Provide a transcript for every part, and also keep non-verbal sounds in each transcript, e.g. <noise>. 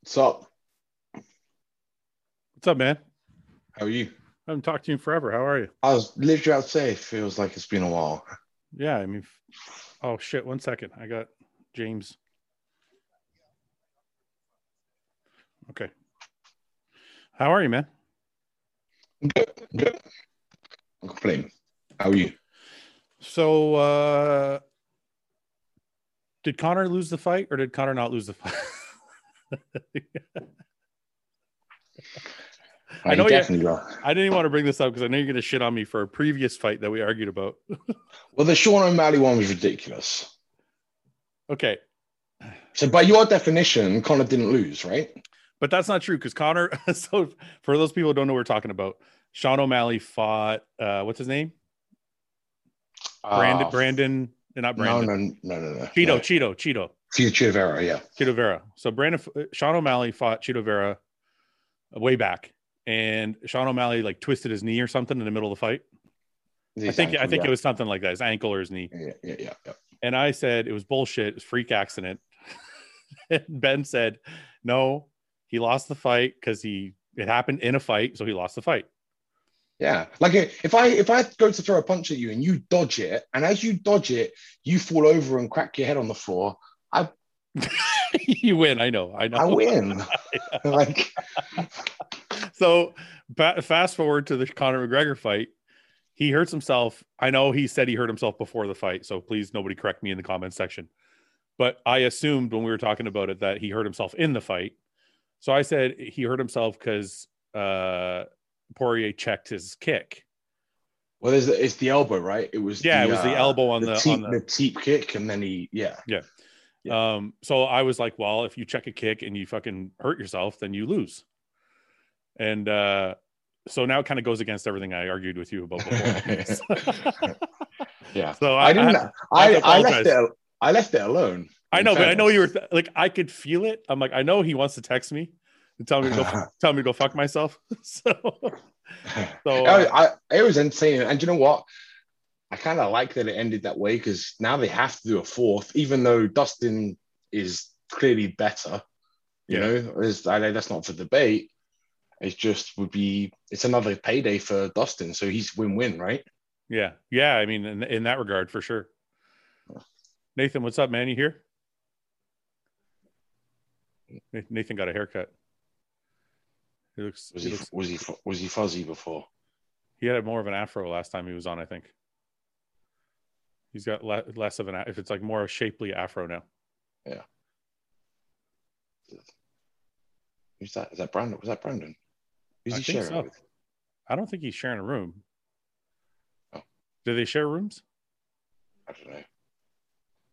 What's up? What's up, man? How are you? I haven't talked to you in forever. How are you? I was literally about to say, it feels like it's been a while. Yeah, I mean, f- oh shit, one second. I got James. Okay. How are you, man? Good, good. I'm complaining. How are you? So, uh, did Connor lose the fight or did Connor not lose the fight? <laughs> I you know you- definitely are. I didn't even want to bring this up because I know you're going to shit on me for a previous fight that we argued about. <laughs> Well, the Sean O'Malley one was ridiculous. Okay. So, by your definition, Connor didn't lose, right? But that's not true because Connor, <laughs> so for those people who don't know what we're talking about, Sean O'Malley fought, uh, what's his name? Ah. Brandon, Uh, Brandon, not Brandon. No, no, no, no, no. Cheeto, no. Cheeto, Cheeto, Future Vera, yeah. Cheeto Vera. So Brandon, uh, Sean O'Malley fought Cheeto Vera way back, and Sean O'Malley like twisted his knee or something in the middle of the fight. I think I think it was something like that, his ankle or his knee. Yeah, yeah, yeah. yeah. And I said it was bullshit, it was a freak accident. <laughs> and ben said, no, he lost the fight because he it happened in a fight, so he lost the fight. <laughs> Yeah, like uh, if I if I go to throw a punch at you and you dodge it, and as you dodge it, you fall over and crack your head on the floor, you win, I know, I know. I <laughs> win. <laughs> like, so ba- fast forward to the Conor McGregor fight. He hurts himself. I know he said he hurt himself before the fight, so please nobody correct me in the comments section. But I assumed when we were talking about it that he hurt himself in the fight. So I said he hurt himself because uh, Poirier checked his kick. well, there's it's the elbow, right? It was Yeah, it was the uh, elbow on the, the, teep, on the the teep kick, and then he yeah. Um, so I was like, well, if you check a kick and you fucking hurt yourself, then you lose. And uh, so now it kind of goes against everything I argued with you about before. <laughs> <laughs> Yeah. So I, I <laughs> I, didn't. I, I, I, apologize. left it. I left it <laughs> alone. know, but I know you were fairness. th- like, I could feel it. I'm like, I know he wants to text me and tell me to <laughs> go, tell me to go fuck myself. <laughs> so, so uh, I, I, it was insane, and do you know what? I kind of like that it ended that way because now they have to do a fourth, even though Dustin is clearly better. You Yeah. know, It's- I know that's not for debate. It just would be. It's another payday for Dustin, so he's win-win, right? yeah, yeah. I mean, in, in that regard, for sure. Nathan, what's up, man? You here? Nath- Nathan got a haircut. He looks. Was he he? looks- Was he? fu- Was he fuzzy before? he had more of an afro last time he was on, I think. He's got le- less of an a- if it's like more of a shapely afro now. Who's that? Is that Brandon? Was that Brandon? Who's I he think sharing so. with? I don't think he's sharing a room. Oh. Do they share rooms? I don't know.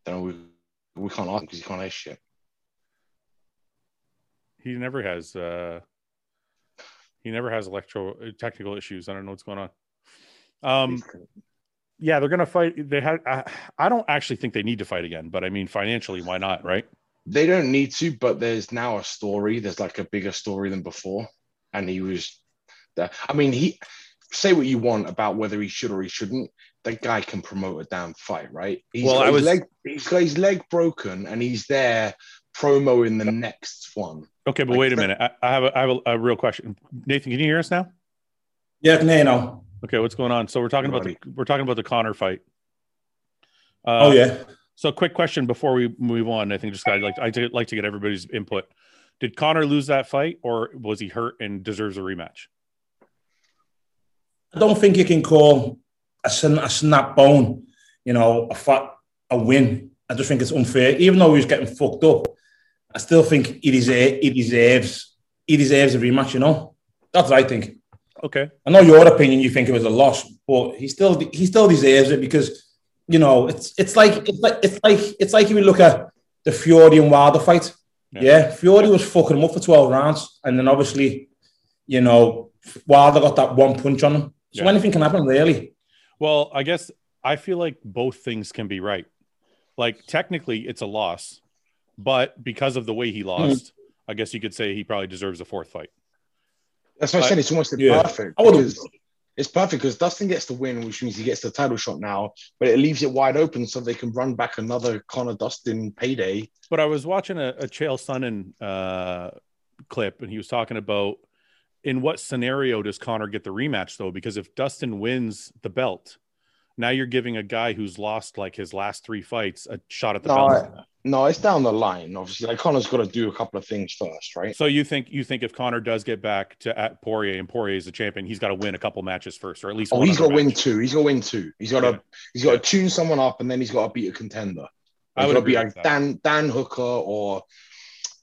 Then we we can't ask him because he can't ask shit. He never has. uh He never has electro technical issues. I don't know what's going on. Um, yeah, they're gonna fight. They had. I, I don't actually think they need to fight again, but I mean, financially, why not? Right? they don't need to, but there's now a story. There's like a bigger story than before, and he was. The, I mean, he say what you want about whether he should or he shouldn't. That guy can promote a damn fight, right? He's Well, got I his was- leg, he's got his leg broken, and he's there promoing the next one. Okay, but Like, wait a that- minute. I, I have. A, I have a, a real question. Nathan, can you hear us now? Yeah, Nano. Okay, what's going on? So we're talking about the, we're talking about the Connor fight. Uh, Oh yeah. So quick question before we move on. I think just I'd like I'd like to get everybody's input. Did Connor lose that fight, or was he hurt and deserves a rematch? I don't think you can call a, sn- a snap bone, you know, a fat a win. I just think it's unfair. Even though he was getting fucked up, I still think he, deser- he deserves he deserves a rematch. You know, that's what I think. Okay. I know your opinion. You think it was a loss, but he still he still deserves it because you know it's it's like it's like it's like it's like if you look at the Fury and Wilder fight. Yeah. Yeah, Fury was fucking him up for twelve rounds, and then obviously, you know, Wilder got that one punch on him. So Yeah. anything can happen, really. Well, I guess I feel like both things can be right. Like technically, it's a loss, but because of the way he lost, I guess you could say he probably deserves a fourth fight. That's what I I- said. It's almost yeah. perfect. I would've- because It's perfect because Dustin gets the win, which means he gets the title shot now, but it leaves it wide open so they can run back another Connor Dustin payday. But I was watching a, a Chael Sonnen uh, clip and he was talking about in what scenario does Connor get the rematch though? Because if Dustin wins the belt, now you're giving a guy who's lost like his last three fights a shot at the No, belt. No, it's down the line. Obviously, like Connor's got to do a couple of things first, right? So you think you think if Connor does get back to at Poirier and Poirier is the champion, he's got to win a couple matches first, or at least Oh, one he's got other to win match. two. He's got to win two. He's got to Yeah. he's got to tune someone up, and then he's got to beat a contender. I He's would got to agree be with like that. Dan Dan Hooker or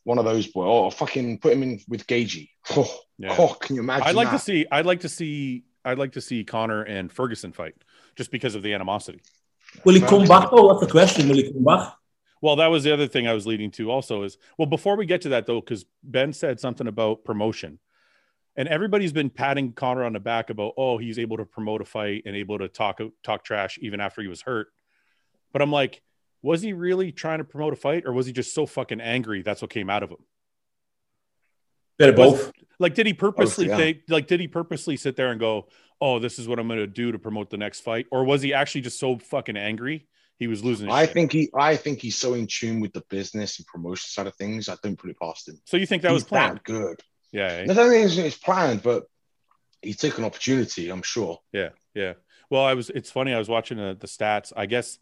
one of those boys, or fucking put him in with Gagey. <laughs> Oh, Yeah. oh, can you imagine? I'd like to that? see. I'd like to see. I'd like to see Connor and Ferguson fight, just because of the animosity. Will he come back though? That's the question. Will he come back? Well, that was the other thing I was leading to. Also, is well before we get to that though, because Ben said something about promotion, and everybody's been patting Connor on the back about oh he's able to promote a fight and able to talk talk trash even after he was hurt. But I'm like, was he really trying to promote a fight, or was he just so fucking angry? That's what came out of him. Bit of Was- both. Like, did he purposely Oh, yeah. think? Like, did he purposely sit there and go, "Oh, this is what I'm going to do to promote the next fight," or was he actually just so fucking angry he was losing? His I shit? think he I think he's so in tune with the business and promotion side of things. I don't put it past him. so. You think that he's was planned? that good. Yeah, I don't think it's, it's planned, but he took an opportunity. I'm sure. yeah, yeah. Well, I was. It's funny. I was watching the, the stats. I guess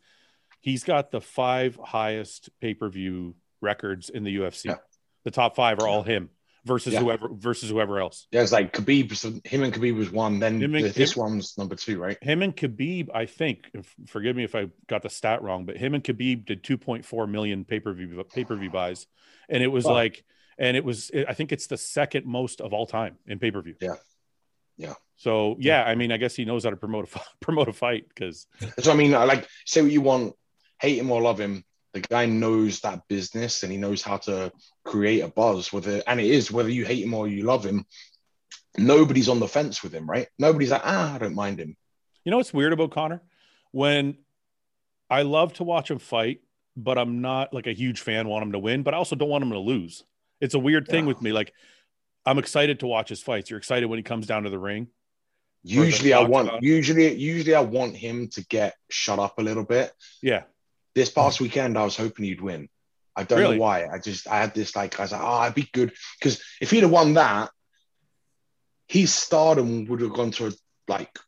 he's got the five highest pay per view records in the UFC. Yeah. The top five are all him versus Yeah. whoever versus whoever else. Yeah, it's like Khabib. So him and Khabib was one. Then Him and th- this Khabib- one's number two, right? Him and Khabib, I think. if- Forgive me if I got the stat wrong, but him and Khabib did 2.4 million pay per view pay per view buys, and it was Wow. like, and it was, I think it's the second most of all time in pay per view. Yeah. Yeah. So yeah, I mean, I guess he knows how to promote a fi- <laughs> promote a fight because So I mean, I like say what you want, hate him or love him. The guy knows that business and he knows how to create a buzz with it. And it is whether you hate him or you love him. Nobody's on the fence with him, right? Nobody's like, ah, I don't mind him. You know what's weird about Connor? When I love to watch him fight, but I'm not like a huge fan, want him to win, but I also don't want him to lose. It's a weird thing Yeah. with me. Like, I'm excited to watch his fights. You're excited when he comes down to the ring. Usually, I talked want about- usually usually I want him to get shut up a little bit. Yeah. This past weekend, I was hoping he'd win. I don't Hmm. Really? know why. I just I had this like I was like, oh, I'd be good because if he'd have won that, his stardom would have gone to a like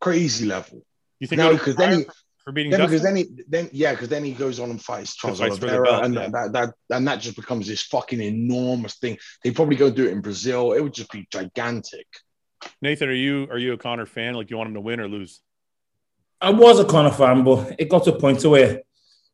crazy level. You think No, it would 'cause fire then he- for- for beating Then because Dustin? then he then yeah because then he goes on and fights Charles fights for the Oliveira belt, and yeah. that, that and that just becomes this fucking enormous thing. They probably go do it in Brazil. It would just be gigantic. Nathan, are you are you a Connor fan? Like, you want him to win or lose? I was a Connor fan, but it got to a point to where,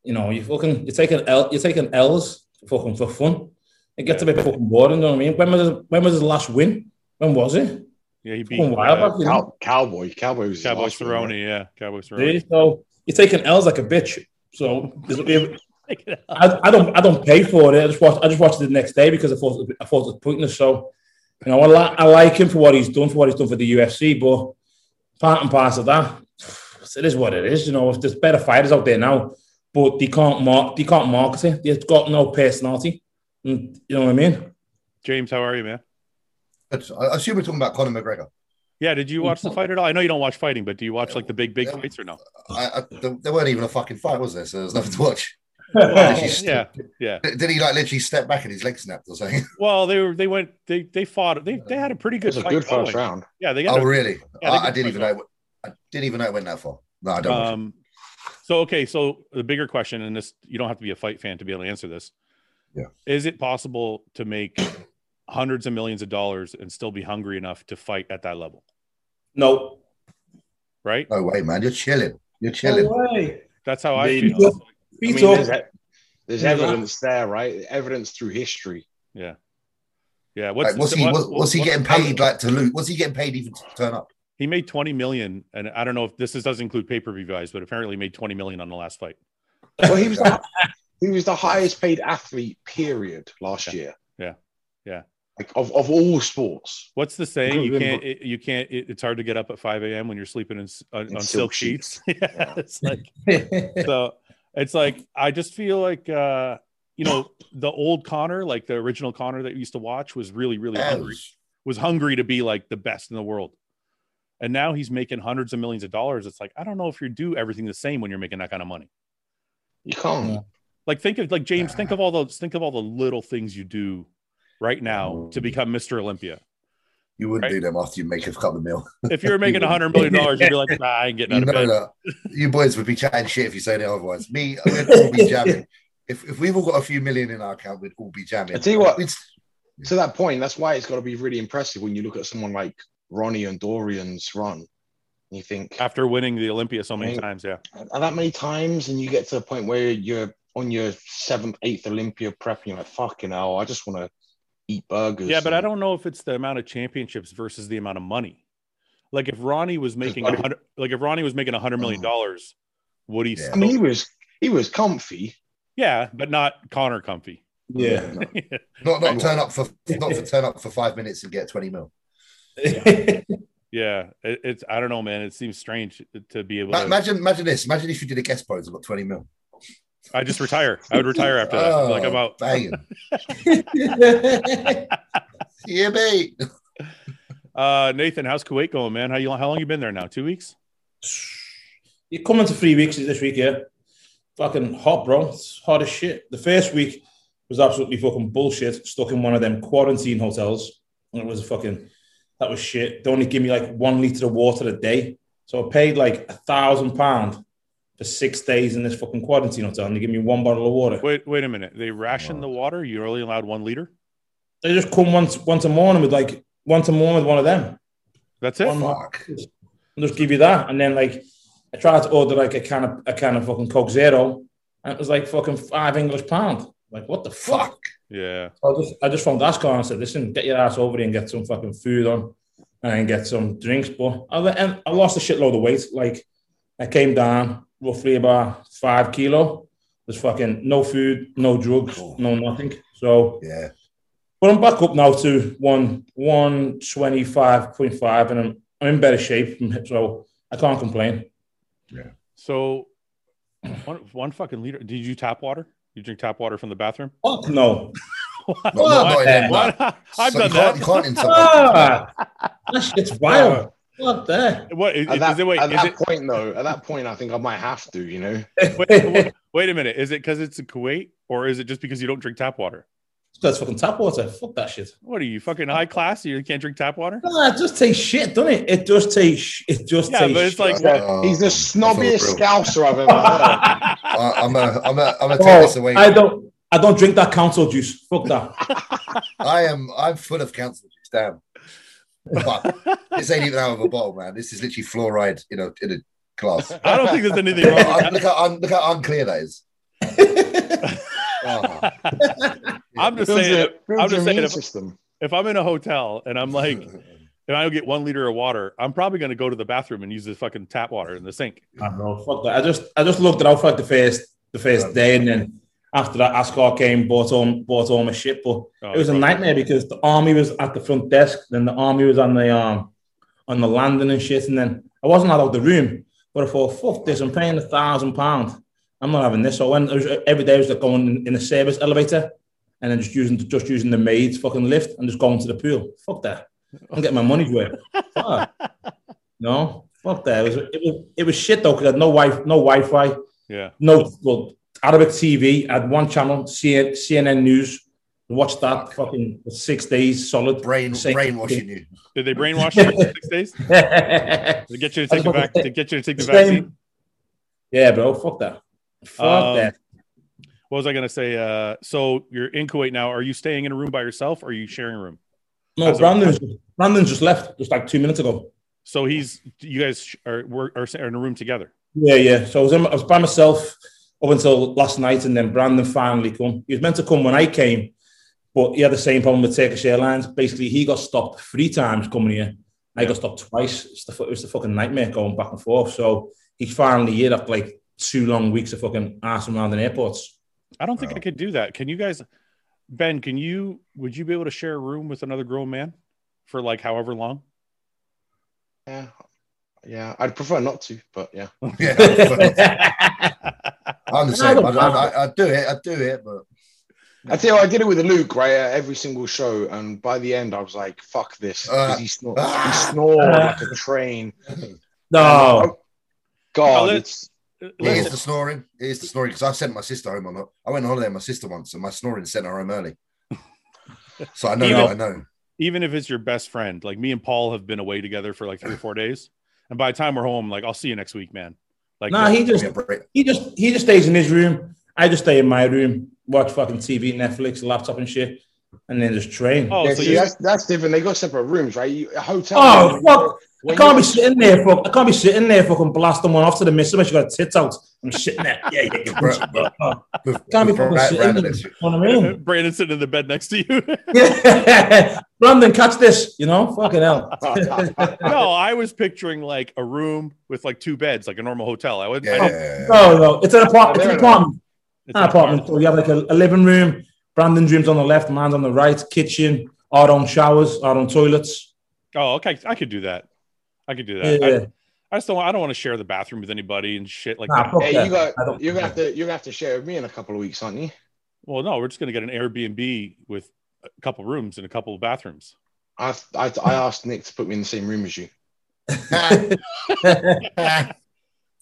you know, you fucking you're taking L, you're taking L's fucking for fun. It gets a bit fucking boring, you know what I mean? When was when was his last win? When was it? Yeah, he beat Fucking wild, uh, you know? Cow- Cowboy, Cowboy was his Cowboy last one, right? Cerrone. Yeah, Cowboy See, Cerrone. So you're taking L's like a bitch. So there's- <laughs> Take it out. I, I don't I don't pay for it. I just watch I just watched it the next day because I thought it was- I thought it was pointless. So you know I, li- I like him for what he's done for what he's done for the UFC, but part and parcel of that <sighs> it is what it is. You know if there's better fighters out there now, but they can't mark they can't market it. They've got no personality. And, you know what I mean? James, how are you, man? That's, I assume we're talking about Conor McGregor. Yeah, did you watch the fight at all? I know you don't watch fighting, but do you watch Yeah, like the big big yeah. fights or no? I, I, there, there weren't even a fucking fight, was there? So there's nothing to Mm. watch. Well, Did he- yeah, yeah. Did he like literally step back and his leg snapped or something? Well, they were they went they they fought they they had a pretty It good was a fight. good going. first round. Yeah, they got <laughs> Oh, a, really? Yeah, they I, I did didn't even know. It, I didn't even know it went that far. No, I don't. watch it. um so okay, so the bigger question and this you don't have to be a fight fan to be able to answer this. Yeah. Is it possible to make hundreds of millions of dollars and still be hungry enough to fight at that level? <laughs> No. Right? no way, man. You're chilling. You're chilling. No way. That's how I They- feel. Yeah. I Beat mean, up. there's, e-, there's Yeah. evidence there, right? Evidence through history. Yeah. What's, Like, what's he? what- What's, what's he what- getting paid like to lose? What's he getting paid even to turn up? He made 20 million, and I don't know if this is, doesn't include pay per view guys, but apparently made 20 million on the last fight. Well, he was <laughs> the, he was the highest paid athlete, period, last Yeah. year. Yeah. Yeah. Like of, of all sports. What's the saying? You Good can't. It, you can't. It, it's hard to get up at 5 a.m. when you're sleeping in, s- uh, on, In on silk silk sheets. sheets. yeah, Yeah. <laughs> it's like so it's like I just feel like uh you know the old Connor, like the original Connor that you used to watch, was really really hungry. Yes. Was hungry to be like the best in the world, and now he's making hundreds of millions of dollars. It's like I don't know if you do everything the same when you're making that kind of money. <laughs> You can't. Yeah. Like think of like James, think of all those, think of all the little things you do right now to become Mr. Olympia. You wouldn't Right. do them after you make a couple of mil. If you were making $100 million, you'd be like, nah, I ain't getting You out know of bed. <laughs> that. You boys would be chatting shit if you said it otherwise. Me, we'd all be jamming. If, if we've all got a few million in our account, we'd all be jamming. I tell you what. We'd- to that point, that's why it's got to be really impressive when you look at someone like Ronnie and Dorian's run. and You think After winning the Olympia so many Right. times, yeah. "Are that many times, and you get to the point where you're on your seventh, eighth Olympia prep, and you're like, "Fucking hell, I just want to eat burgers." Yeah, but I and- don't know if it's the amount of championships versus the amount of money. Like if Ronnie was making a money. hundred, like if Ronnie was making a hundred million dollars, would he? Yeah. I mean, he still- was he was comfy. yeah, but not Connor Comfy. Yeah. <laughs> No. Not not turn up for not for turn up for five minutes and get twenty mil. <laughs> Yeah, it, it's I don't know, man. It seems strange to be able. Ma- to, imagine imagine this. Imagine if you did a guest post and got twenty mil. I just retire. I would retire after that. Oh, like I'm out. <laughs> Banging. yeah, mate. Uh, Nathan, how's Kuwait going, man? How you how long you been there now? Two weeks? You're coming to three weeks this week, yeah? Fucking hot, bro. It's hot as shit. The first week was absolutely fucking bullshit. Stuck in one of them quarantine hotels. And it was fucking, that was shit. They only give me like one litre of water a day. So I paid like a thousand pound for six days in this fucking quarantine hotel and they give me one bottle of water. Wait, wait a minute. They ration the water. You're only allowed one liter. They just come once once a morning with like once a morning with one of them. That's it. One Fuck. and just give you that. And then like I tried to order like a can of a can of fucking Coke Zero, and it was like fucking five English pound. Like what the fuck? Fuck. Yeah. So I just I just phoned Ascot and said, listen, get your ass over here and get some fucking food on, and get some drinks. But I, le- and I lost a shitload of weight. Like I came down roughly about five kilo. There's fucking no food, no drugs, Cool. no nothing. So Yeah. but I'm back up now to one one twenty five point five, and I'm I'm in better shape, <laughs> so I can't complain. So one one fucking liter. Did you tap water? You drink tap water from the bathroom? Fuck no! What? Not, not, not in them, What? no. <laughs> I've So done you can't, that. You can't in some- Ah, that shit's vile. Fuck that. What is, At is that, it? Wait, at is that it, point, though, at that point, I think I might have to. You know, wait, wait, <laughs> wait a minute. Is it because it's in Kuwait, or is it just because you don't drink tap water? That's fucking tap water. Fuck that shit. What are you fucking high class? You can't drink tap water? Nah, it just tastes shit, doesn't it? It just tastes. sh- It just Yeah, tastes. but it's <laughs> like- shit. Yeah, he's the Um, that's snobbiest all scouser I've ever <laughs> heard. I- I'm a, I'm a, <laughs> I'm a take this Oh, away. I don't. I don't drink that council juice. Fuck that. I am. I'm full of council juice. Damn. But this ain't even out of a bottle, man. This is literally fluoride in a in a <laughs> glass. I don't think there's anything look, wrong. how, look how un- look how unclear that is. Oh, With that. I'm just saying, I'm just saying, if, system. if I'm in a hotel and I'm like, if I don't get one liter of water, I'm probably going to go to the bathroom and use the fucking tap water in the sink. I know. Ah, Fuck that. I just. I just looked it out for like the first. The first day, and then after that, Ascot came, bought all, bought all my shit, but. Oh, it was a fuck. nightmare because the army was at the front desk, then the army was on the um on the landing and shit, and then I wasn't out of the room. But I thought, fuck this, I'm paying a thousand pound. I'm not having this. So when I was, every day I was like going in, in a service elevator, and then just using just using the maid's fucking lift and just going to the pool. Fuck that. I'm getting my money's worth. Fuck. No, fuck that. It was it was, it was shit though because I had no wife, no Wi-Fi Yeah. no well, Arabic TV. I had one channel, CNN, CNN News. Watched that fucking for six days solid. <laughs> brain Same. brainwashing you. Did they brainwash you for six days? Did they get you to I take was the about to vac- say- to get you to take the vaccine? Same. Yeah, bro. Fuck that. Fuck Um, that. What was I going to say? Uh, so you're in Kuwait now. Are you staying in a room by yourself or are you sharing a room? No, as a- Brandon's Brandon's just left just like two minutes ago. So he's, you guys sh- are, were, are sa- are in a room together. Yeah, yeah. So I was, in, I was by myself up until last night, and then Brandon finally come. He was meant to come when I came, but he had the same problem with Turkish Airlines. Basically, he got stopped three times coming here. I got stopped twice. It's the, fu- it was the fucking nightmare going back and forth. So he's finally here after like two long weeks of fucking arsing around in airports. I don't think I Wow. could do that. Can you guys, Ben? Can you? Would you be able to share a room with another grown man for like however long? Yeah, yeah. I'd prefer not to, but yeah. Yeah, <laughs> I'm I the same. I, don't I, I, I do it. I do it, but I tell you, I did it with Luke right at every single show, and by the end, I was like, "Fuck this!" 'cause he, snor- he Uh, Ah. snored Uh. Ah. like a train. No, God, Well, it's Uh, it listen, is the snoring. It is the snoring because I sent my sister home on. I went on holiday with my sister once, and my snoring sent her home early. So I know, Even- what I know. even if it's your best friend, like me and Paul have been away together for like three or four days, and by the time we're home, like I'll see you next week, man. Like, Nah, uh, he Give just me a break. he just he just stays in his room. I just stay in my room, watch fucking TV, Netflix, laptop and shit, and then just train. oh, yeah, so see, you, that's, that's different. They got separate rooms, right? You, a hotel. Oh, <laughs> fuck. I When can't you- be sitting there, fuck. I can't be sitting there, fucking blasting one off to the missus when she got her tits out. I'm sitting there. Yeah, yeah, yeah. Bro, bitch. bro. <laughs> Oh, With, Can't be with fucking Brad- sitting Brandon, there. it's- You know what I mean? <laughs> Brandon's sitting in the bed next to you. <laughs> Yeah. <laughs> Brandon, catch this. You know, fucking hell. <laughs> <laughs> no, I was picturing like a room with like two beds, like a normal hotel. I would. yeah, I yeah, didn't- yeah, yeah. No, no, it's an apartment. It's an Fair apartment. it's An not apartment. So you have like a, a living room. Brandon's room's on the left, mine's on the right. Kitchen, our own showers, our own toilets. Oh, okay. I could do that. I could do Yeah, that. yeah. I, I just don't. I don't want to share the bathroom with anybody and shit like Nah, that. fuck Yeah, that. you got. I don't- You're gonna have to. You're gonna have to share with me in a couple of weeks, aren't you? Well, no, we're just gonna get an Airbnb with a couple rooms and a couple of bathrooms. I, I I asked Nick to put me in the same room as you. <laughs> <laughs>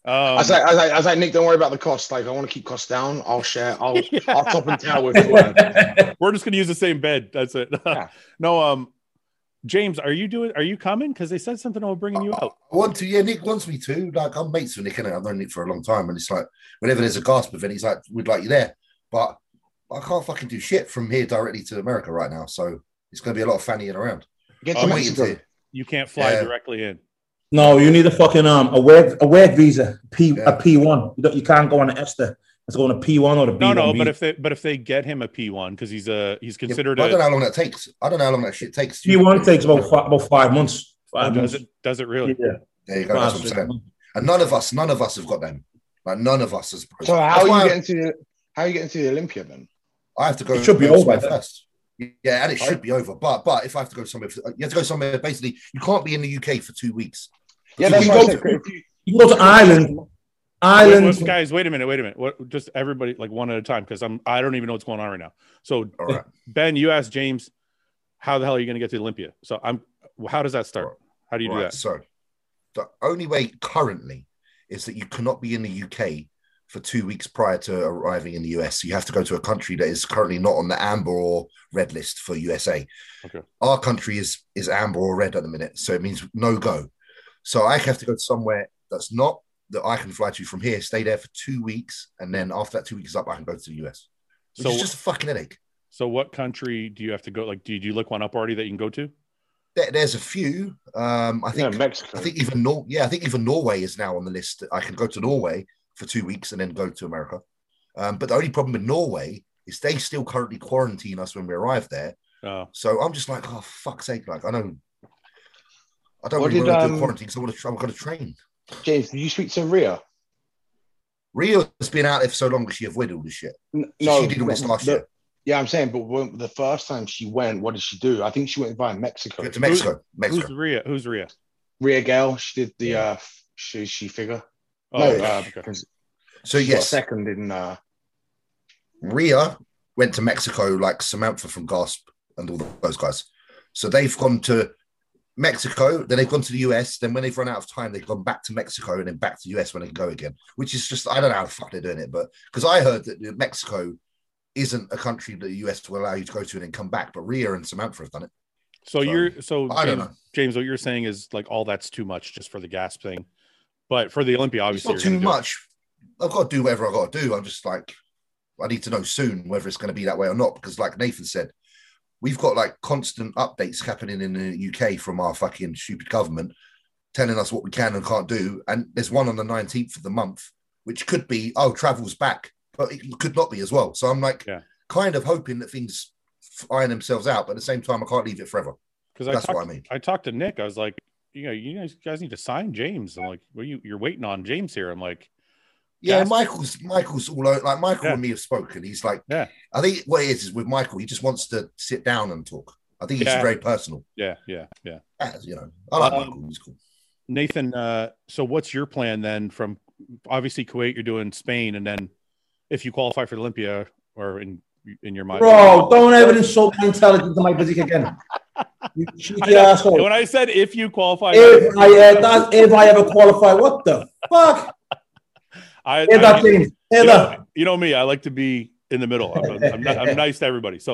Um, I was like, I was like, I was like Nick, don't worry about the cost. Like, I want to keep costs down. I'll share. I'll <laughs> I'll top and tail <laughs> with you. Um, <laughs> We're just gonna use the same bed. That's it. <laughs> Yeah. no, um, James, are you doing? Are you coming? Because they said something about bringing you I, out. I want to, yeah. Nick wants me to. Like, I'm mates with Nick, and I've known Nick for a long time. And it's like, whenever there's a gasp event, he's like, we'd like you there. But I can't fucking do shit from here directly to America right now. So it's going to be a lot of fannying around. Get to I'm waiting Mexico. to. You can't fly Yeah. directly in. No, you need a fucking um a work a work visa P Yeah. a P one. You, don't- you can't go on an Esther. It's going a P one or a B No, one. no, but if they but if they get him a P one because he's a he's Yeah, considered but I don't know a how long that takes. I don't know how long that shit takes. P one takes about five, about five months. oh, Five does months. it does it really? Yeah. There you go. That's what I'm saying. And none of us, none of us have got them. Like none of us has. So That's how are why you I- getting to the, how are you getting to the Olympia then? I have to go. It should be go over somewhere then. first. Yeah, and it Sorry? should be over. But but if I have to go somewhere, you have to go somewhere. Basically, you can't be in the UK for two weeks. Yeah, If that's you what I go said. to- If you- You can go to Ireland. Wait, Ireland. wait, guys, wait a minute, wait a minute. What? Just everybody, like one at a time, because I'm I don't even know what's going on right now. So All right. Ben, you asked James, how the hell are you going to get to Olympia? So I'm. How does that start? How do you do right. that? So the only way currently is that you cannot be in the UK for two weeks prior to arriving in the US. You have to go to a country that is currently not on the amber or red list for USA. Okay. Our country is is amber or red at the minute, so it means no go. So I have to go somewhere that's not that I can fly to from here, stay there for two weeks, and then after that two weeks is up, I can go to the US. Which So is just a fucking headache. so what country do you have to go? Like, do you, do you look one up already that you can go to? There, there's a few. Um, I no, think Mexico. I think even Nor- yeah, I think even Norway is now on the list. I can go to Norway for two weeks and then go to America. Um, but the only problem with Norway is they still currently quarantine us when we arrive there. Uh, So I'm just like, oh fuck's sake! Like I don't, I don't What really did, want to do um, quarantine because I want to. I'm going to train. James, did you speak to Ria? Rio's been out there for so long that she avoided all this shit. N- So she did all this last the- year. Yeah, I'm saying, but when, the first time she went, what did she do? I think she went via She Mexico. went to Mexico. who's Mexico. Ria? Who's Ria? Ria Gale, she did the uh, f- she she figure. Oh, no, uh, uh, okay. because So she got yes, second in. Uh, Rhea went to Mexico like Samantha from Gasp and all those guys. So they've gone to Mexico, then they've gone to the US, then when they've run out of time, they've gone back to Mexico and then back to the US when they can go again, which is just, I don't know how the fuck they're doing it, but because I heard that Mexico isn't a country that the US will allow you to go to and then come back, but Rhea and Samantha have done it. So So, you're so I don't James, know. James, what you're saying is like all that's too much just for the gasp thing, but for the Olympia, It's obviously not you're too gonna do it. much. I've got to do whatever I've got to do. I'm just like, I need to know soon whether it's going to be that way or not. Because, like Nathan said, we've got like constant updates happening in the UK from our fucking stupid government telling us what we can and can't do. And there's one on the 19th of the month, which could be, oh, travel's back, but it could not be as well. So I'm like, Yeah. kind of hoping that things f- iron themselves out. But at the same time, I can't leave it forever. Because I That's talked, what I mean. I talked to Nick. I was like, you know, you guys, you guys need to sign James. I'm like, well, you you're waiting on James here. I'm like, Yeah, Yes. Michael's Michael's all over. Like Michael Yeah. and me have spoken. He's like, Yeah. I think what it is is with Michael, he just wants to sit down and talk. I think he's Yeah. very personal. yeah, yeah, yeah. As you know, I like Um, Michael. He's cool. Nathan, uh, so what's your plan then? From obviously Kuwait, you're doing Spain, and then if you qualify for Olympia, or in in your mind, Bro, don't ever insult my intelligence and my physique again. You cheeky I- asshole. when I said if you qualify, If I, uh, that, if I ever qualify, what the fuck? I, Hear I- that, James. Hear you, that. know, you know me, I like to be in the middle. I'm, I'm, I'm nice to everybody. So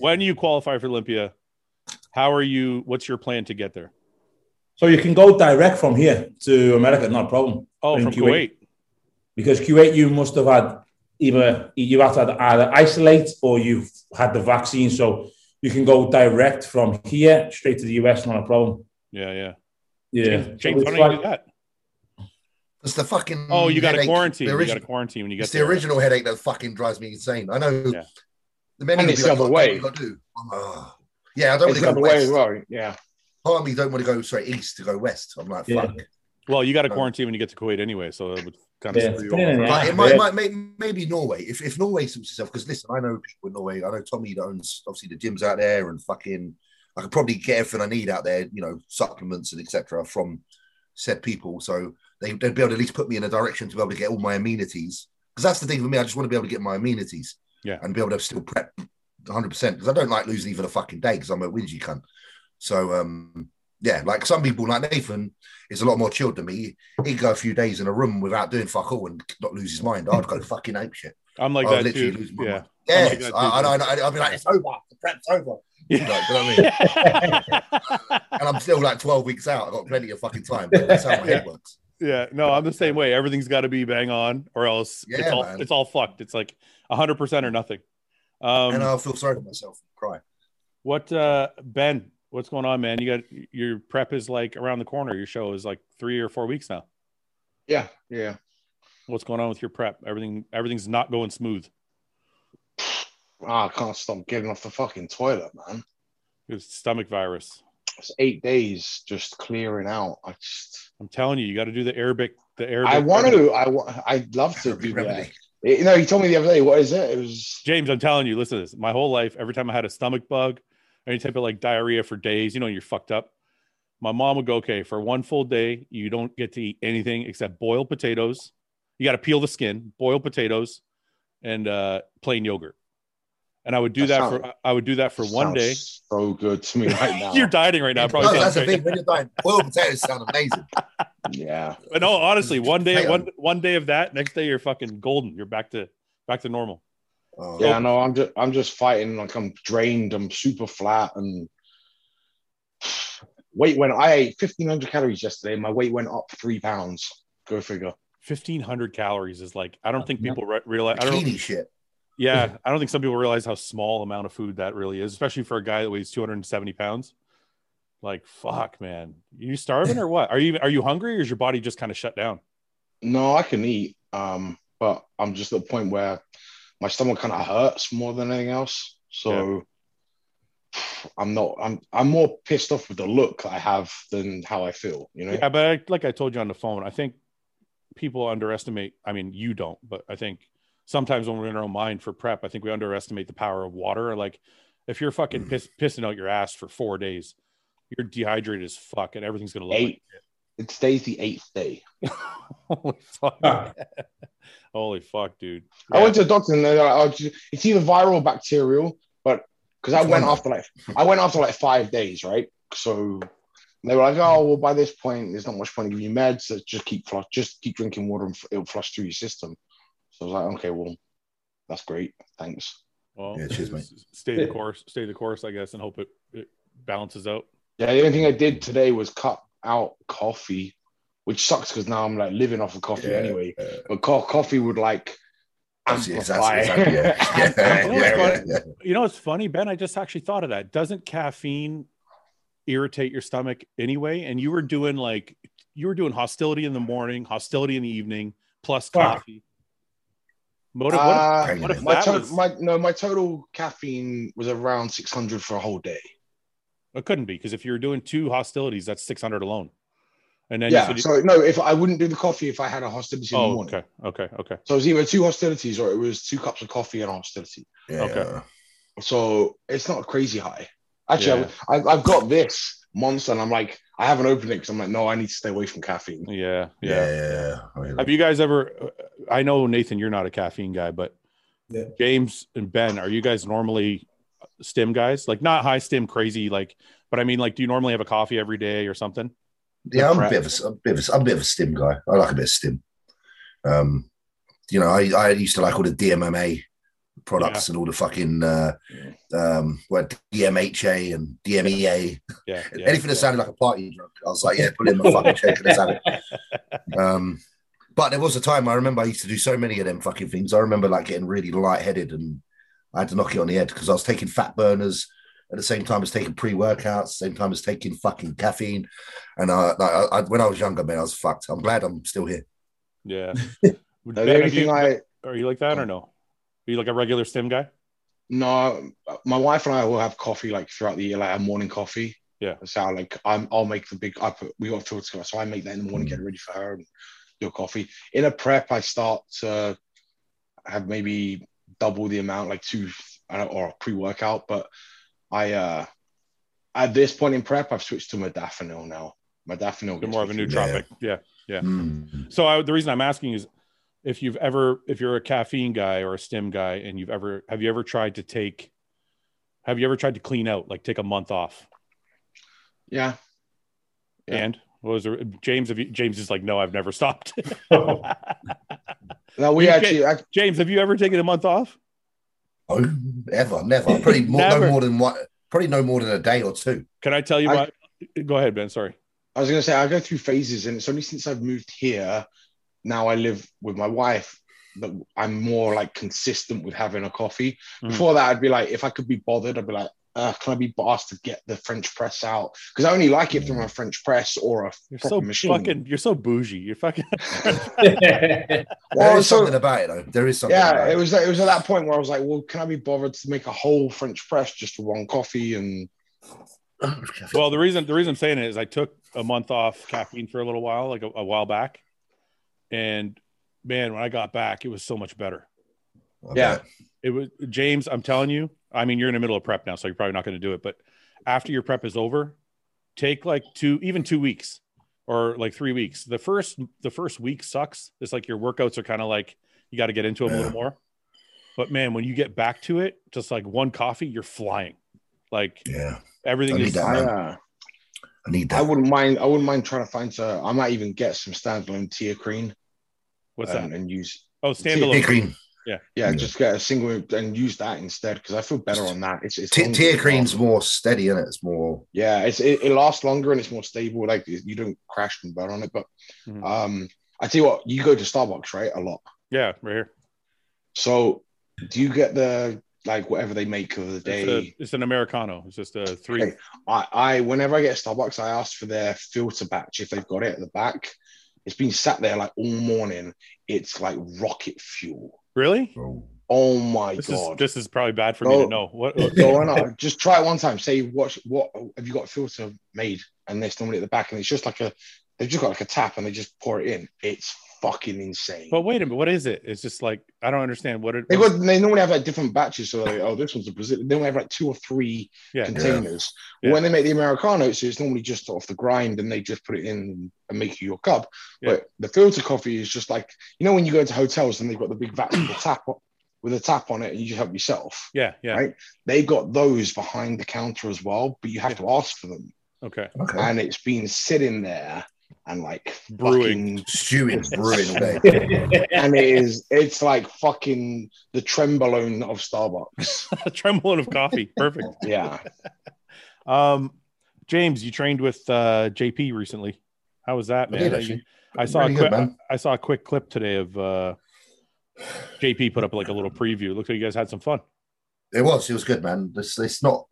when you qualify for Olympia, how are you? What's your plan to get there? So you can go direct from here to America, not a problem. Oh, In from Kuwait. Kuwait. Because Q8, you must have had either you have to had either isolate or you've had the vaccine. So you can go direct from here straight to the US, not a problem. Yeah, yeah. Yeah. James, So James, it's why don't you like- do that? It's the fucking. Oh, you got to headache, quarantine. You mm, The got original, to quarantine when you get it's the there. original headache that fucking drives me insane. I know. Yeah. The menu And will it's be like, the other "Oh, what way. you gotta do?" I'm like, "Oh." Yeah, I don't want It's to the go other way west. as well. Yeah. Part of me don't want to go straight east to go west. I'm like, Yeah. fuck. Well, you got to No. quarantine when you get to Kuwait anyway, so it would kind of Yeah. screw you Yeah, over. yeah. Like, it might, yeah. might, may, maybe Norway. If, if Norway suits itself, because listen, I know people in Norway. I know Tommy that owns obviously the gyms out there, and fucking, I could probably get everything I need out there. You know, supplements and etc. from said people. So they, they'd be able to at least put me in a direction to be able to get all my amenities. Because that's the thing for me. I just want to be able to get my amenities. Yeah. And be able to still prep 100 percent because I don't like losing even a fucking day because I'm a whingy cunt. So um, yeah, like some people like Nathan is a lot more chilled than me he'd go a few days in a room without doing fuck all and not lose his mind. <laughs> I'd go fucking ape shit. I'm like I that would Oh, literally too. lose my Yeah. mind. Yes, that too, I, I, man. I, I'd be like, it's over, the prep's over. You know, do you know what I mean? yeah. And I'm still like 12 weeks out. I've got plenty of fucking time, but that's how my head works. <laughs> <laughs> Yeah, no, I'm the same way. Everything's got to be bang on, or else it's Yeah, all man. it's all fucked. It's like 100 percent or nothing. Um, and uh, I'll feel sorry for myself and cry. what uh, Ben? What's going on, man? You got your prep is like around the corner. Your show is like three or four weeks now. Yeah. Yeah. What's going on with your prep? Everything everything's not going smooth. Ah, I can't stop getting off the fucking toilet, man. It's stomach virus. It's eight days just clearing out. I just, I'm telling you, you got to do the Arabic. The Arabic. I want to. I want. I'd love to do that. Eh, Remedy. You know, he told me the other day. What is it? It was. James, I'm telling you, listen to this. My whole life, every time I had a stomach bug, any type of like diarrhea for days, you know, you're fucked up. My mom would go, okay, for one full day, you don't get to eat anything except boiled potatoes. You got to peel the skin, boiled potatoes, and uh, plain yogurt. And I would do That that, sounds- for I would do that for one Sounds day. So good to me <laughs> right now. You're dieting right now, probably. No, sounds that's the great. thing. When you're dying, boiled potatoes sound amazing. yeah. But no, honestly, one day, Hang on. one one day of that, next day you're fucking golden. You're back to back to normal. Oh, Yeah. No, I'm just. I'm just fighting. Like I'm drained. I'm super flat and. <sighs> Weight went. I ate 1500 calories yesterday. My weight went up three pounds. Go figure. Fifteen hundred calories is like I don't think people re- realize. I don't, Bikini shit. Yeah, I don't think some people realize how small amount of food that really is, especially for a guy that weighs 270 pounds. Like, fuck, man, you starving or what? Are you are you hungry or is your body just kind of shut down? No, I can eat. Um, but I'm just at the point where my stomach kind of hurts more than anything else. So I'm not. I'm. I'm more pissed off with the look I have than how I feel. You know. Yeah, but I, like I told you on the phone, I think people underestimate. I mean, you don't, but I think sometimes when we're in our own mind for prep, I think we underestimate the power of water. Like, if you're fucking piss, pissing out your ass for four days, you're dehydrated as fuck, and everything's gonna look like Eight. It stays the eighth day. <laughs> holy fuck, Ah. holy fuck, dude. I went to the doctor and they're like, oh, just- it's either viral or bacterial, but because I It's went one. after like I went after like five days, right? So they were like, oh well, by this point, there's not much point in giving you meds. So just keep flush, just keep drinking water and f- it'll flush through your system. So I was like, okay, well, that's great, thanks. Well, Yeah, cheers, mate. s- stay the course, stay the course, I guess, and hope it, it balances out. Yeah, the only thing I did today was cut out coffee, which sucks because now I'm like living off of coffee Yeah. anyway. Uh, But co- coffee would like that's- yes, that's- amplify. <laughs> <laughs> exactly, yeah. Yeah, Amplify. yeah, yeah, You know, it's funny, Ben. I just actually thought of that. Doesn't caffeine irritate your stomach anyway? And you were doing like you were doing hostility in the morning, hostility in the evening, plus Fuck. coffee. What if, what Uh, yeah. if, Hang on what a if My, that to- was? my no, my total caffeine was around 600 for a whole day. it couldn't be because if you were doing two hostilities, that's six hundred alone. And then you yeah. said you- So no, if I wouldn't do the coffee if I had a hostility in the oh, morning. okay, okay, okay. So it was either two hostilities or it was two cups of coffee and a hostility. minute. Okay. Yeah. So it's not a crazy high. Actually, Yeah. I, I, I've got this monster, and I'm like, I haven't opened it because I'm like, no, I need to stay away from caffeine. Yeah, yeah. Yeah. yeah. I hear that. Have you guys ever? I know Nathan, you're not a caffeine guy, but Yeah. James and Ben, are you guys normally stim guys? Like not high stim, crazy, like. But I mean, like, do you normally have a coffee every day or something? Yeah, I'm Right. a bit of a, I'm a bit of a, I'm a bit of a stim guy. I like a bit of stim. Um, you know, I, I used to like all the DMMA products and all the fucking uh, um, what DMHA and E DMEA, Yeah. yeah, anything that sounded like a party drug. I was like, yeah, put it in my fucking shaker, let's have it. <laughs> Um, but there was a time I remember I used to do so many of them fucking things. I remember like getting really lightheaded and I had to knock it on the head because I was taking fat burners at the same time as taking pre-workouts, same time as taking fucking caffeine. And I, like, I, I, when I was younger, man, I was fucked. I'm glad I'm still here. Yeah. Would No, Ben, the only have you- thing I Are you like that or no? Are you like a regular stim guy? No, my wife and I will have coffee like throughout the year, like a morning coffee. Yeah. So like I'm, I'll make the big. I put we got filter together, so I make that in the morning, Mm. get ready for her and your coffee. In a prep, I start to have maybe double the amount, like two I don't, or pre workout. But I, uh at this point in prep, I've switched to modafinil now. Modafinil. You're gets more of me a through. nootropic. Yeah. Yeah. Mm. So I, the reason I'm asking is if you've ever, if you're a caffeine guy or a stim guy, and you've ever, have you ever tried to take, have you ever tried to clean out, like take a month off? Yeah. Yeah. And what was it? James? Have you, James is like, no, I've <laughs> never stopped. <laughs> Now we You actually, I, James, have you ever taken a month off? Oh, ever, never. Probably more, Never. no more than what. Probably no more than a day or two. Can I tell you I- what? Go ahead, Ben. Sorry. I was gonna say I go through phases, and it's only since I've moved here, now I live with my wife, that I'm more like consistent with having a coffee. Mhm. Before that, I'd be like, if I could be bothered, I'd be like, uh, can I be asked to get the French press out? Because I only like it from a French press or <laughs> a You're proper so machine. fucking. You're so bougie. You're fucking. <laughs> Well, there is so- something about it though. There is something. yeah, about it was it was at that point where I was like, well, can I be bothered to make a whole French press just for one coffee? And Oh, well, the reason the reason I'm saying it is I took a month off caffeine for a little while, like a, a while back, and man, when I got back, it was so much better. I yeah. bet. It was James. I'm telling you. I mean, you're in the middle of prep now, so you're probably not going to do it. But after your prep is over, take like two, even two weeks, or like three weeks. The first the first week sucks. It's like your workouts are kind of like you got to get into them a little Yeah. more. But man, when you get back to it, just like one coffee, you're flying. Like yeah. I everything need is that. I, Um, uh, I need I that. wouldn't mind. I wouldn't mind trying to find. So I might even get some standalone teacrine. what's um, that? And use Oh, Tear standalone. cream. Yeah, Yeah. just get a single and use that instead because I feel better on that. It's, it's Tear, longer tear as well. cream's more steady, is it? It's more. Yeah, it's it, it lasts longer and it's more stable. Like you don't crash and burn on it. But Mhm. um, I tell you what, you go to Starbucks right a lot. Yeah, right here. So do you get the like whatever they make of the It's, day? a- it's an americano. It's just a three. Okay. I, I whenever I get Starbucks, I ask for their filter batch if they've got it at the back. It's been sat there like all morning. It's like rocket fuel. Really? Oh, Oh my This is god! this is probably bad for me No. to know. What? No, why not? Just try it one time. Say what what have you got filter made? And there's normally at the back, and it's just like a they've just got like a tap and they just pour it in. It's fucking insane. But wait a minute, what is it? It's just like I don't understand what it. they got they normally have like different batches, so like, oh, this one's a Brazil. They only have like two or three Yeah. containers. Yeah. When they make the Americano, it's, it's normally just off the grind and they just put it in and make you your cup. Yeah. But the filter coffee is just like you know when you go to hotels and they've got the big vat with a tap on- with a tap on it and you just help yourself. yeah, yeah. Right? they've got those behind the counter as well, but you have to ask for them. Okay. okay. And it's been sitting there and like <laughs> Brewing. <laughs> fucking- Stewing, brewing all day. and it is, it's like fucking the trembolone of <laughs> Starbucks. Trembling of coffee. Perfect. Yeah. Um, James, you trained with uh, JP recently. How was that, I man? did, I, actually. I saw Really a good, quick, man. I saw a quick clip today of uh, JP put up like a little preview. Looks like you guys had some fun. It was. It was good, man. It's, it's not,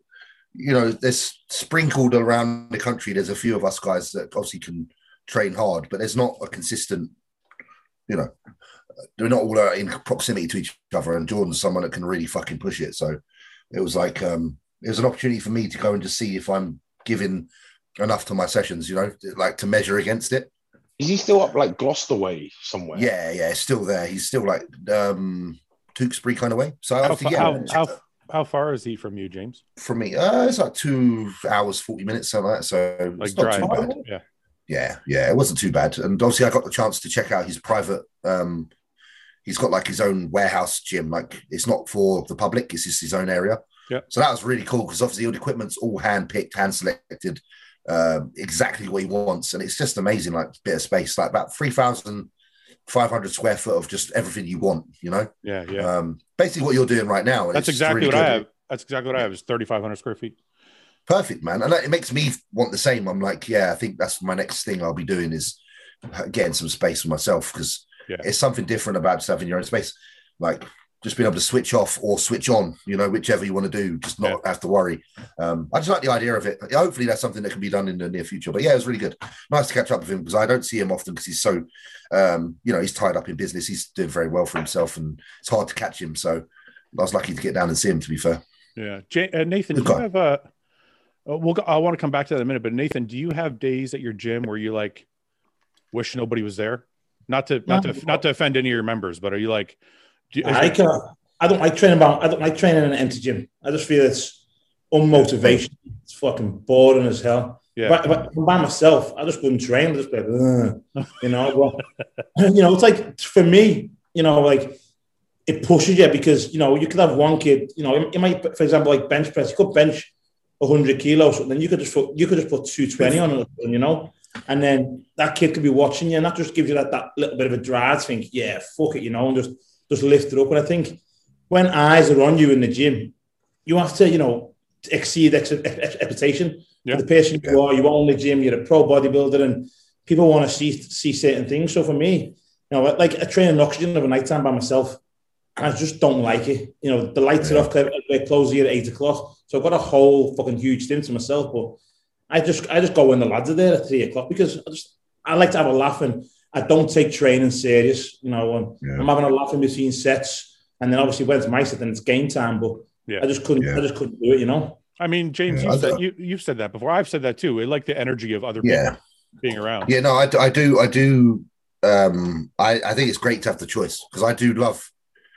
you know, there's sprinkled around the country. There's a few of us guys that obviously can train hard, but there's not a consistent, you know, they're not all uh, in proximity to each other. And Jordan's someone that can really fucking push it. So it was like, um, it was an opportunity for me to go and just see if I'm giving enough to my sessions, you know, like to measure against it. Is he still up like Gloucester way somewhere? Yeah, yeah, it's still there. He's still like um Tewkesbury kind of way. So I How, have to, fa- yeah, how, how, how far is he from you, James? for me, uh, it's like two hours forty minutes, something like that. So Like it's not drive? too bad. Yeah. Yeah, yeah, it wasn't too bad. And obviously, I got the chance to check out his private. um He's got like his own warehouse gym. Like it's not for the public; it's just his own area. Yep. So that was really cool because obviously all the equipment's all hand picked, hand selected, um, exactly what he wants, and it's just amazing. Like bit of space, like about three thousand 500 square foot of just everything you want, you know? Yeah, yeah. Um, basically what you're doing right now. and That's it's exactly really what good. I have. That's exactly what I have. Is thirty five hundred square feet. Perfect, man. And that, it makes me want the same. I'm like, yeah, I think that's my next thing I'll be doing is uh, getting some space for myself because Yeah. it's something different about just having your own space. Like just being able to switch off or switch on, you know, whichever you want to do, just not have to worry. Um, I just like the idea of it. Hopefully that's something that can be done in the near future. But yeah, it was really good. Nice to catch up with him because I don't see him often because he's so, um, you know, he's tied up in business. He's doing very well for himself and it's hard to catch him. So I was lucky to get down and see him, to be fair. Yeah, J- uh, Nathan, do Good you guy. have a? Uh, we'll go, I want to come back to that in a minute, but Nathan, do you have days at your gym where you like wish nobody was there? Not to not No. to not to offend any of your members, but are you like? Do, is I there- can. I don't like training. About, I don't like training in an empty gym. I just feel it's unmotivation. It's fucking boring as hell. yeah, But, but I'm by myself, I just wouldn't train. I just be like, "Ugh," you know. But, <laughs> you know, it's like for me, you know, like it pushes you because you know you could have one kid. You know, you you might, for example, like bench press. You could bench 100 kilos, and then you could just put, you could just put 220 on it. You know. And then that kid could be watching you, and that just gives you that, that little bit of a drive. to Think, yeah, fuck it, you know, and just just lift it up. And I think when eyes are on you in the gym, you have to, you know, exceed ex- ex- expectation. Yeah. The person you are, you own the gym, you're a pro bodybuilder, and people want to see see certain things. So for me, you know, like I train in oxygen of a nighttime by myself, and I just don't like it. You know, the lights are off, they close here at eight o'clock. So I've got a whole fucking huge stint to myself, but I just I just go when the lads are there at three o'clock because I just I like to have a laugh and I don't take training serious, you know. And Yeah. I'm having a laugh in between sets, and then obviously when it's my set, then it's game time. But Yeah. I just couldn't, Yeah. I just couldn't do it, you know. I mean, James, Yeah, you I said don't- you you've said that before. I've said that too. I like the energy of other Yeah. people being around. Yeah, no, I, d- I do, I do. Um, I, I think it's great to have the choice because I do love,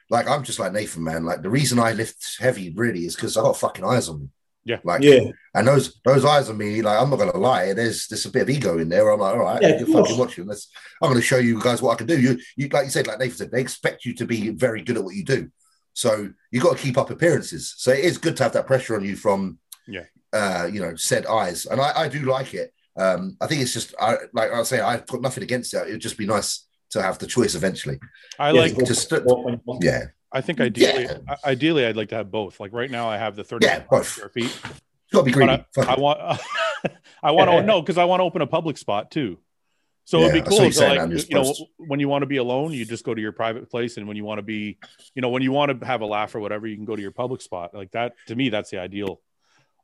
like, I'm just like Nathan, man. Like, the reason I lift heavy really is because I got fucking eyes on me. Yeah. like, yeah, and those those eyes on me, like, I'm not gonna lie. There's there's a bit of ego in there. I'm like, all right, Yeah, of you're course. fucking watching this. I'm gonna show you guys what I can do. You, you, like you said, like Nathan said, they expect you to be very good at what you do, so you got to keep up appearances. So it is good to have that pressure on you from, Yeah. uh, you know, said eyes, and I, I do like it. Um, I think it's just I like I say I've got nothing against it. It'd just be nice to have the choice eventually. I Yeah. like. To st- yeah, I think ideally, Yeah. I- ideally, I'd like to have both. Like right now, I have the thirty Yeah, both. square feet. it's gotta be But greedy. I, Fuck I it. want, <laughs> I want to no, because I want to open a public spot too. So Yeah, it'd be I saw cool. you if, saying that like, in your you know, post. when you want to be alone, you just go to your private place, and when you want to be, you know, when you want to have a laugh or whatever, you can go to your public spot. Like that, to me, that's the ideal.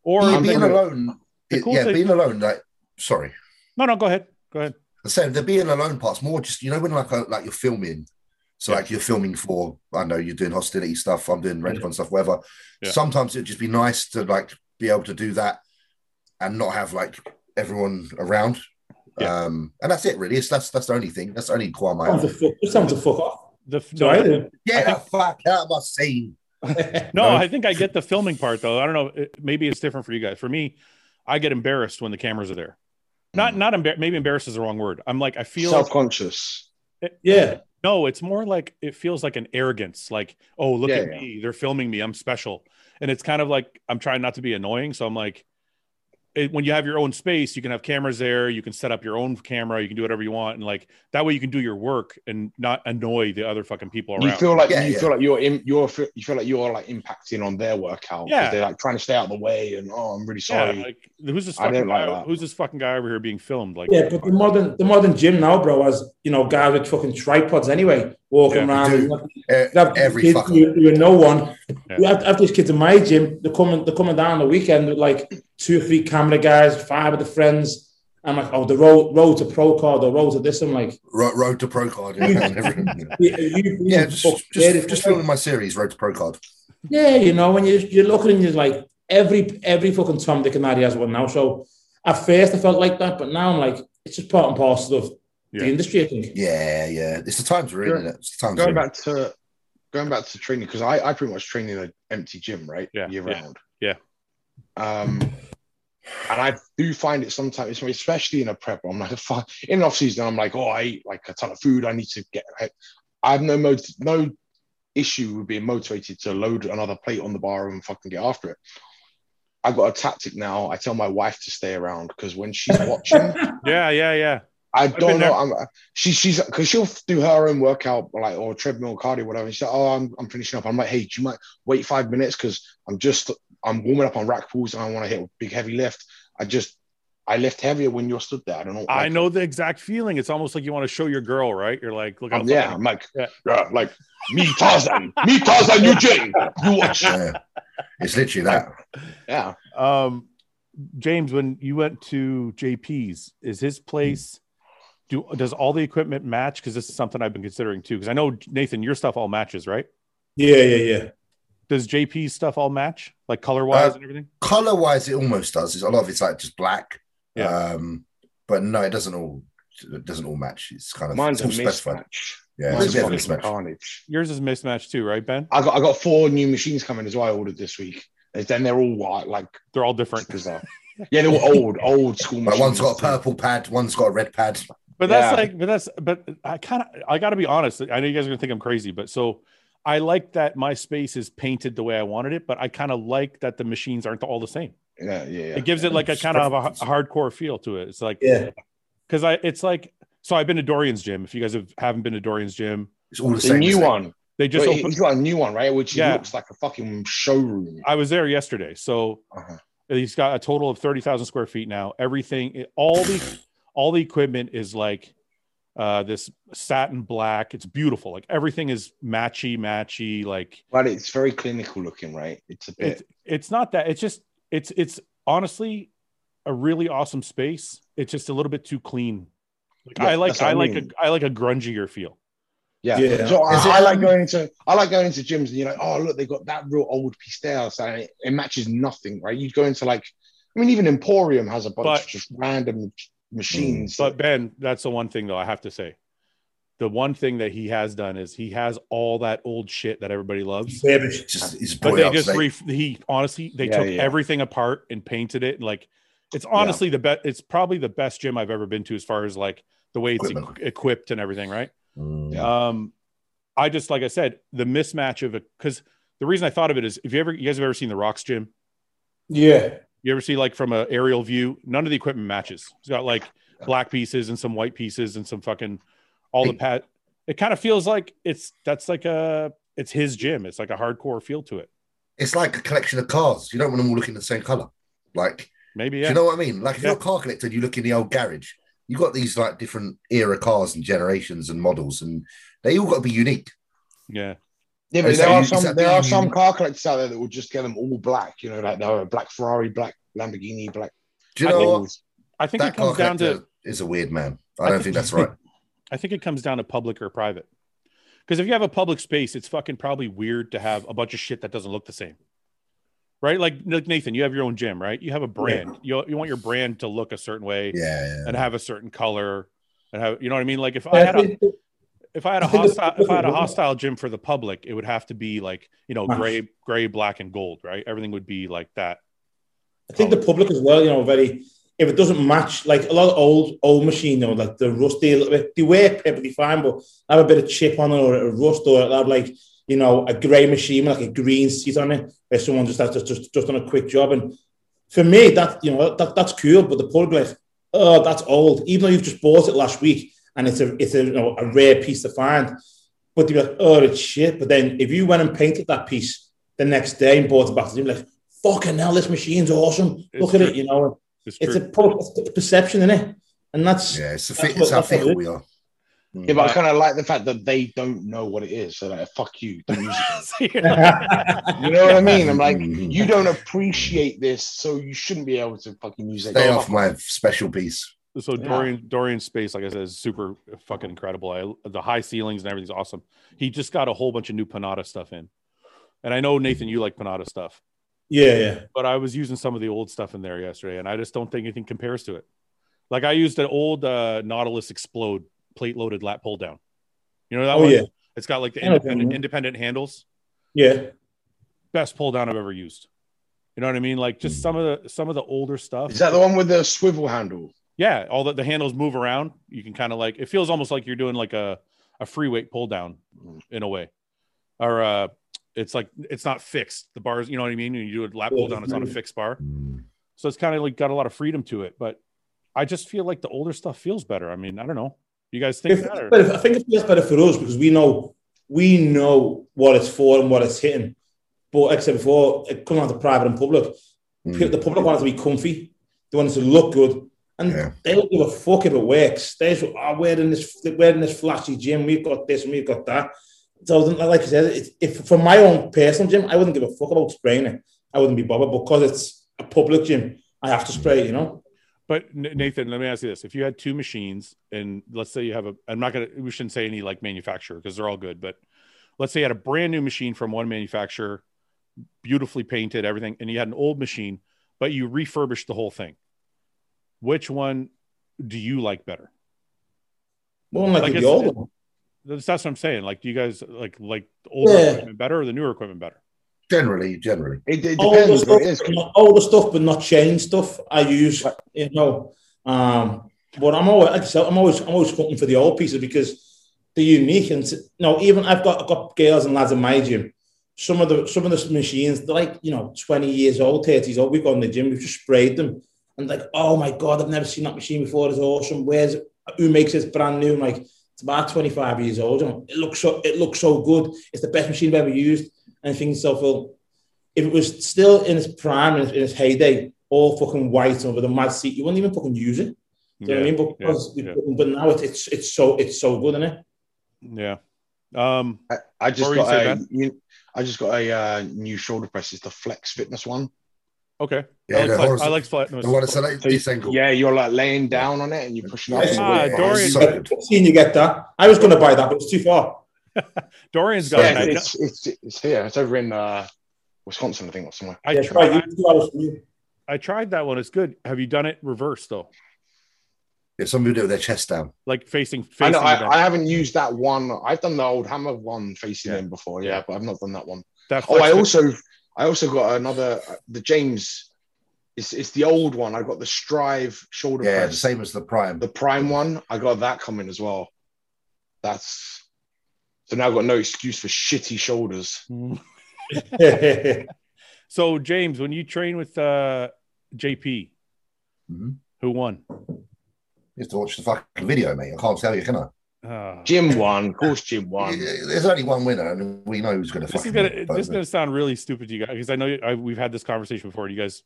Or Yeah, I'm being thinking- alone, the it- cool yeah, thing- being alone. Like, sorry. no, no, go ahead, go ahead. the same the being alone part's more just you know when like uh, like you're filming so Yeah. like you're filming for i know you're doing hostility stuff i'm doing rent stuff whatever Yeah. sometimes it'd just be nice to like be able to do that and not have like everyone around Yeah. um and that's it really it's that's that's the only thing that's the only qualm i Time to have fuck, it's time to fuck off. The f- So no, I I- didn't. yeah think- fuck out of my scene <laughs> no, No. I think I get the filming part though. I don't know. it- Maybe it's different for you guys. For me, I get embarrassed when the cameras are there. Not, not embar- maybe embarrassed is the wrong word. I'm like, I feel Self conscious. yeah, No, it's more like it feels like an arrogance. Like, oh, look Yeah, at yeah. me. They're filming me. I'm special. And it's kind of like I'm trying not to be annoying. So I'm like, it, when you have your own space, you can have cameras there. You can set up your own camera. You can do whatever you want. And like that way you can do your work and not annoy the other fucking people around. You feel like Yeah, you yeah. feel like you're in, you're fe- you feel like you're like impacting on their workout. 'cause Yeah. they're like trying to stay out of the way and oh, I'm really yeah, sorry. like who's this I don't fucking like guy, that. who's this fucking guy over here being filmed? Like yeah. But the modern, the modern gym now, bro, has you know guys with fucking tripods anyway, Yeah, walking around. and dude. nothing. E- You have every kids, fucking you, you know one. Yeah. You have, have these kids in my gym. They're coming. They're coming down on the weekend with like two or three camera guys, five of the friends. I'm like, oh, the road road to pro card, the road to this. I'm like, ro- road to pro card yeah, and everything. you, you yeah just, fuck, just, there- just filming my series road to pro card yeah, you know, when you you're looking and you're like every every fucking Tom Dick and Harry has one now. So at first I felt like that, but now I'm like it's just part and parcel of Yeah. the industry. I think. yeah yeah it's the times we're in Yeah. isn't it? it's the times we're going in. back to going back to training because I, I pretty much train in an empty gym right Yeah, year yeah, round yeah. um and I do find it sometimes especially in a prep I'm like fuck in off season I'm like oh I eat like a ton of food I need to get I, I have no mot- no issue with being motivated to load another plate on the bar and fucking get after it I got a tactic now I tell my wife to stay around because when she's watching yeah, yeah, yeah. I been don't there. know. I'm, uh, she, she's because she'll do her own workout, like or treadmill, cardio, whatever. She's like, "Oh, I'm, I'm finishing up." I'm like, "Hey, do you might wait five minutes because I'm just I'm warming up on rack pulls and I want to hit a big heavy lift. I just I lift heavier when you're stood there. I don't know. I like, know the exact feeling. It's almost like you want to show your girl, right? You're like, look, how I'm, yeah, fucking- I'm like, Yeah. yeah. like me Tarzan, me Tarzan Eugene. You watch, Yeah. It's literally that. yeah. Um, James, when you went to JP's, is his place? Do does all the equipment match? Because this is something I've been considering too. Because I know Nathan, your stuff all matches, right? Yeah, yeah, yeah. Does JP's stuff all match, like color wise and everything? Color wise, it almost does. It's, a lot of it's like just black. Yeah. Um, but no, it doesn't all it doesn't all match. It's kind of Mine's it's a all specified. mismatch. Yeah, Mine's it's a bit of a fucking mismatch. carnage. Yours is mismatched too, right, Ben? I got I got four new machines coming as well. I ordered this week. And Then they're all white, like They're all different. bizarre. Yeah, they were old, old school Like machines. one's got a purple pad, one's got a red pad. But that's Yeah. like, but that's, but I kind of, I got to be honest. I know you guys are gonna think I'm crazy, but so I like that my space is painted the way I wanted it, but I kind of like that the machines aren't all the same. Yeah, yeah, yeah. It gives it like a It's kind of a, preference. a hardcore feel to it. It's like, Yeah. because I, it's like, so I've been to Dorian's gym. If you guys have, haven't been to Dorian's gym, It's all the, The same. new isn't it? one. they just Wait, opened. he's got a new one, right? Which Yeah. looks like a fucking showroom. I was there yesterday, so Uh-huh. he's got a total of 30,000 square feet now. Everything, it- all the all the equipment is like uh this satin black. It's beautiful. Like everything is matchy matchy like But it's very clinical looking, right? It's a bit. it's it's not that. It's just it's it's honestly a really awesome space. It's just a little bit too clean. Like, Yeah, I like that's what I, I like mean. a I like a grungier feel. yeah. Yeah. So I, Is it- I like going into I like going into gyms and you're like, oh look, they got that real old piece there, so it, it matches nothing, right? You go into like, I mean, even Emporium has a bunch But- of just random mach- machines. But Ben, that's the one thing though I have to say. The one thing that he has done is he has all that old shit that everybody loves. Rubbish. It's just it's but brought it they up. just so they- re- he honestly they Yeah, took yeah. everything apart and painted it like it's honestly the best it's probably the best gym i've ever been to as far as like the way it's Equipment. equ- equipped and everything right Mm. Yeah. um i just like i said the mismatch of it because the reason i thought of it is if you ever you guys have ever seen the rocks gym Yeah. you ever see like from a aerial view none of the equipment matches it's got like black pieces and some white pieces and some fucking all the pat it kind of feels like it's that's like a it's his gym it's like a hardcore feel to it It's like a collection of cars. You don't want them all looking the same color. Like, maybe do yeah you know what I mean? Like, if you're Yeah. a car collector, and you look in the old garage. You got these like different era cars and generations and models, and they all got to be unique. yeah Yeah, but Is there that- are is some that there the- are some car collectors out there that will just get them all black. You know, like they're a black Ferrari, black Lamborghini, black. Do you I know think- what? Rolls. I think it That car comes down to collector is a weird man. I I don't think- think that's right. I think it comes down to public or private. Because if you have a public space, it's fucking probably weird to have a bunch of shit that doesn't look the same. Right? Like, like Nathan, you have your own gym, right? You have a brand. You, you want your brand to look a certain way Yeah, and have a certain color and have you know what I mean? Like if I I had a think the- if I had a <laughs> I think the- hostile if I had a hostile gym for the public, it would have to be like, you know, Nice. gray, gray, black, and gold, right? Everything would be like that. I think the public as well, you know, very if it doesn't match, like a lot of old old machine, though, like the rusty a little bit, they work perfectly fine, but have a bit of chip on it or a rust or it'll have like you know a grey machine, like a green seat on it, where someone just has to just just done a quick job. And for me, that you know that that's cool, but the public, like, oh, that's old, even though you've just bought it last week and it's a it's a you know a rare piece to find. But they'd be like, oh, it's shit. But then if you went and painted that piece the next day and bought it back to them, like, fucking hell, this machine's awesome. It's Look at true. it, you know. It's It's true. a public it's perception, is it? And that's yeah. yeah it's, the That's thi- what- it's how that's what fickle it we are. Mm. Yeah, but I kind of like the fact that they don't know what it is. So like, fuck you. Don't use <laughs> it. <laughs> You know what I mean? I'm like, Mhm. you don't appreciate this, so you shouldn't be able to fucking use it. Stay off my special piece. so Yeah. Dorian Dorian's space, like I said, is super fucking incredible. I, the high ceilings and everything's awesome. He just got a whole bunch of new panada stuff in, and I know Nathan, you like panada stuff, yeah, yeah. but I was using some of the old stuff in there yesterday, and I just don't think anything compares to it. Like I used an old uh, Nautilus Explode plate loaded lat pull down. You know that Oh, one? yeah. It's got like the I know that independent, one. independent handles. Yeah. Best pull down I've ever used. You know what I mean? Like just some of the some of the older stuff. Is that the one with the swivel handle? Yeah, all the, the handles move around. You can kind of like it feels almost like you're doing like a a free weight pull down in a way, or uh, it's like it's not fixed. The bars, you know what I mean. When you do a lap pull down, it's on a fixed bar, so it's kind of like got a lot of freedom to it. But I just feel like the older stuff feels better. I mean, I don't know. You guys think If- that? Or? but if- I think it feels better for us because we know we know what it's for and what it's hitting. But like I said before, it comes out to private and public. Pe- The public wants it to be comfy. They want it to look good, and Yeah. they don't give a fuck if it works. They just are wearing this, they're wearing this flashy gym. We've got this and we've got that. So, like I said, it, if for my own personal gym, I wouldn't give a fuck about spraying it. I wouldn't be bothered because it's a public gym. I have to spray it, you know. But N- Nathan, let me ask you this: If you had two machines, and let's say you have a, I'm not gonna, we shouldn't say any like manufacturer because they're all good, but let's say you had a brand new machine from one manufacturer, beautifully painted, everything, and you had an old machine, but you refurbished the whole thing. Which one do you like better? More than likely Like the it's- old one. That's, that's what I'm saying. Like, do you guys like like the older Yeah. equipment better or the newer equipment better? Generally, generally. It, it Older depends. stuff, what it is. but not- older stuff, but not chain stuff. I use, you know. Um, but I'm always, like I said, I'm always, I'm always hunting for the old pieces because they're unique. And you know, even I've got, I've got girls and lads in my gym. Some of the, some of the machines, they're like you know, 20 years old, 30 years old. We've gone in the gym, we've just sprayed them, and like, oh my god, I've never seen that machine before. It's awesome. Where's it? who makes it? It's brand new. I'm like, it's about 25 years old. you know. It looks so, it looks so good. It's the best machine I've ever used. And I think to myself, well, if it was still in its prime and in its heyday, all fucking white and with a mad seat, you wouldn't even fucking use it. Do you know what I mean? But, yeah, because we yeah. couldn't- but now it's, it's it's so it's so good, isn't it? Yeah. Um, I, I just What were you got saying, a Ben? new- I just got a uh, new shoulder press. It's the Flex Fitness one. okay. Yeah, I the like, flat- horse- I like flat. The one that's at So, this angle. Yeah, you're like laying down on it and you push it up. Yeah. Ah, Dorian- So good. I've seen you get that. I was going to buy that, but it's too far. Dorian's got Yeah, an idea. it's, it's, it's here. It's over in uh, Wisconsin, I think, or somewhere. I yeah, tried. try you, two hours from you. I tried that one. It's good. Have you done it reverse though? Yeah, some people do it with their chest down. Like facing I, facing know, the bench. I, I haven't used that one. I've done the old hammer one facing Yeah. in before, yeah, Yeah. but I've not done that one. that Oh, flex I fit- also I also got another the James. It's it's the old one. I got the Strive shoulder Yeah, the press, same as the prime. the Prime one. I got that coming as well. That's so now I've got no excuse for shitty shoulders. Mm-hmm. So James, when you train with uh, JP, Mhm. who won? You have to watch the fucking video, mate. I can't tell you, can I? Uh, <laughs> Jim won, of course. Jim Yeah, won. There's only one winner, and we know who's going to this fucking is gonna win, but- this is gonna sound really stupid to you guys because I know you- I, we've had this conversation before. And you guys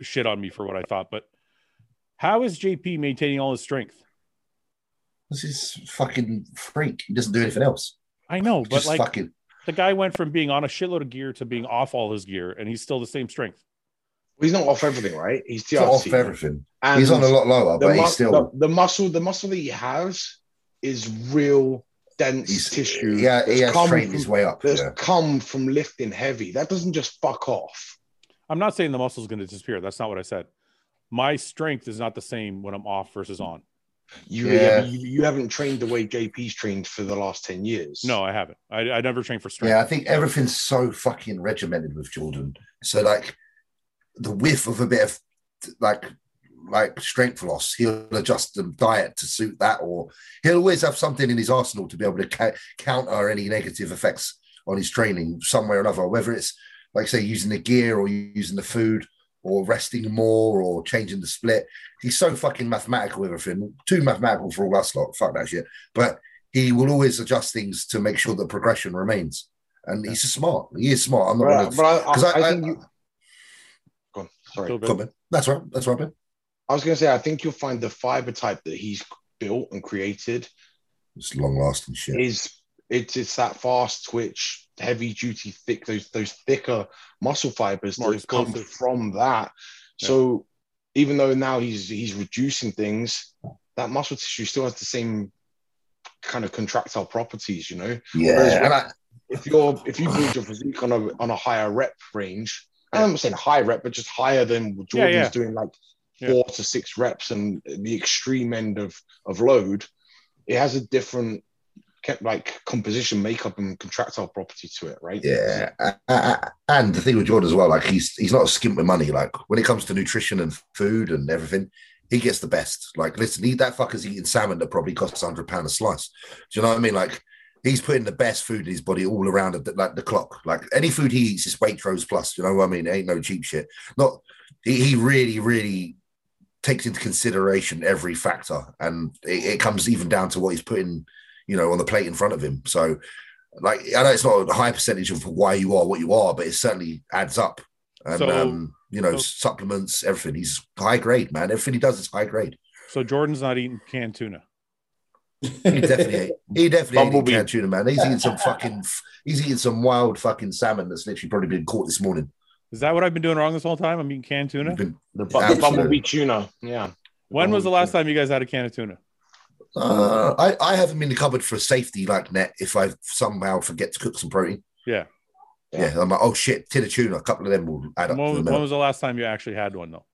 shit on me for what I thought, but how is JP maintaining all his strength? This is fucking freak. He doesn't do anything else. I know, but Just like fucking. the guy went from being on a shitload of gear to being off all his gear, and he's still the same strength. He's not off everything, right? He's He's not off TRC. everything. And He's on a lot lower, the, but mu- he's still. the, the muscle, the muscle that he has is real dense He's, tissue. yeah, he has come trained from- his way up. that's yeah. come from lifting heavy. That doesn't just fuck off. I'm not saying the muscle is going to disappear. That's not what I said. My strength is not the same when I'm off versus on. You, Yeah. you, you haven't trained the way JP's trained for the last 10 years. No, I haven't. I, I never trained for strength. Yeah, I think everything's so fucking regimented with Jordan. So like the whiff of a bit of like like strength loss, he'll adjust the diet to suit that, or he'll always have something in his arsenal to be able to ca- counter any negative effects on his training somewhere or another. Whether it's like say using the gear or using the food or resting more or changing the split, he's so fucking mathematical with everything. Too mathematical for all us lot. Fuck that shit. But he will always adjust things to make sure that progression remains. And he's smart. He is smart. I'm not But, gonna- but I, because I, I, I- think I- you. Go on, sorry. Still bit- Go on, Ben. That's right. That's right, Ben. I was going to say, I think you'll find the fiber type that he's built and created It's long lasting shit. is it's it's that fast twitch, heavy duty, thick those those thicker muscle fibers More that have come explosive. from that. Yeah. So even though now he's he's reducing things, that muscle tissue still has the same kind of contractile properties, you know. yeah. And I, If you're if you build your physique on a on a higher rep range, and I'm not saying high rep, but just higher than what Yeah, Jordan's yeah. doing like Yeah. four to six reps and the extreme end of of load, it has a different kept like composition, makeup, and contractile property to it, right? yeah. I- I- I- and the thing with Jordan as well, like he's he's not a skimp with money. Like when it comes to nutrition and food and everything, he gets the best. Like, listen, he, that fucker's eating salmon that probably costs hundred pound a slice. Do you know what I mean? Like he's putting the best food in his body all around the, like the clock. Like any food he eats is Waitrose plus. You know what I mean? It ain't no cheap shit. Not he, he really, really takes into consideration every factor, and it, it comes even down to what he's putting, you know, on the plate in front of him. So, like, I know it's not a high percentage of why you are what you are, but it certainly adds up. And So- um, you know, so- supplements, everything. He's high grade, man. Everything he does is high grade. So Jordan's not eating canned tuna. <laughs> He <laughs> definitely, ate- he definitely ain't Bumblebee. eating canned tuna, man. He's eating some fucking, he's eating some wild fucking salmon that's literally probably been caught this morning. Is that what I've been doing wrong this whole time? I'm eating canned tuna. Been- The, bu- the Absolutely. bumblebee tuna. <laughs> Yeah. When was the last time you guys had a can of tuna? Uh, I, I have him in the cupboard for a safety like net if I somehow forget to cook some protein. Yeah. Yeah. I'm like, oh shit, tin of tuna, a couple of them will When, add up. to the when minute. was the last time you actually had one though?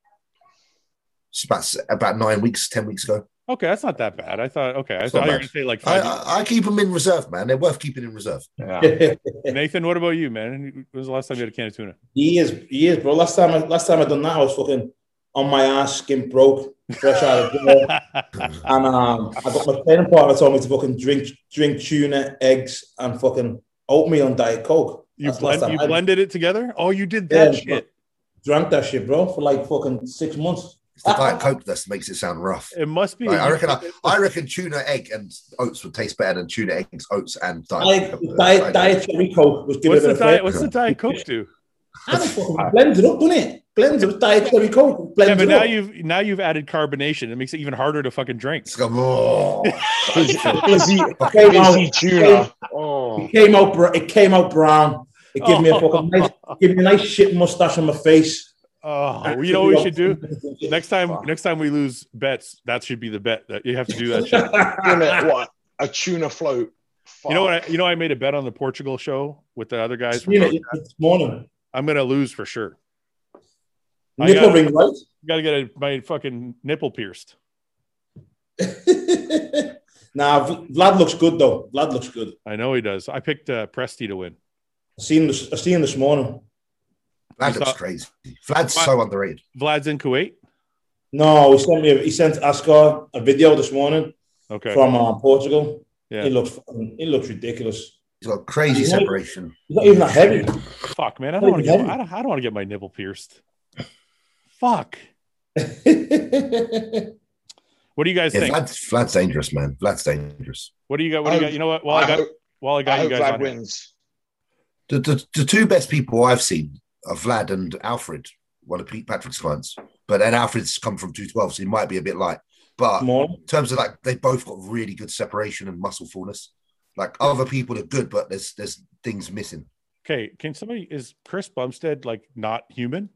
It's about, s- about nine weeks, 10 weeks ago. Okay, that's not that bad. I thought. Okay, I It's thought not you were bad. gonna say like I, five. I, I keep them in reserve, man. They're worth keeping in reserve. Yeah. years. Nathan, what about you, man? When was the last time you had a can of <laughs> tuna? years, years, bro. Last time, I, last time I done that, I was fucking on my ass, skin broke, fresh out of jail. <laughs> And um, I got my training partner told me to fucking drink drink tuna, eggs, and fucking oatmeal and diet coke. <laughs> you That's the last blend, you time I blended it together. Oh, you did that Yeah. shit. drank that shit, bro, for like fucking six months. It's the <laughs> Diet Coke that makes it sound rough. It must be. Like, I reckon I, I reckon tuna egg and oats would taste better than tuna eggs, oats, and diet. Diet, Coke. diet, Diet diet cherry coke was giving what's it the a diet? flavor. What's the diet <laughs> coke do? I don't fucking blend it up, didn't it? Blend it with diet cherry coke. Blend Yeah, but it now up. you've now you've added carbonation. It makes it even harder to fucking drink. <laughs> It's like, oh, Fizzy, <laughs> fizzy, Okay, well, fizzy tuna. Oh. It came out, br- it came out brown. It gave me <laughs> a fucking nice, gave me a nice shit mustache on my face. <laughs> Oh, you know what we should do do? <laughs> next time? Next time we lose bets, that should be the bet that you have to <laughs> do that shit. Tuna, what? A tuna float. You know what? I, you know I made a bet on the Portugal show with the other guys. From Seen it this morning. I'm gonna lose for sure. I Nipple got- ring, right? <laughs> Got to get a, my fucking nipple pierced. nah, V- Vlad looks good though. Vlad looks good. I know he does. I picked uh, Presti to win. I seen this. I seen this morning. Vlad looks Stop. crazy. Vlad's so underrated. Vlad's in Kuwait. No, he sent me. A, he sent Ascar a video this morning Okay. from uh, Portugal. Yeah. He looks. fucking- He looks ridiculous. He's got crazy Yeah. separation. He's not even that <laughs> heavy. Fuck, man. I don't want to Hey, get. I don't, I don't want to get my nipple pierced. Fuck. What do you guys Yeah, think? Vlad's, Vlad's dangerous, man. Vlad's dangerous. What do you got? What do you I- got? You know what? While I, I got, hope, while I got I you hope guys Vlad on here. wins. The, the, the two best people I've seen are Vlad and Alfred, one of Pete Patrick's clients. But then Alfred's come from 212, so he might be a bit light. But Small. in terms of like, they both got really good separation and muscle fullness. Like other people are good, but there's there's things missing. Okay, can somebody is Chris Bumstead like not human?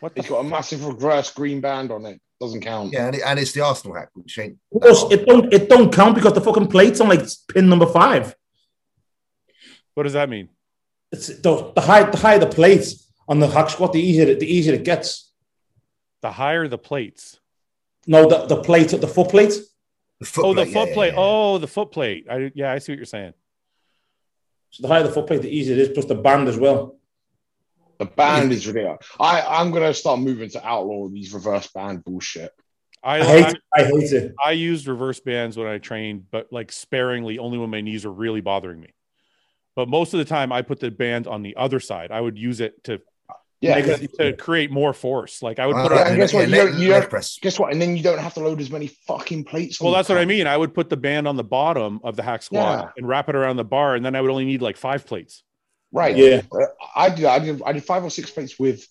What the He's got a massive reverse green band on it. Doesn't count. Yeah, and, it, and it's the Arsenal hack, which ain't. Plus, it don't. It don't count because the fucking plates on like pin number five. what does that mean? It's the, the higher the higher the plates on the hack squat, the easier the easier it gets. The higher the plates. No, the, the plate, the foot plate. The Oh, the footplate, yeah, foot plate. yeah, yeah. Oh, the foot plate. I yeah, I see what you're saying. So the higher the foot plate, the easier it is. Plus the band as well. The band is ridiculous. I, I'm going to start moving to outlaw these reverse band bullshit. I I I, hate. it. I hate it. I used reverse bands when I trained, but like sparingly, only when my knees were really bothering me. But most of the time, I put the band on the other side. I would use it to Yeah. make- to create more force. Like I would Uh, put it- on, and guess what? leg- You're- you're- leg press. Guess what? And then you don't have to load as many fucking plates. on well, the that's what I top. mean. I would put the band on the bottom of the hack squat Yeah. and wrap it around the bar, and then I would only need like five plates. Right. Yeah. Uh, I did. I did. I did five or six plates with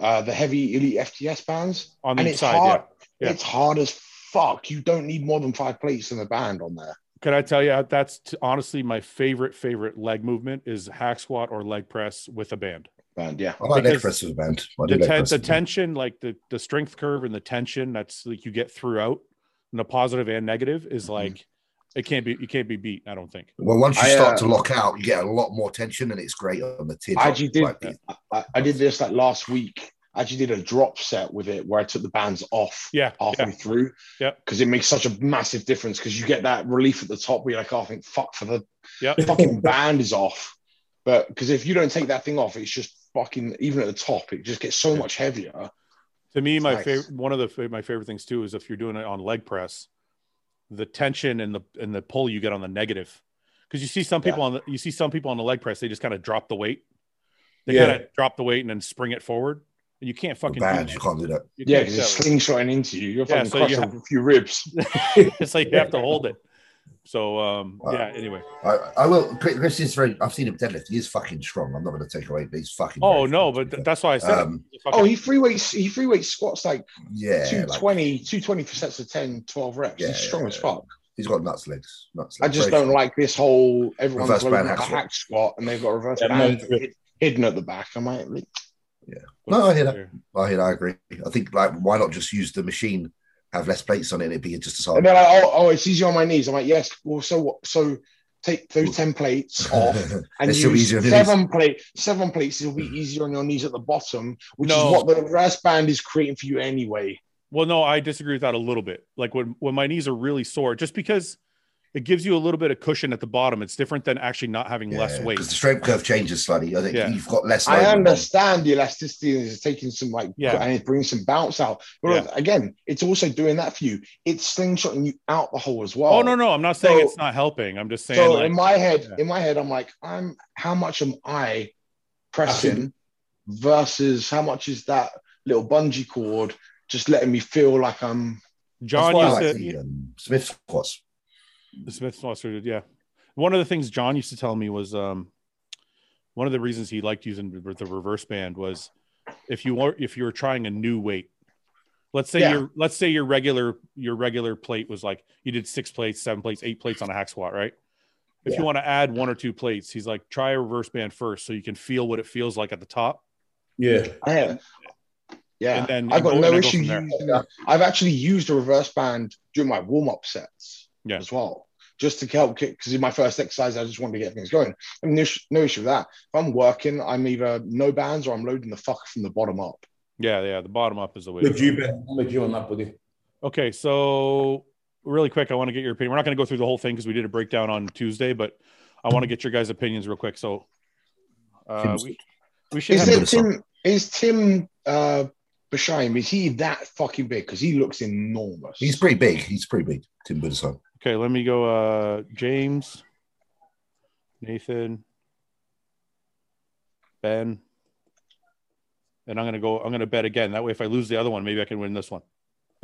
uh, the heavy elite FTS bands, on and each it's side. hard. Yeah. Yeah. It's hard as fuck. You don't need more than five plates in the band on there. Can I tell you that's t- honestly my favorite favorite leg movement is hack squat or leg press with a band. Band, yeah. I like leg because press with a band. I do The, ten- leg press the with a band. tension, like the the strength curve and the tension that's like you get throughout, and the positive and negative is Mhm. like it can't be you can't be beat. I don't think. Well, once you I, start uh, to lock out, you get a lot more tension, and it's great on the teardrop. I actually did. Like, I- I, I did this like last week. I actually did a drop set with it where I took the bands off Yeah. halfway yeah. through. Yeah. Because it makes such a massive difference because you get that relief at the top where you're like, oh, I think fuck for the <laughs> Yep. fucking band is off. But because if you don't take that thing off, it's just fucking even at the top, it just gets so Yeah. much heavier. To me, my Nice. favorite one of the fa- my favorite things too is if you're doing it on leg press, the tension and the and the pull you get on the negative, because you see some people on the you see some people on the leg press they just kind of drop the weight, they Yeah. kind of drop the weight and then spring it forward. and you can't fucking do banned. that. You can't do that. You Yeah, can't because do it's that. slingshotting into you. You're Yeah, fucking so crushing you a few <laughs> ribs. it's like you have to hold it. So um, Wow. yeah. Anyway. I, I will. Chris Chris is very. I've seen him deadlift. He is fucking strong. I'm not going to take away. But he's fucking. Oh very no, strong, but to be th- that's why I said. it. Um, He's a Oh, fucking- he free weights. He free weight squats like fair. yeah, like, 220, 220 for sets of 10, 12 reps. Yeah, He's strong yeah, as yeah. fuck. he's got nuts legs. Nuts. I legs. just Very don't strong. like this whole everyone's Reverse loading band up a hack hack squat and they've got a reverse Yeah, band no, hid- hidden at the back. I'm like, really? No, I hear that. I hear. I agree. I think like why not just use the machine, have less plates on it, and it'd be just as hard. and they're <laughs> like, oh, oh, it's easy on my knees. I'm like, yes. Well, so what? So take Ooh. those ten <laughs> plates off Oh, and It's so use easy on your knees. seven plate seven plates. It'll be easier on your knees at the bottom, which No. is what the reverse band is creating for you anyway. Well, no, I disagree with that a little bit. Like when when my knees are really sore, just because it gives you a little bit of cushion at the bottom, it's different than actually not having less weight. because the strength curve changes slightly. I think Yeah. you've got less. I load on- understand the elasticity is taking some like Yeah. and it's bringing some bounce out, but Yeah. again, it's also doing that for you. It's slingshotting you out the hole as well. Oh no, no, I'm not saying So- it's not helping. I'm just saying. So like- in my head, yeah. in my head, I'm like, I'm how much am I pressing versus how much is that little bungee cord just letting me feel like I'm That's John why I used like to the um, Smith squats. The Smith Swanson did, yeah. One of the things John used to tell me was um, one of the reasons he liked using the the reverse band was if you were if you were trying a new weight. Let's say Yeah. your let's say your regular your regular plate was like you did six plates, seven plates, eight plates on a hack squat, right? If Yeah. you want to add one or two plates, he's like try a reverse band first so you can feel what it feels like at the top. Yeah. yeah. Yeah, And then I've got and no then issue from there. using that. I've actually used a reverse band during my warm up sets Yeah. as well, just to help kick. Because in my first exercise, I just wanted to get things going. I mean, no, issue- no issue with that. If I'm working, I'm either no bands or I'm loading the fuck from the bottom up. Yeah, yeah. The bottom up is the way. to With go. you, Ben. I'm with you on that, buddy. Okay, so really quick, I want to get your opinion. We're not going to go through the whole thing because we did a breakdown on Tuesday, but I want to get your guys' opinions real quick. So uh, Tim's- we we should Is have a it bit of Tim? Is Tim uh, Bashaim? Is he that fucking big? Because he looks enormous. <laughs> He's pretty big. He's pretty big. Tim Buddhism. okay. Let me go. Uh, James, Nathan, Ben, and I'm going to go. I'm going to bet again. That way, if I lose the other one, maybe I can win this one.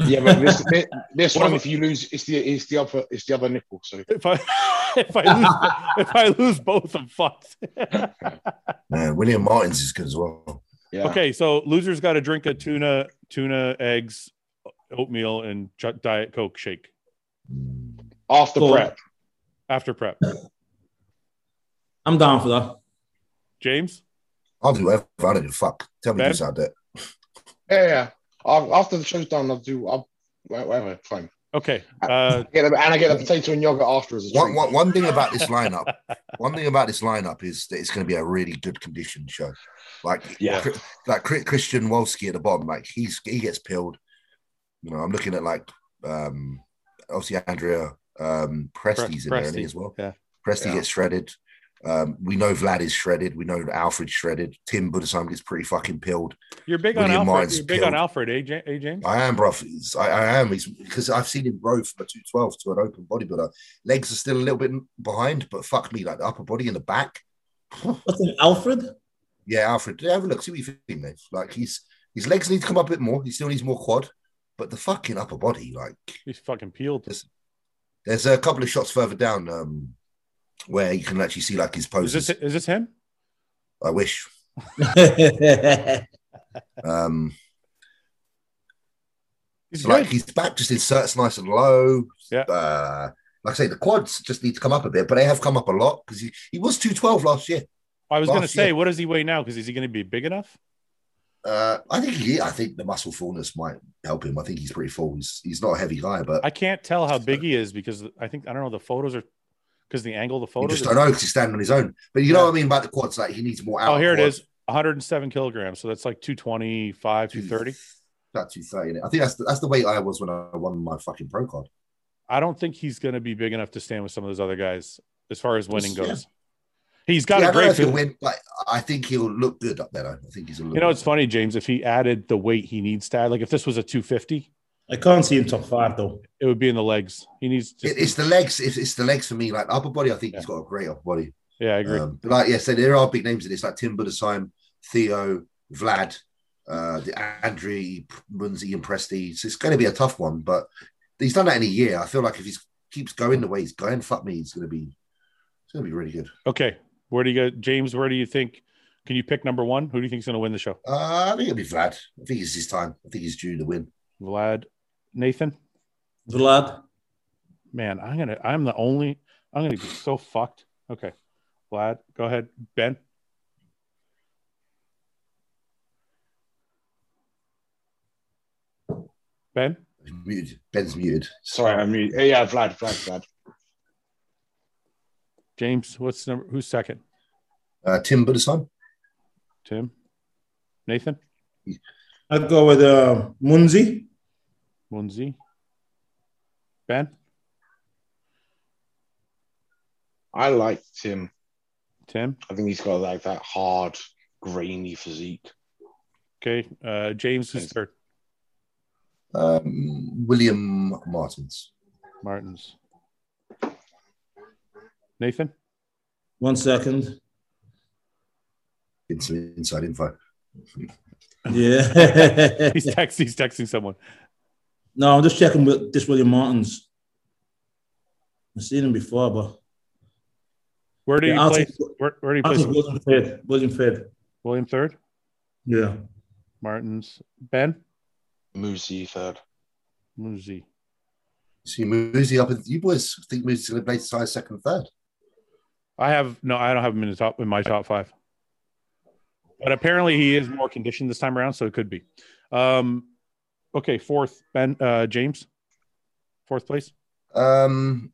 yeah, but this, this, this What one, am- if you lose, it's the it's the upper it's the other nipple. So If I <laughs> if I lose if I lose both, I'm fucked. Man, Uh, William Martins is good as well. yeah, Okay, so losers got to drink a tuna, tuna, eggs, oatmeal, and ch- diet coke shake after Cool. prep. after prep. I'm down for that. James, I'll do whatever. I don't give a fuck. Tell me Ben? who's out there. Yeah, yeah. Af- After the show's done, I'll do. I'll wha- whatever. Fine. okay, uh, Get a, and I get a potato and yogurt after as a One, treat. one, one thing about this lineup, one thing about this lineup is that it's going to be a really good condition show. Like, Yeah. Chri- like Chri- Christian Wolski at the bottom, like he's he gets peeled. You know, I'm looking at like um obviously Andrea um Presty's in there isn't he, Presty, as well. yeah. Presty Yeah. gets shredded. Um, we know Vlad is shredded. We know Alfred's shredded. Tim Budasam gets pretty fucking peeled. you're big William on Alfred. Martin's You're big on peeled. Alfred, eh, Ja- eh, James? I am, bruv. It's- I, I am. He's because I've seen him grow from a 212 to an open bodybuilder. Legs are still a little bit behind, but fuck me, like the upper body and the back. What's in Alfred? Yeah, Alfred, yeah, have a look, see what you think, mate. Like he's his legs need to come up a bit more. He still needs more quad, but the fucking upper body, like He's fucking peeled. there's a couple of shots further down um where you can actually see like his Is poses. this is this him? I wish. <laughs> Um He's so, like good. his back just inserts nice and low. Yeah. Uh like I say, the quads just need to come up a bit, but they have come up a lot because he, he was 212 last year. I was gonna last say, year. what does he weigh now? Because is he gonna be big enough? Uh, I think he, I think the muscle fullness might help him. I think he's pretty full. He's, he's not a heavy guy, but I can't tell how big he is because I think I don't know. The photos are because the angle, of the you photos. just is- don't know because he's standing on his own. But you know Yeah. what I mean about the quads? Like he needs more out. oh, here it quads. is. 107 kilograms, so that's like 225, 230. That's 230. innit? I think that's the, that's the way I was when I won my fucking pro card. I don't think he's going to be big enough to stand with some of those other guys as far as winning Yeah. goes. He's got yeah, a I don't know great if he'll physique. win, but I think he'll look good up there. Though. I think he's a You know, it's funny, James. If he added the weight he needs to add, like if this was a 250, I can't see him top five though. it would be in the legs. He needs to. It, it's the legs. It's, it's the legs for me. Like upper body, I think Yeah. he's got a great upper body. yeah, I agree. Um, but like yeah, so there are big names in this, like Tim Budasheim, Theo, Vlad, uh, the Andre Munzi and Presti. So it's going to be a tough one, but he's done that in a year. I feel like if he keeps going the way he's going, fuck me, he's going to be, it's going to be really good. Okay. Where do you go, James? Where do you think? Can you pick number one? Who do you think's going to win the show? Uh, I think it'll be Vlad. I think it's his time. I think he's due to win. Vlad, Nathan. Vlad. Man, I'm gonna. I'm the only. I'm gonna be so fucked. Okay, Vlad, go ahead, Ben. Ben. He's muted. Ben's muted. Sorry, I'm mute. Yeah, Vlad, Vlad, Vlad. James, what's number? Who's second? Uh, Tim Budasan. Tim, Nathan, I'd go with uh, Munzi. Munzi, Ben, I like Tim. Tim. I think he's got like that hard, grainy physique. Okay, uh, James who's third. Um, William Martins. Martins, Nathan, <laughs> One second. Getting some inside info. Yeah. <laughs> he's text, he's texting someone. no, I'm just checking with this William Martins. I've seen him before, but Where do Yeah, you I'll place? take- where, where do you I place think William Fred. William Fred. William third? Yeah. Martins, Ben, Musi third. Munzi. See Muzi up. in- You boys think Muzi's going to play side second, third? I have no, I don't have him in the top in my top five. But apparently he is more conditioned this time around, so it could be. Um, okay, fourth, Ben uh, James, fourth place. Um,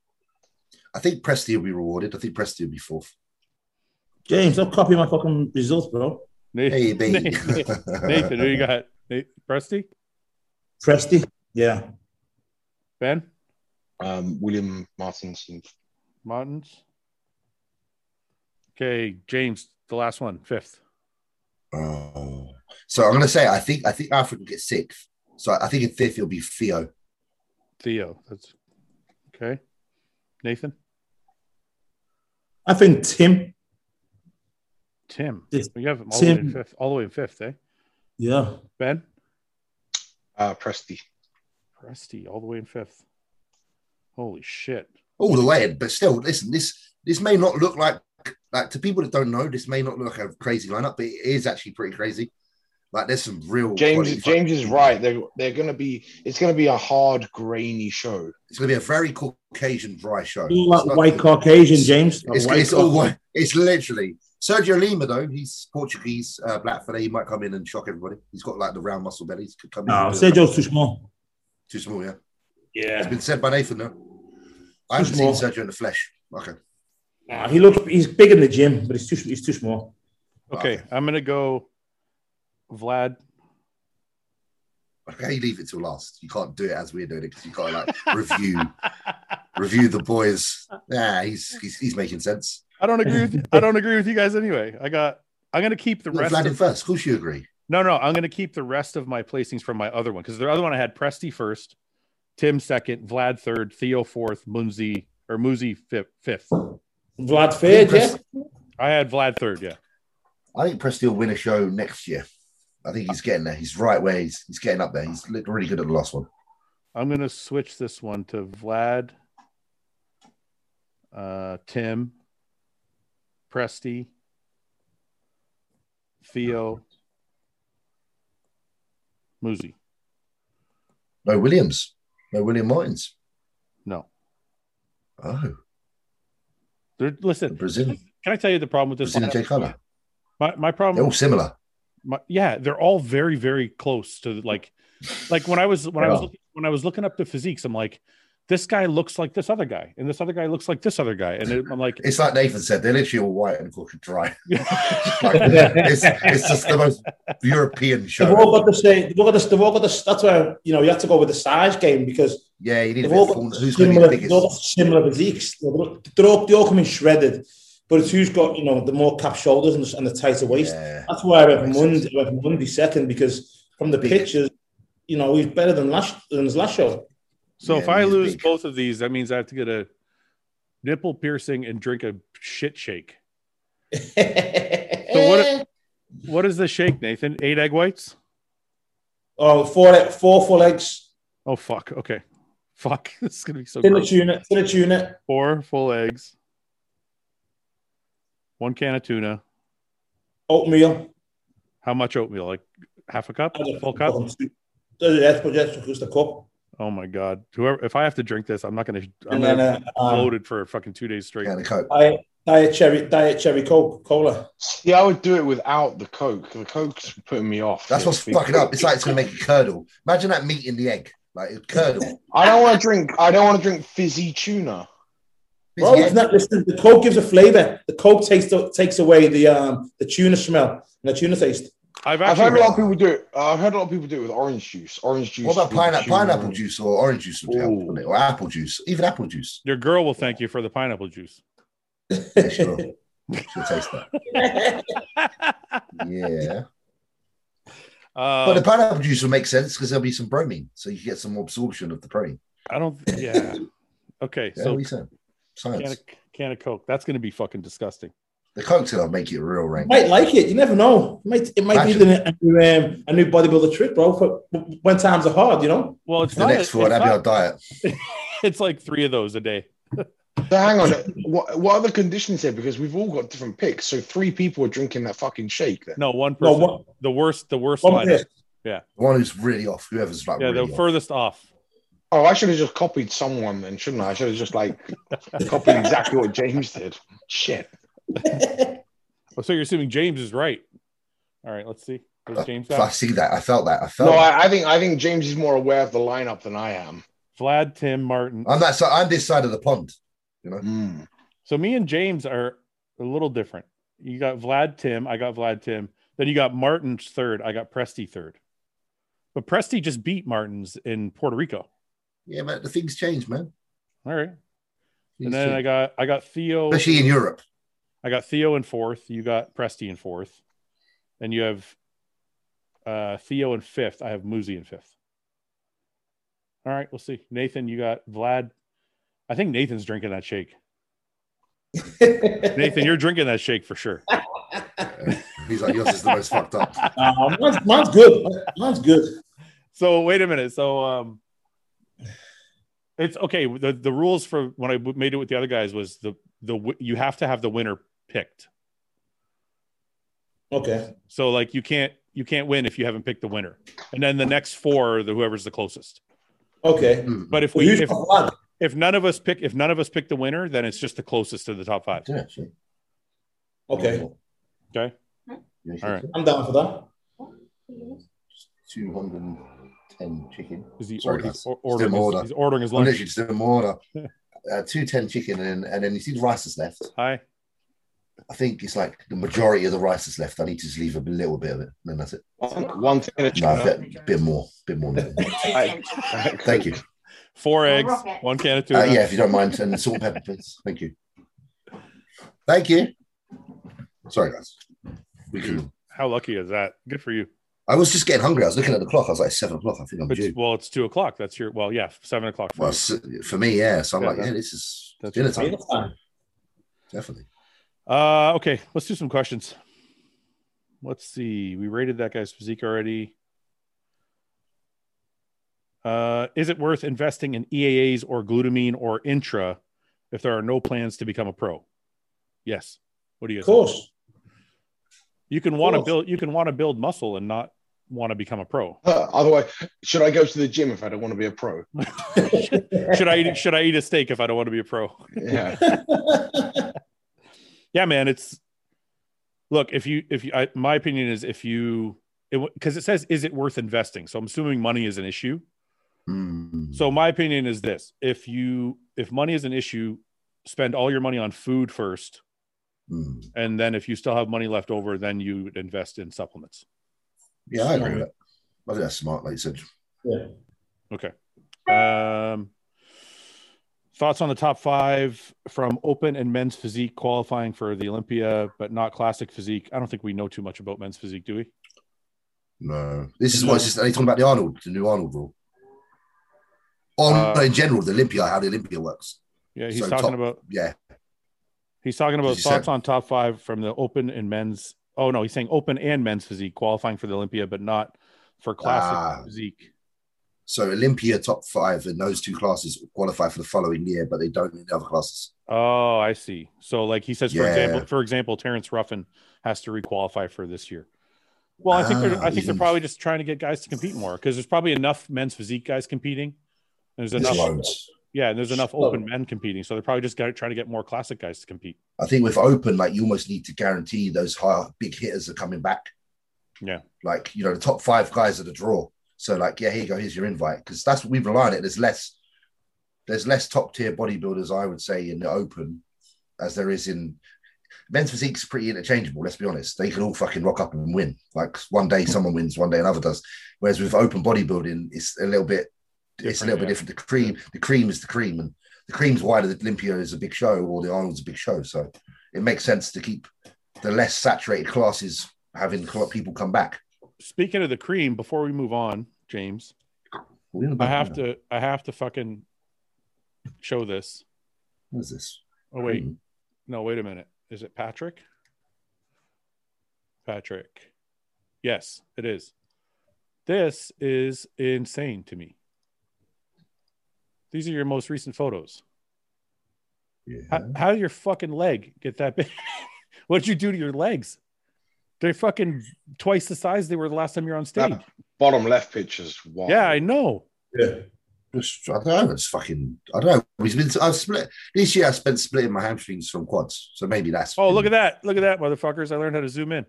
I think Presti will be rewarded. I think Presti will be fourth. James, don't copy my fucking results, bro. <laughs> Hey, uh, Nathan, babe. <laughs> Nathan, who you got? Nate, Presty, Presty. Yeah. Ben, Um, William Martins in Martins. Okay, James, the last one, fifth. Oh. So I'm going to say I think I think Alfred will get sixth. So I think in fifth it'll be Theo. Theo. That's okay. Nathan, I think Tim. Tim. Yes, You have him all the way in Tim. fifth, all the way in fifth, eh? Yeah. Ben, uh, Presti. Presty, all the way in fifth. Holy shit. all the way. But still, listen, this this may not look like like to people that don't know, this may not look like a crazy lineup, but it is actually pretty crazy. Like there's some real James quality- James is right. They're they're gonna be. It's gonna be a hard, grainy show. It's gonna be a very Caucasian dry show. You like It's not- white Caucasian, James. It's, Like it's all white. It's literally Sergio Lima though. He's Portuguese, uh, black fella. He might come in and shock everybody. He's got like the round muscle bellies. Could come in. No, and do it. Sergio's too small. too small. Yeah, it's Yeah. been said by Nathan. though. I haven't Too seen small. Sergio in the flesh. Okay, he looks he's big in the gym, but he's too he's too small. Okay, Okay. I'm gonna go Vlad. okay, you leave it till last. You can't do it as we're doing it because you gotta like <laughs> review. review the boys. Yeah, he's he's, he's making sense. I don't agree with I don't agree with you guys anyway. I got I'm gonna keep the Look, rest Vlad in of, first. Of course you agree. no no I'm gonna keep the rest of my placings from my other one because the other one I had Presti first, Tim second, Vlad third, Theo fourth, Munzi or Muzi fifth, fifth. Vlad I Fed, think Presti- yeah. I had Vlad third, yeah. I think Presti will win a show next year. I think he's getting there. He's right where he's he's getting up there. He's looked really good at the last one. I'm gonna switch this one to Vlad, uh, Tim, Presti, Theo, Muzi. No Williams. No William Martins. No, Oh, There- the listen. Brazilian Can I tell you the problem with this? Brazilian J lineup? Color. My my They're problem. all similar. my- yeah, they're all very very close to like, like when I was when I was Yeah. looking, when I was looking up the physiques, I'm like, this guy looks like this other guy, and this other guy looks like this other guy, and it- I'm like, <laughs> It's like Nathan said. They're literally all white and fucking dry. <laughs> Like, <laughs> it's, it's it's just the most European They've show. all got uh, the same. They've all got the. They've all got the. That's why you know you have to go with the size game because Yeah, you need a they've bit of all got fullness. Who's going to similar. be the They've all got biggest? similar physiques. They're all, they're all, they all coming shredded, but it's who's got you know the more cap shoulders and the, and the tighter waist. Yeah. That's why I went Makes Monday, I went Monday second because from the Big. pictures, you know he's better than last than his last <laughs> show. so Yeah, if I he's lose big. both of these, that means I have to get a nipple piercing and drink a shit shake. so what- What is the shake, Nathan? Eight egg whites? Oh, four, four full eggs, Oh fuck. Okay. Fuck. <laughs> This is gonna be so thinner gross. tuna, thinner tuna, Four full eggs. One can of tuna. oatmeal. How much oatmeal? Like half a cup? I don't Full cup? fucking- That's but that's just a cup. Oh my god. Whoever if I have to drink this, I'm not gonna I'm And gonna then uh, be um, loaded for fucking two days straight. Can of Coke. diet, diet cherry, diet cherry Coke, cola. See, I would do it without the Coke. The Coke's putting me off. That's what's It's big- fucking up. It's like it's gonna make it curdle. Imagine that meat in the egg, like it curdle. I don't want to drink. I don't want to drink fizzy tuna. Well, Busy it's egg. not, listen, the Coke gives a flavor. The Coke takes takes away the um the tuna smell and the tuna taste. I've I've actually heard a lot of people do it. uh, I've heard a lot of people do it with orange juice. Orange juice. What about with pineapple, tuna. pineapple juice or orange juice would help, Ooh. wouldn't it? or apple juice, even <laughs> apple juice? your girl will thank you for the pineapple juice. Yeah, <laughs> sure. She'll taste that. Uh, Yeah, but the Uh, pineapple juice will make sense because there'll be some bromine, so you get some absorption of the protein. I don't yeah. Okay, Yeah, so what are you saying? can Science. of, can of Coke. That's gonna be fucking disgusting. The Coke's gonna make it real rank. might like it. You never know. It might it might be Imagine. the- a new, um, a new bodybuilder trick, bro. For when times are hard, you know. Well, it's The not. next It's, four, that'd be our not diet. it's like three of those a day. So hang on. What, what are the conditions here? Because we've all got different picks. So three people are drinking that fucking shake. Then No, one No, person. one, the worst. The worst. one lineup. person. The one who's really off, whoever's like Yeah, really the off. furthest off. Oh, I should have just copied someone then, shouldn't I? I should have just like copied exactly what James did. Shit. Oh, so you're assuming James is right. All right, let's see. Where's James I at? see that. I felt that. I felt. No, that. I, I think I think James is more aware of the lineup than I am. Vlad, Tim, Martin. I'm that. side. I'm this side of the pond. Mm. So me and James are a little different. You got Vlad, Tim. I got Vlad, Tim. Then you got Martin's third. I got Presti third. But Presti just beat Martin's in Puerto Rico. Yeah, but the things change, man. All right. Things And then I change. got I got Theo. especially in Europe. I got Theo in fourth. You got Presti in fourth. And you have uh, Theo in fifth. I have Muzi in fifth. All right, we'll see. Nathan, you got Vlad. I think Nathan's drinking that shake. <laughs> Nathan, you're drinking that shake for sure. He's like, yours is the most <laughs> fucked up. Uh, mine's, mine's good. Mine's good. So wait a minute. So um, it's okay. The the rules for when I w- made it with the other guys was the the w- you have to have the winner picked. Okay. So like you can't you can't win if you haven't picked the winner. And then the next four, are the whoever's the closest. Okay. But if So we you if, if none of us pick if none of us pick the winner, then it's just the closest to the top five. Yeah, actually. okay. Okay. Yeah, All right. I'm down for that. 210 chicken. Is he, Sorry, or, he's guys. or- ordering his, Still order. he's ordering his I'm literally lunch? just doing more order. <laughs> Uh, 210 chicken, and, and then you see the rice is left. Hi. I think it's like the majority of the rice is left. I need to just leave a little bit of it, and then that's it. One thing at a No, a time. bit, bit more, bit more. than <laughs> that. <laughs> Thank you. Four eggs, rocket. one can of tuna. Uh, yeah, if you don't mind, and salt and pepper, please. Thank you. Thank you. Sorry, guys. We can. How lucky is that? Good for you. I was just getting hungry. I was looking at the clock. I was like seven o'clock. I think I'm It's, due. well, it's two o'clock. That's your well, yeah, seven o'clock. For Well, you. s- for me, yeah. So I'm Yeah, like, that- yeah, this is that's dinner right. time. Fine. Definitely. Uh, okay, let's do some questions. Let's see. We rated that guy's physique already. Uh, is it worth investing in EAAs or glutamine or intra if there are no plans to become a pro? Yes. What do you Of guys? think? course. You can want to course. build. You can want to build muscle and not want to become a pro. Uh, otherwise, should I go to the gym if I don't want to be a pro? should I eat? Should I eat a steak if I don't want to be a pro? Yeah. yeah man it's look if you if you I, my opinion is if you because it, says is it worth investing so i'm assuming money is an issue Mm. so my opinion is this if you if money is an issue spend all your money on food first Mm. and then if you still have money left over then you would invest in supplements Yeah, I agree with that. I think that's smart, like you said. Yeah. um thoughts on the top five from open and men's physique qualifying for the olympia but not classic physique i don't think we know too much about men's physique do we No, this is what it's just. Are you talking about the Arnold, the new Arnold rule? Or Uh, but in general, the Olympia, how the Olympia works. yeah he's So talking top- about Yeah, He's talking about Did you thoughts say- on top five from the open and men's. Oh no, he's saying open and men's physique qualifying for the Olympia, but not for classic Ah. physique. So Olympia top five in those two classes qualify for the following year, but they don't in the other classes. Oh, I see. So like he says, for Yeah. example, for example, Terrence Ruffin has to requalify for this year. Well, I think they're, Ah, I think they're even- probably just trying to get guys to compete more because there's probably enough men's physique guys competing. There's There's enough, loads. yeah, and there's enough Oh. open men competing, so they're probably just got- trying to get more classic guys to compete. I think with open, like you almost need to guarantee those high big hitters are coming back. Yeah. Like, you know, the top five guys are the draw. So, like, yeah, here you go, here's your invite. Because that's what we rely on it. There's less there's less top tier bodybuilders, I would say, in the open as there is in men's physique's pretty interchangeable, let's be honest. They can all fucking rock up and win. Like one day someone wins, one day another does. Whereas with open bodybuilding, it's a little bit it's a Different, little bit yeah. different. The cream, the cream is the cream, and the cream's why the Olympia is a big show or the Arnold's a big show. So it makes sense to keep the less saturated classes having cl- people come back. Speaking of the cream, before we move on, James, I have to I have to fucking show this. What is this? Hmm, Oh wait, Cream. No, wait a minute. Is it Patrick? Patrick. Yes, it is. This is insane to me. These are your most recent photos. Yeah. How, how did your fucking leg get that big? <laughs> What'd you do to your legs? They're fucking twice the size they were the last time you were on stage. That bottom left picture's wild. yeah, I know. Yeah. Just- I don't know. It's fucking. I don't know. We've been. I've split this year. I spent splitting my hamstrings from quads, so maybe that's. Oh, look at that. Look at that, motherfuckers. I learned how to zoom in.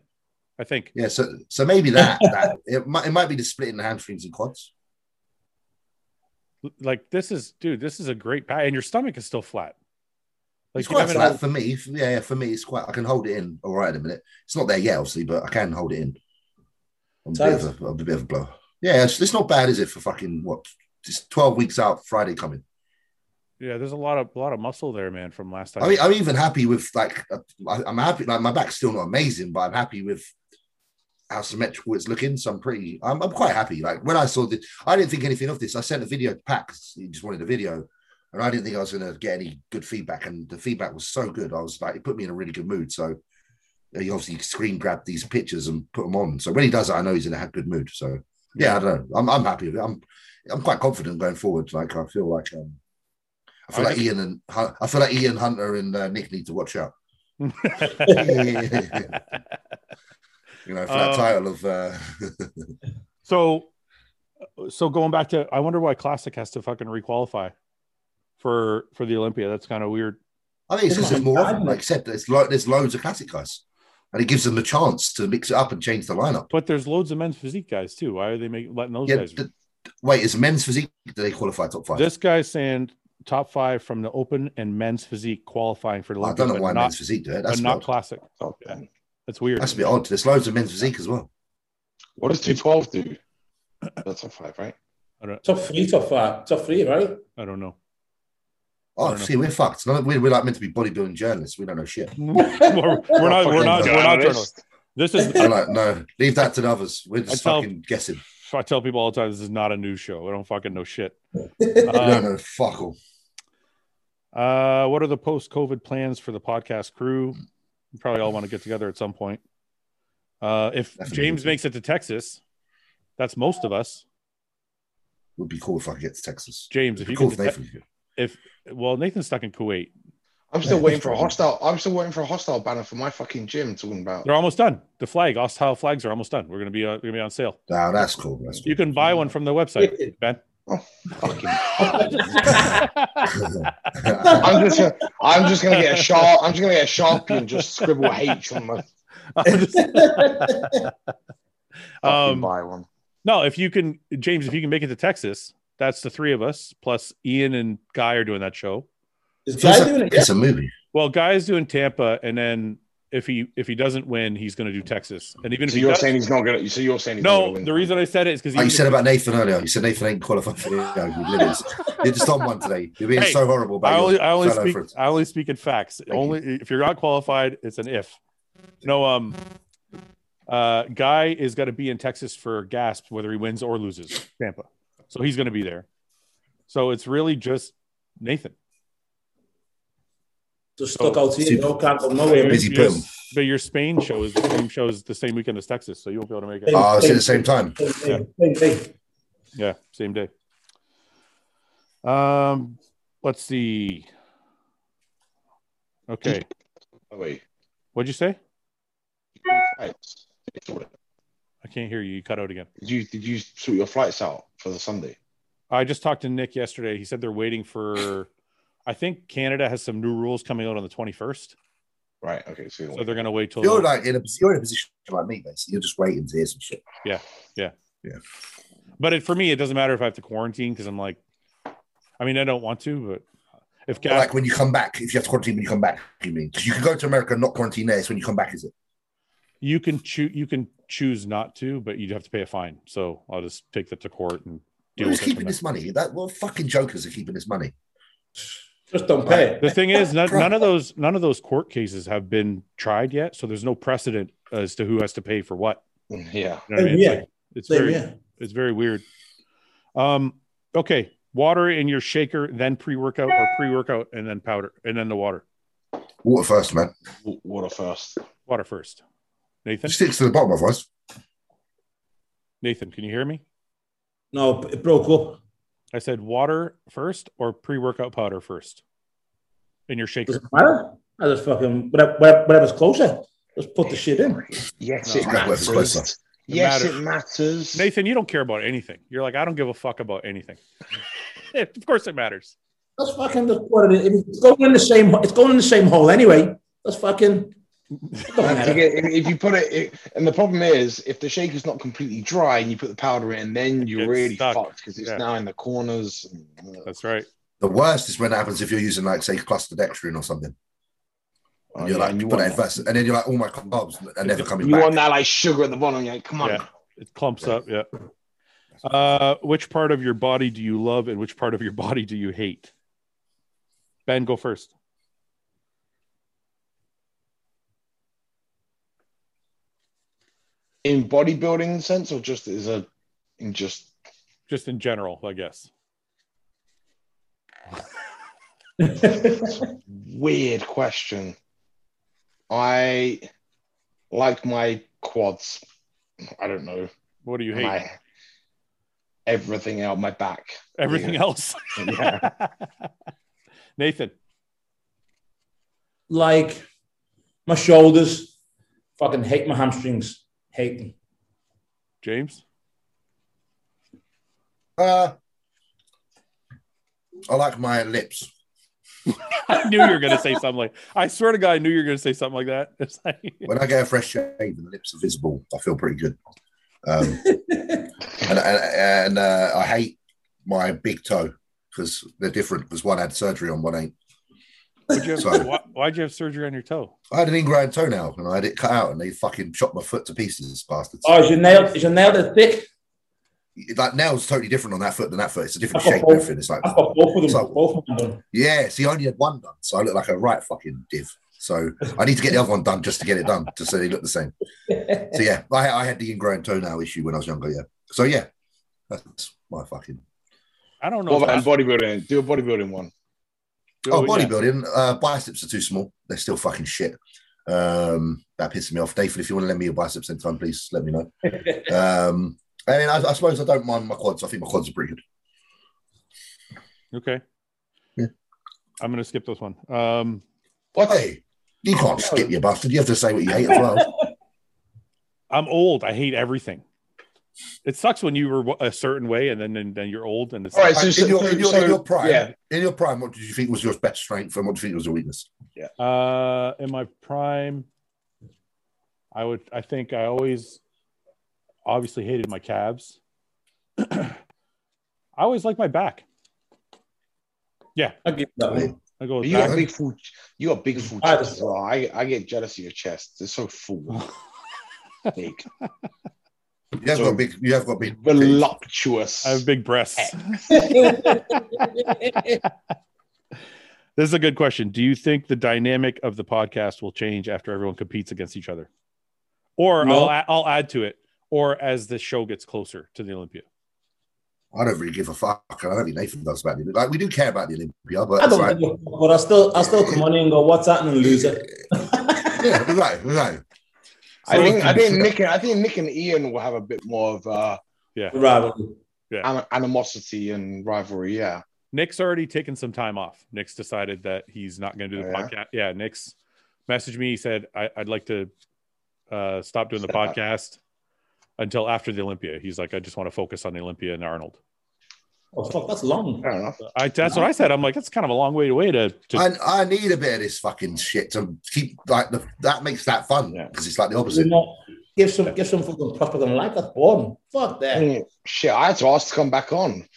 I think. Yeah, so so maybe <laughs> that, that it might it might be the splitting the hamstrings and quads. Like, this is, dude, this is a great pie. And your stomach is still flat. Like, it's you quite haven't- flat for me. F- Yeah, yeah, for me, it's quite. I can hold it in all right in a minute. It's not there yet, obviously, but I can hold it in. I'm a bit Tight. of a, I'm a bit of a blow. Yeah, it's, it's not bad, is it? For fucking what? Just twelve weeks out. Friday coming. Yeah, there's a lot of a lot of muscle there, man, from last time. I mean, I'm even happy with like. uh, I, I'm happy. Like my back's still not amazing, but I'm happy with how symmetrical it's looking. So I'm pretty. I'm, I'm quite happy. Like when I saw this, I didn't think anything of this. I sent a video to Pat 'cause he just wanted a video, and I didn't think I was going to get any good feedback. And the feedback was so good. I was like, it put me in a really good mood. So he obviously screen grabbed these pictures and put them on. So when he does that, I know he's in a good mood. So yeah, I don't know. I'm, I'm happy with it. I'm I'm quite confident going forward. Like I feel like um, I feel I like think- Ian and Hun- I feel like Ian Hunter and uh, Nick need to <laughs> watch out. <laughs> You know, for that Um, title of uh, <laughs> so, so going back to, I wonder why Classic has to fucking requalify for for the Olympia. That's kind of weird. I think it's because there's more Yeah. often. Like I said, there's lo- there's loads of classic guys, and it gives them the chance to mix it up and change the lineup. But there's loads of men's physique guys too. Why are they make, letting those Yeah, guys? the- wait, is men's physique? Do they qualify top five? this guy's saying top five from the open and men's physique qualifying for the I Olympia, don't know but why not, men's physique do it. but That's not odd. Classic. Top Yeah. 10. That's weird. That's a bit odd. There's loads of men's physique as well. What does 212 do? That's a five, right? I don't. Top three, top five, top three, right? I don't <laughs> know. Oh, Fair enough. see, we're fucked. None of- We're, we're like meant to be bodybuilding journalists. We don't know shit. we're, we're not. We're not. We're not journalists. This is. We're like, no, leave that to the others. We're just I tell- fucking <laughs> guessing. I tell people all the time, this is not a news show. I don't fucking know <laughs> shit. We don't Um, know fuck all. uh, what are the post-COVID plans for the podcast crew? We probably all want to get together at some point. Uh, if Definitely. James makes it to Texas, that's most of us. Would be cool if I could get to Texas. James, if Be you cool can, if to Nathan could. Te- well, Nathan's stuck in Kuwait. I'm still Yeah, waiting that's for a probably- hostile. I'm still waiting for a hostile banner for my fucking gym. Talking about They're almost done. The flag, hostile flags are almost done. We're gonna be uh, gonna be on sale. Nah, that's cool. That's cool. You can buy one from the website, Ben. <laughs> fucking. I I'm just. Gonna, I'm just gonna get a sharp. I'm just gonna get a sharpie and just scribble H on <laughs> my fucking um, buy one. No, if you can, James, if you can make it to Texas, that's the three of us plus Ian and Guy are doing that show. Is It's, Guy a- doing it? it's a movie. Well, Guy's doing Tampa, and then if he if he doesn't win, he's going to do Texas. And even if So he you're does- saying he's not gonna. So you're saying he's Not no, gonna win. the reason I said it is because Oh, you said about Nathan earlier. You said Nathan ain't qualified for the you limits. You're just on one today. You're being Hey, so horrible about I your only I only fellow speak friends. I only speak in facts. you. only if you're not qualified, it's an if. No, um, uh, Guy is going to be in Texas for Gasp, whether he wins or loses Tampa, so he's going to be there. So it's really just Nathan. Just stuck out here. Super- No, can't go nowhere. Busy Your- your- boom. But your Spain show is the same show as the same weekend as Texas, so you won't be able to make it. Yeah. Ah, it's at the same time. Same thing, same thing. Yeah, same day. Um, let's see. Okay, Oh, wait. what'd you say? Did you flights- I can't hear you. You cut out again. Did you did you sort your flights out for the Sunday? I just talked to Nick yesterday. He said they're waiting for. I think Canada has some new rules coming out on the 21st, Right. Okay. So, so they're going to wait till. You're like in a you're in a position like me, basically. You're just waiting to hear some shit. But it, for me, it doesn't matter if I have to quarantine because I'm like, I mean, I don't want to, but if Gas, Like when you come back, if you have to quarantine when you come back, you mean because you can go to America and not quarantine there. It's when you come back, is it? you can choose, you can choose not to, but you'd have to pay a fine. So I'll just take that to court and deal Who's with it. keeping from this money? That well, fucking jokers are keeping this money. Just don't pay The it. thing is, none, none of those none of those court cases have been tried yet, so there's no precedent as to who has to pay for what. yeah. You know what I mean? Yeah. It's, like- it's Same very here. it's very weird. Um, okay, water in your shaker, then pre workout or pre workout, and then powder, and then the water. Water first, man. W- Water first. Water first. Nathan, Sticks to the bottom of us. Nathan, can you hear me? No, it broke up. I said water first or pre workout powder first in your shaker. Doesn't matter. I just fucking whatever, whatever- whatever's closer. Just put the shit in. Yes, No. it That was closer. matters. Yes, matter- it matters. Nathan, you don't care about anything. You're like, I don't give a fuck about anything. <laughs> of course, it matters. That's fucking just put it in. If It's going in the same. It's going in the same hole anyway. That's fucking. it doesn't And to matter. get- if if you put it, it, and the problem is, if the shaker's not completely dry and you put the powder in, then you're gets really stuck. fucked because it's Yeah. now in the corners. and- uh, That's right. The worst is when it happens if you're using like say clustered dextrin or something. Oh, you're yeah, like and you put want that first, and then you're like, all my carbs are never coming You back. want that like sugar at the bottom. You're like, come on. Yeah. It clumps up. Yeah. Uh, which part of your body do you love and which part of your <laughs> body do you hate? Ben, go first. In bodybuilding sense, or just is a in just Just in general, I guess. weird question. I like my quads. I don't know. What do you hate? My everything out my back. Everything Yeah. else. <laughs> Nathan, like my shoulders. Fucking hate my hamstrings. Hate them. James, Uh, I like my lips. <laughs> I knew you were going to <laughs> say something like, I swear to God, I knew you were going to say something like that. <laughs> It's like, <laughs> When I get a fresh shave and the lips are visible, I feel pretty good. <laughs> Um, and and, and uh, I hate my big toe because they're different. Because one had surgery on, one ain't. would you have, Sorry. why, why'd you have surgery on your toe? I had an ingrown toenail and I had it cut out, and they fucking chopped my foot to pieces, bastards. Oh, is your nail? Is your nail that thick? That nail's totally different on that foot than that foot. It's a different I've got shape. both. and Everything. It's like I've got both of them. So- both of them. <laughs> done. Yeah, see, I only had one done, so I look like a right fucking div. So I need to get the other one done just to get it done, just so they look the same. So yeah, I, I had the ingrown toenail issue when I was younger. Yeah, so yeah, that's my fucking I don't know. What if about in that's- bodybuilding? Do a bodybuilding one. oh yeah. bodybuilding. Uh, biceps are too small; they're still fucking shit. Um, that pisses me off, Nathan. If you want to lend me your biceps sometime, please let me know. Um, I mean, I, I suppose I don't mind my quads. I think my quads are pretty good. Okay. Yeah. I'm going to skip this one. Um, What? Hey, you can't skip your bastard. You have to say what you hate as well. I'm old. I hate everything. It sucks when you were a certain way and then and then you're old and it's All right. So, In so, your, in your, in so- your prime, yeah. in your prime, what did you think was your best strength, and what do you think was your weakness? uh in my prime I would I think I always obviously hated my calves. <clears throat> I always liked my back. I'll give you that one. I go But with <laughs> you got back. a big full. You got a big full I- chest. bro. I I get jealous of your chest. It's so <laughs> full. big, You have got big. You have got big. voluptuous. I have big breasts. <laughs> This is a good question. Do you think the dynamic of the podcast will change after everyone competes against each other? Or No. I'll, I'll add to it, or as the show gets closer to the Olympia. I don't really give a fuck. and I don't think Nathan does about it. Like we do care about the Olympia, but I it's don't like, give a fuck, but I still I still come on in and go, what's happening, loser? yeah, no, no. I So think if I you- think Nick and I think Nick and Ian will have a bit more of uh, Right. ani- animosity and rivalry. Yeah, Nick's already taken some time off. Nick's decided that he's not going to do the Oh, yeah? podcast. Yeah, Nick's messaged me. He said, I, "I'd like to uh, stop doing the Stop. podcast until after the Olympia." He's like, "I just want to focus on the Olympia and Arnold." Oh fuck, that's long. fair enough. I that's what I said. I'm like, that's kind of a long way away to. to I, I need a bit of this fucking shit to keep like the, that makes that fun Yeah. because it's like the You opposite. <laughs> know, give some give some fucking prospect and like that's boring. Fuck I that. mean, shit, I had to ask to come back on.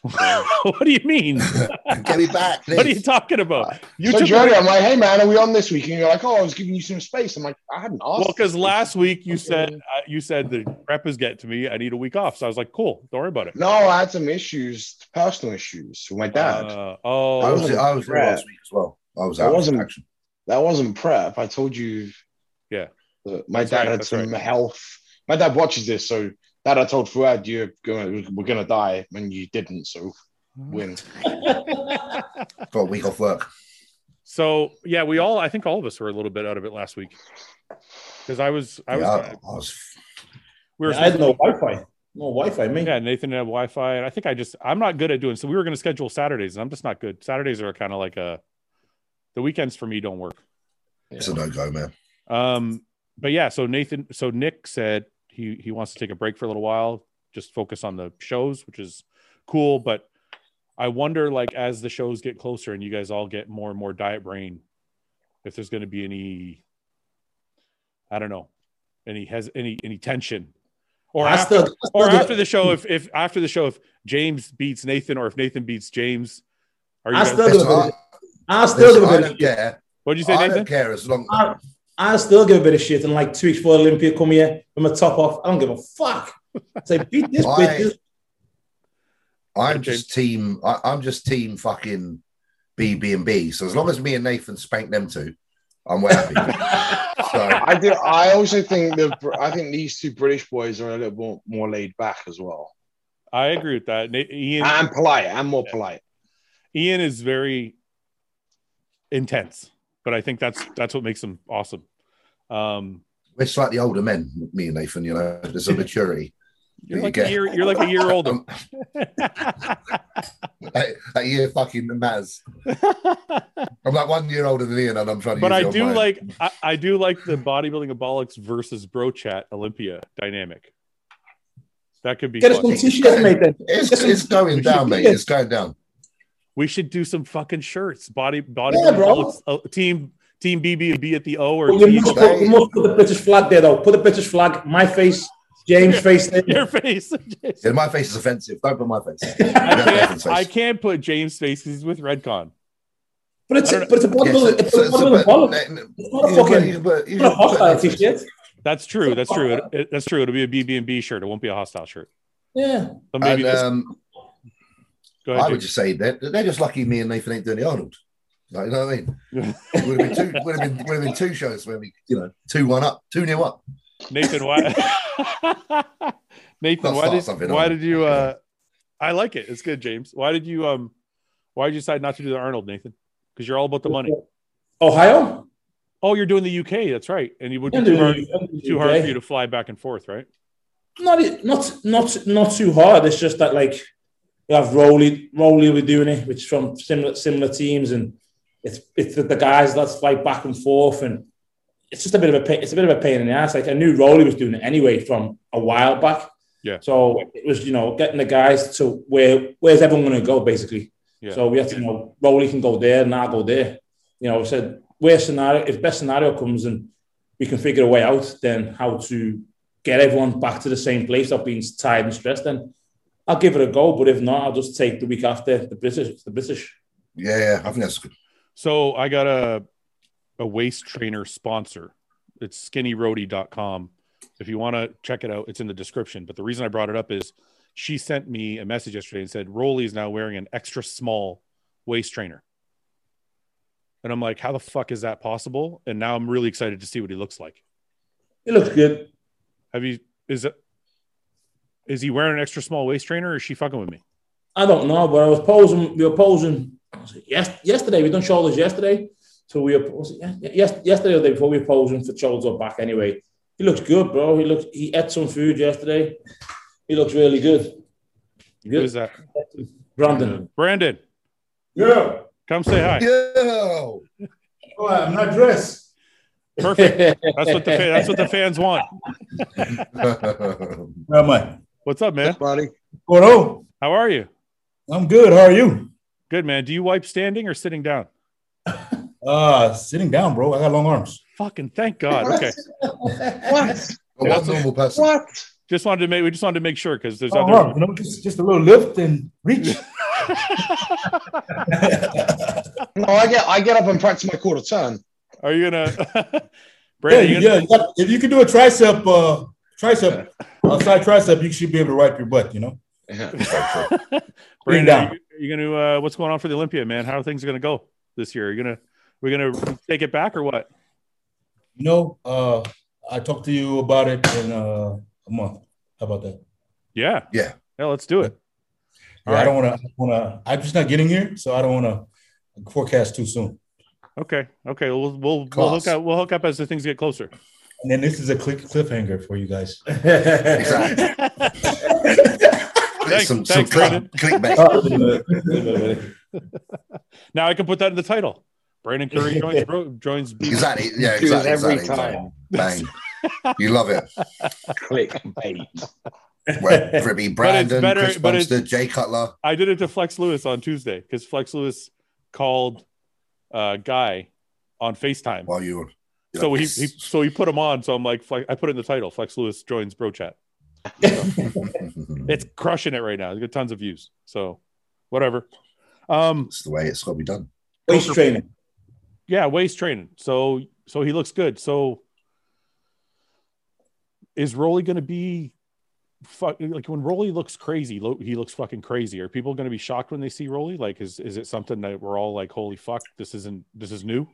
<laughs> what do you mean? Get me back. what are you please. talking about? You so took Jody, I'm like, hey man, are we on this week? And you're like, oh, I was giving you some space. I'm like, I hadn't asked. well because last week you Okay. said uh, you said the prep is get to me. I need a week off, so I was like, cool. Don't worry about it. no, I had some issues, personal issues with my dad. Uh, I oh, was I was there Yeah. last week as well. I was I out. wasn't- of action. that wasn't prep. I told you. Yeah. that my That's dad right, had that's some health. My dad watches this, so dad, I told Fuad you're going, to we're gonna die, and you didn't. So win. Got a week off work. So yeah, we all I think all of us were a little bit out of it last week because I was I was yeah, I, I was we were I had no Wi-Fi. No Wi-Fi, me. yeah Nathan had Wi-Fi and I think I just I'm not good at doing so we were going to schedule Saturdays and I'm just not good. Saturdays are kind of like a the weekends for me don't work. it's a no go, man. Um, but yeah, so Nathan, so Nick said he he wants to take a break for a little while, just focus on the shows, which is cool. But I wonder, like, as the shows get closer and you guys all get more and more diet brain, if there's going to be any, I don't know, any has any any tension, or I after, still, I still or do- after the show, if if after the show, if James beats Nathan or if Nathan beats James, are you? I guys- still Listen, do a I, bit. I still listen, do a I bit. don't care. what'd you say, I Nathan? don't care as long I, I still give a bit of shit. And like two weeks before the Olympia, come here with my top off. I don't give a fuck. I say beat this I- bitch. I'm Okay. just team. I, I'm just team fucking BB and B. So as long as me and Nathan spank them two, I'm well <laughs> happy. so I do. I also think the I think these two British boys are a little more, more laid back as well, <laughs> I agree with that. Na- Ian, and polite. and more polite. Ian is very intense, but I think that's that's what makes him awesome. Um, we're slightly older men, me and Nathan. You know, there's a maturity. you're There you like go. a year, you're like a year <laughs> older. <laughs> Um, That, that year fucking matters. but I'm like one year older than Ian, and I'm trying to. use I your do mind. like I, I do like the bodybuilding abolics versus bro chat Olympia dynamic. That could be Get us fun. some t-shirts, mate. Then It's, it's going down, <laughs> mate. It's going down. We should do some fucking shirts. Body body Yeah, bro. abolics, uh, team team BB and B at the O or But team, you must, put, you must put the British flag there, though. Put the British flag. My face, James' face. There. your <laughs> face. Yeah, my face is offensive. Don't put my face. <laughs> I Yeah, can't, Nathan's I face. can't put James face 'cause he's with Redcon. But it's I don't- but it's a Yeah, bottle. so- It's so- a so- bottle of but- bollocks. Nathan, It's not a you fucking. put- you put- you it's not a put hostile that face. t-shirt. That's true. That's true. uh, It, it- that's true. It'll be a BB&B shirt. It won't be a hostile shirt. Yeah. So maybe And this, um, go I ahead. would Jake. just say that they're just lucky me and Nathan ain't doing the Arnold. Like, you know what I mean? would have been two, would have been, would have been two shows where we, you know, two one up, two nil up. Nathan, why? <laughs> Nathan, Let's why start did, something why on. did you? Uh, I like it. It's good, James. Why did you? Um, why did you decide not to do the Arnold, Nathan? Because you're all about the money. Ohio. Oh, you're doing the UK. That's right. And it would be I'm too doing hard, it. I'm doing it, too hard okay? for you to fly back and forth, right? not not not not too hard. It's just that like you have Rowley Rowley were doing it, which is from similar similar teams, and it's it's the, the guys that's like back and forth, and it's just a bit of a pain, it's a bit of a pain in the ass. Like I knew Rowley was doing it anyway from a while back. Yeah. So it was you know getting the guys to where where's everyone going to go basically. Yeah. So we had to you know Rowley can go there and I go there. You know, I said worst scenario if best scenario comes and we can figure a way out, then how to get everyone back to the same place of being tired and stressed, then I'll give it a go. But if not, I'll just take the week after the British. The British. Yeah, yeah, I think that's good. So I got a a waist trainer sponsor. It's skinnyroadie.com. If you want to check it out, it's in the description. But the reason I brought it up is she sent me a message yesterday and said Rolly is now wearing an extra small waist trainer. And I'm like, how the fuck is that possible? And now I'm really excited to see what he looks like. It looks good. Have you is it Is he wearing an extra small waist trainer or is she fucking with me? I don't know, but I was posing. We were posing. was it Yes, yesterday we done shoulders yesterday. So we were was it, yes, yes, yesterday or the day before we were posing for shoulders or back. Anyway, he looks good, bro. He looks. He ate some food yesterday. He looks really good. Who is that? Brandon. Brandon, <laughs> Yeah. come say hi. Yo, <laughs> Oh, I'm not dressed. <laughs> Perfect. That's what the fa- that's what the fans want. Where am I? What's up, man? buddy. Going on? How are you? I'm good. How are you? Good, man. Do you wipe standing or sitting down? Uh, sitting down, bro. I got long arms. Fucking thank God. Okay, What? But what normal person? What? just wanted to make we just wanted to make sure because there's Long other. arms, you know, just, just a little lift and reach. No, I get I get up and practice my quarter turn. Are you gonna? <laughs> yeah, Brandon, you you- gonna- yeah. you got- If you can do a tricep, uh, tricep, outside tricep, you should be able to wipe your butt. You know. <laughs> Yeah. Brandon, are down. you, are you gonna uh, what's going on for the Olympia, man? How are things gonna go this year? Are you gonna we're gonna take it back or what? You know. Uh, I talked to you about it in uh, a month. How about that? Yeah, Yeah. yeah. Let's do it. Yeah, I don't want to. Want to? I'm just not getting here, so I don't want to forecast too soon. Okay, okay. We'll we'll, we'll Class. hook up. We'll hook up as the things get closer. <laughs> And then this is a click, cliffhanger for you guys. Exactly. Thanks- some thanks, some click, clickbait. Uh, now I can put that in the title. Brandon Curry joins bro, joins. Exactly. Yeah, Do it exactly. every exactly, time. <laughs> Bang. You love it. Click bait. Well, Gribby Brandon, better- Chris but it's- Bumster, Jay Cutler. I did it to Flex Lewis on Tuesday because Flex Lewis called uh, guy on Facetime. While you were. you're so like, he, he so he put him on. So I'm like, Flex, I put it in the title. Flex Lewis joins Bro Chat. It's crushing it right now. It's got tons of views. So whatever. Um, That's the way <laughs> it's got to be done. Waist training. yeah, waist training. So so he looks good. So is Rolly going to be fuck, like when Rolly looks crazy? Lo, he looks fucking crazy. Are people going to be shocked when they see Rolly? Like, is is it something that we're all like, holy fuck, this isn't this is new?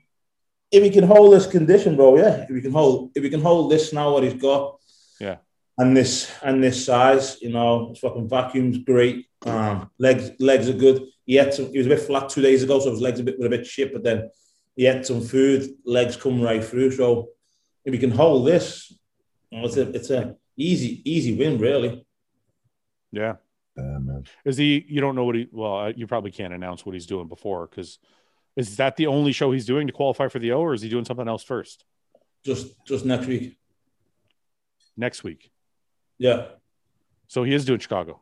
If he can hold this condition, bro, yeah. If we can hold, if we can hold this now, what he's got. Yeah. And this and this size, you know, his fucking vacuum's great. Um, legs legs are good. He had some. He was a bit flat two days ago, so his legs a bit were a bit shit. But then he had some food. Legs come right through. So if we can hold this, you know, it's a it's a easy easy win, really. Yeah. Yeah, man. Is he? You don't know what he? Well, I- you probably can't announce what he's doing before because is that the only show he's doing to qualify for the O, or is he doing something else first Just just next week. next week? Yeah. So he is doing Chicago.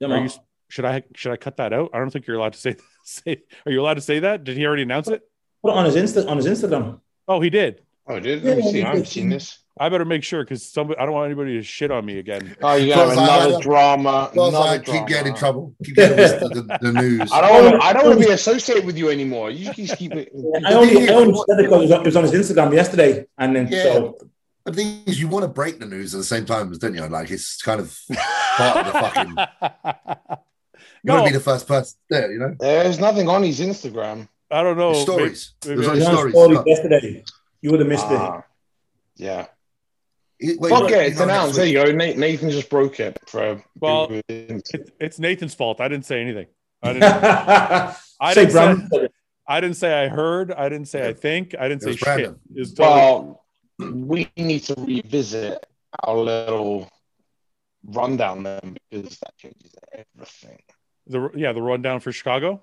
Yeah, Are man. you, should I should I cut that out? I don't think you're allowed to say <laughs> say. Are you allowed to say that? Did he already announce it? Put it on his Insta on his Instagram. Oh, he did. Oh, dude, let me Yeah, see. I haven't yeah. seen this. I better make sure because somebody. I don't want anybody to shit on me <laughs> again. Oh, you got Plus, I- another I- drama. Well, another I drama. keep getting in trouble. Keep getting this- the, the, the <laughs> news. I don't. wanna- I don't want to be associated with you anymore. You just keep <laughs> it. I only, I only said it because it was on- it was on his Instagram yesterday, and then Yeah. so The thing is, you want to break the news at the same time, don't you? Like it's <laughs> kind of you Part of the fucking- want no, to be the first person there. You know, There's nothing on his Instagram. I don't know. There's Maybe- stories. maybe- There's it was only on his stories. story yesterday. You would have missed it. Ah, yeah. It- wait, Fuck wait, yeah, you it's know, next announced. There week. you go. Nate, Nathan just broke it for. Well, yeah, It's, it's Nathan's fault. I didn't say anything. <laughs> I didn't. <laughs> I Say didn't say, Brandon. I didn't say I heard. I didn't say I think. I didn't It say was shit. Brandon. It's totally- well, we need to revisit our little rundown then because that changes everything. the yeah the rundown for Chicago.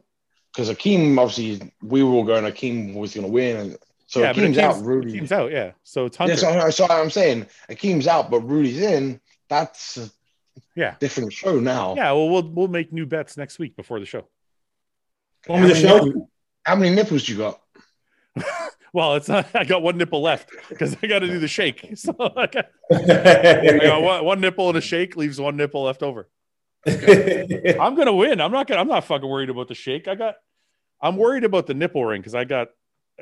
Because Akeem, obviously, we were all going. Akeem was going to win, and so yeah, Akeem's Akeem's- out. Rudy. Akeem's out. Yeah, so it's Yeah, Hunter. so, I'm- so I'm saying Akeem's out, but Rudy's in. That's a Yeah. different show now. yeah, well, we'll we'll make new bets next week before the show. On the show. How many nipples do you got? Well, it's not. <laughs> I got one nipple left because I got to do the shake. <laughs> So I got, I got one, one nipple and a shake leaves one nipple left over. I'm gonna win. I'm not gonna. I'm not fucking worried about the shake. I got. I'm worried about the nipple ring because I got.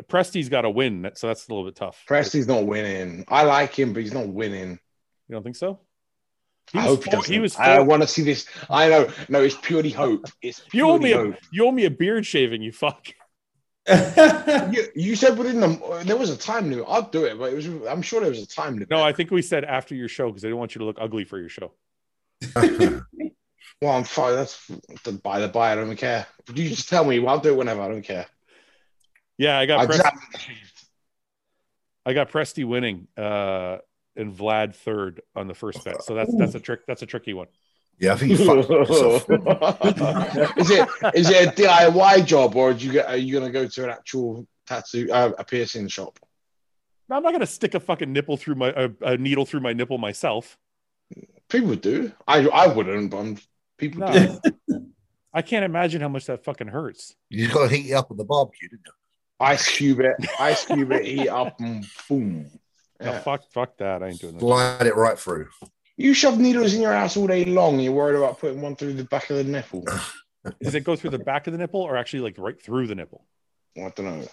Presty's got to win, that- so that's a little bit tough. Presty's not winning. I like him, but he's not winning. You don't think so? I was hope he four- doesn't. he was I four- want to see this. I know. No, it's purely hope. It's <laughs> You owe purely me a- hope. You owe me a beard shaving. You fuck. <laughs> yeah, You, you said within the there was a time limit. I'll do it, but it was I'm sure there was a time limit. No, I think we said after your show because I didn't want you to look ugly for your show. well, I'm fine. That's the by the by. I don't care. You just tell me. Well, I'll do it whenever. I don't care. Yeah, I got I Pres- just, I got Presty winning uh, and Vlad third on the first bet. So that's that's a trick. That's a tricky one. <laughs> Yeah, I think you fucked yourself. <laughs> <laughs> is it is it a DIY job or do you get are you gonna go to an actual tattoo uh, a piercing shop? Now, I'm not gonna stick a fucking nipple through my a, a needle through my nipple myself. People do. I I wouldn't, but I'm, people do. No. I can't imagine how much that fucking hurts. You just got to heat it up on the barbecue, didn't you? Ice cube it, ice cube it, heat up, and boom. No, Yeah. fuck, fuck that. I ain't doing that. Slide it right through. You shove needles in your ass all day long. and You're worried about putting one through the back of the nipple. Does it go through the back of the nipple or actually like right through the nipple? I don't know.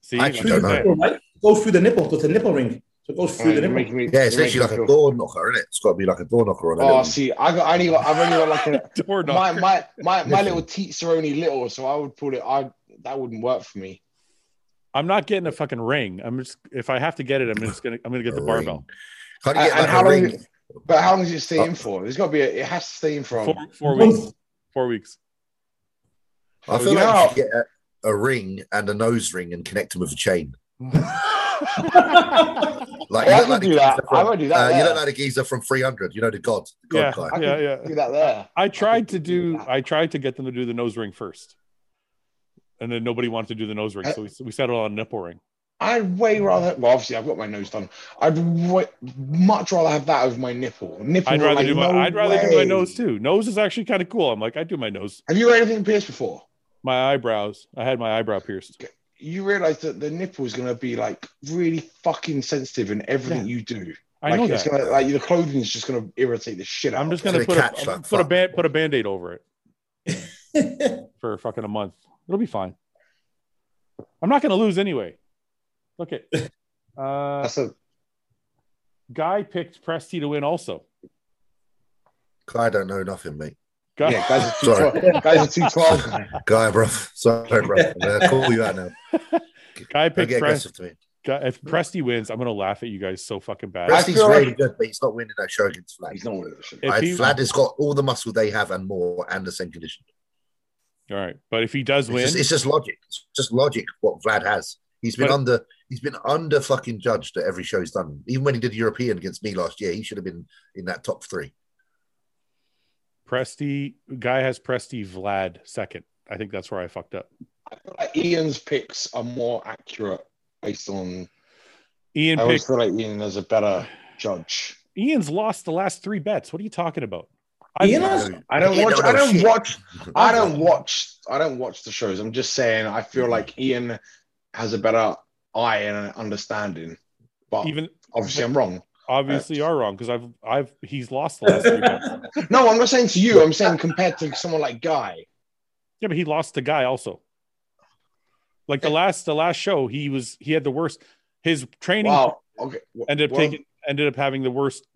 See, I actually don't That's know. <laughs> right? Go through the nipple, go to the nipple ring. <laughs> So it oh, goes through the You're nipple. making me- Yeah, it's you're making literally like me feel- a door knocker, isn't it? It's got to be like a door knocker on a Oh, little. see, I got, I only got, I've only got <laughs> like a <laughs> the Door my knocker. my my, my little teats are only little, so I would put it. I that wouldn't work for me. I'm not getting a fucking ring. I'm just if I have to get it, I'm just gonna I'm gonna get the A barbell. Can't you And- get and like how a long- ring? But how long does it stay Uh, in for? There's got to be a, it has to stay in for. a- Four, four weeks. Four weeks. I feel You like know- you should get a, a ring and a nose ring and connect them with a chain. Like, Yeah, I look would the do that. geezer I would do that, Uh, yeah. You look like the geezer from 300. You know the god, the Yeah, god guy. yeah, yeah. Do that there. I tried to do. that. I tried to get them to do the nose ring first, and then nobody wanted to do the nose ring, so we, we settled on a nipple ring. I'd way rather. Well, obviously, I've got my nose done. I'd wa- much rather have that over my nipple. Nipple. I'd rather like, do my. no I'd rather do my way. nose too. Nose is actually kind of cool. I'm like, I do my nose, Have you had anything pierced before? my eyebrows. I had my eyebrow pierced. You realize that the nipple is gonna be like really fucking sensitive in everything you do. I like, know it's that. gonna like the clothing is just gonna irritate the shit out. I'm just of It's gonna gonna put a, catch I'm gonna like put a fuck. band put a band-aid over it for fucking a month. It'll be fine. I'm not gonna lose anyway. Look <laughs> at it. uh, That's a, guy picked Presti to win also. Guy don't know nothing, mate. Guy, yeah, guys are too <laughs> Sorry. twelve. Guys <laughs> are too twelve. Guy, bro. <laughs> Sorry, bro. I'm gonna call <laughs> you out now. guy picked Don't get Presti. aggressive to me. If Presti wins, I'm gonna laugh at you guys so fucking bad. I Presti's feel really like- good, but he's not winning that show against Vlad. He's not one of those. If I- he- Vlad has got all the muscle they have and more, and the same condition. All right, but if he does It's win, just, it's just logic. It's just logic. What Vlad has, he's been But- under. He's been under fucking judged at every show he's done. Even when he did European against me last year, he should have been in that top three. Presti guy has Presti Vlad second. I think that's where I fucked up. I feel like Ian's picks are more accurate based on. Ian I always picked. feel like Ian is a better judge. Ian's lost the last three bets. What are you talking about? Ian has- I don't Yeah, watch. no, no, I don't shit. watch. I don't watch. I don't watch the shows. I'm just saying. I feel like Ian has a better eye and understanding, but even obviously I'm wrong. obviously are wrong because I've I've he's lost the last three bets. No, I'm not saying to you. I'm saying compared to someone like Guy. Yeah, but he lost the guy also. Like the last the last show, he was he had the worst. His training Wow. Okay. w- ended up well, taking ended up having the worst.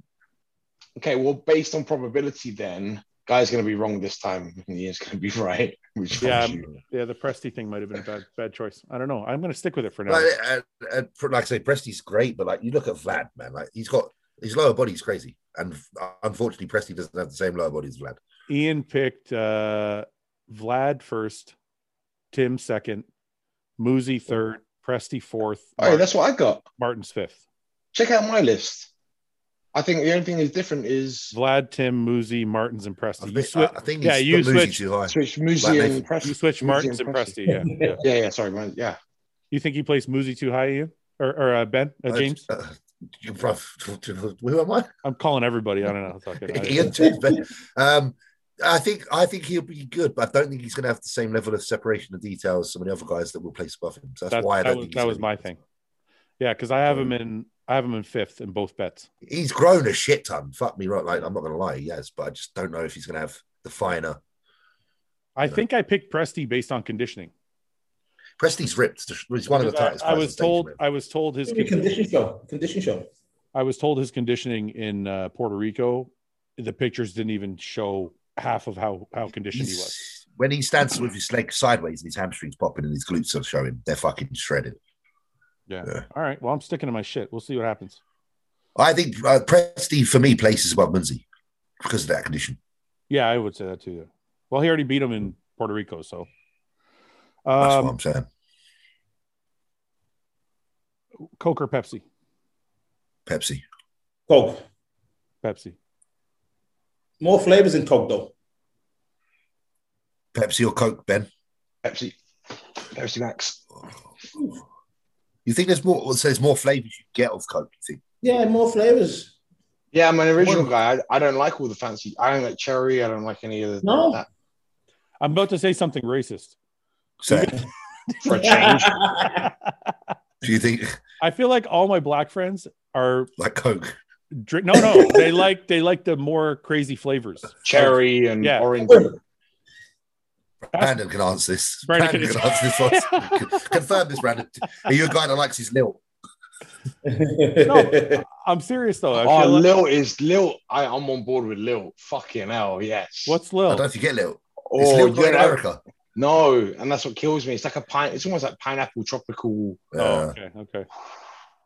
Okay. Well, based on probability, then Guy's going to be wrong this time, and Ian's going to be <laughs> right. Which Yeah, yeah. I'm- Yeah, the Presti thing might have been a bad bad choice. I don't know. I'm gonna stick with it for now. Like, uh, uh, pr- like I say, Presti's great, but like you look at Vlad, man, like he's got his lower body's crazy, and uh, unfortunately, Presti doesn't have the same lower body as Vlad. Ian picked uh, Vlad first, Tim second, Muzi third, Presti fourth, All right. That's what I got. Martin's fifth. Check out my list. I think the only thing that's different is Vlad, Tim, Muzi, Martins, and I Presti. You, think, swi- I think he's yeah, you put Muzi switch. too high. switch Like, Muzi and uh, You Presti. switch Muzi Martins and and Presti. Yeah, yeah. <laughs> Yeah. Yeah. Sorry, man. Yeah. You think he plays Muzi too high, Ian or, or uh, Ben, uh, Uh, James? uh, you- <laughs> bruv, <laughs> who am I? I'm calling everybody. I don't know. Fucking- <laughs> I- Ian James, but, um, I think I think he'll be good, but I don't think he's going to have the same level of separation and detail as some of the other guys that will place above him. So that's that, why I that don't was, think he's that was my gonna be good. thing. Yeah, because I have him in. I have him in fifth in both bets. He's grown a shit ton. Fuck me right, like I'm not going to lie, he has, but I just don't know if he's going to have the finer. I think I picked Presti based on conditioning. Presti's ripped. He's one of the I, tightest. I guys was on stage, told. man. I was told his Condition show. Condition show. I was told his conditioning in uh, Puerto Rico, the pictures didn't even show half of how how conditioned he was. He's- when he stands with his leg sideways and his hamstrings popping and his glutes are showing, they're fucking shredded. Yeah. Yeah. All right. Well, I'm sticking to my shit. We'll see what happens. I think uh, Presti for me places above Munsey because of that condition. Yeah, I would say that too. Well, he already beat him in Puerto Rico, so. That's what Um, I'm saying. Coke or Pepsi? Pepsi. Coke. Pepsi. More flavors in Coke though. Pepsi or Coke, Ben? Pepsi, Pepsi Max. You think there's more? So there's more flavors you get of Coke. You think? Yeah, more flavors. Yeah, I'm an original Well- guy. I, I don't like all the fancy. I don't like cherry. I don't like any of the, No. that I'm about to say something racist. So for a <laughs> change. do you think I feel like all my black friends are like Coke? drink. No, no, <laughs> they like they like the more crazy flavors. cherry and Yeah. orange. Brandon can answer this. Brandon Brandon, can- can answer this. one. <laughs> Con- Confirm this, Brandon. Are you a guy that likes his lil? no. I'm serious though. I Oh, feel like- Lil is Lil. I, I'm on board with Lil. Fucking hell, yes. what's I don't know Lil? if you get lil. It's Oh, lil not you in know- America. no, and that's what kills me. It's like a pine. It's almost like pineapple tropical. Oh, Uh, okay, okay.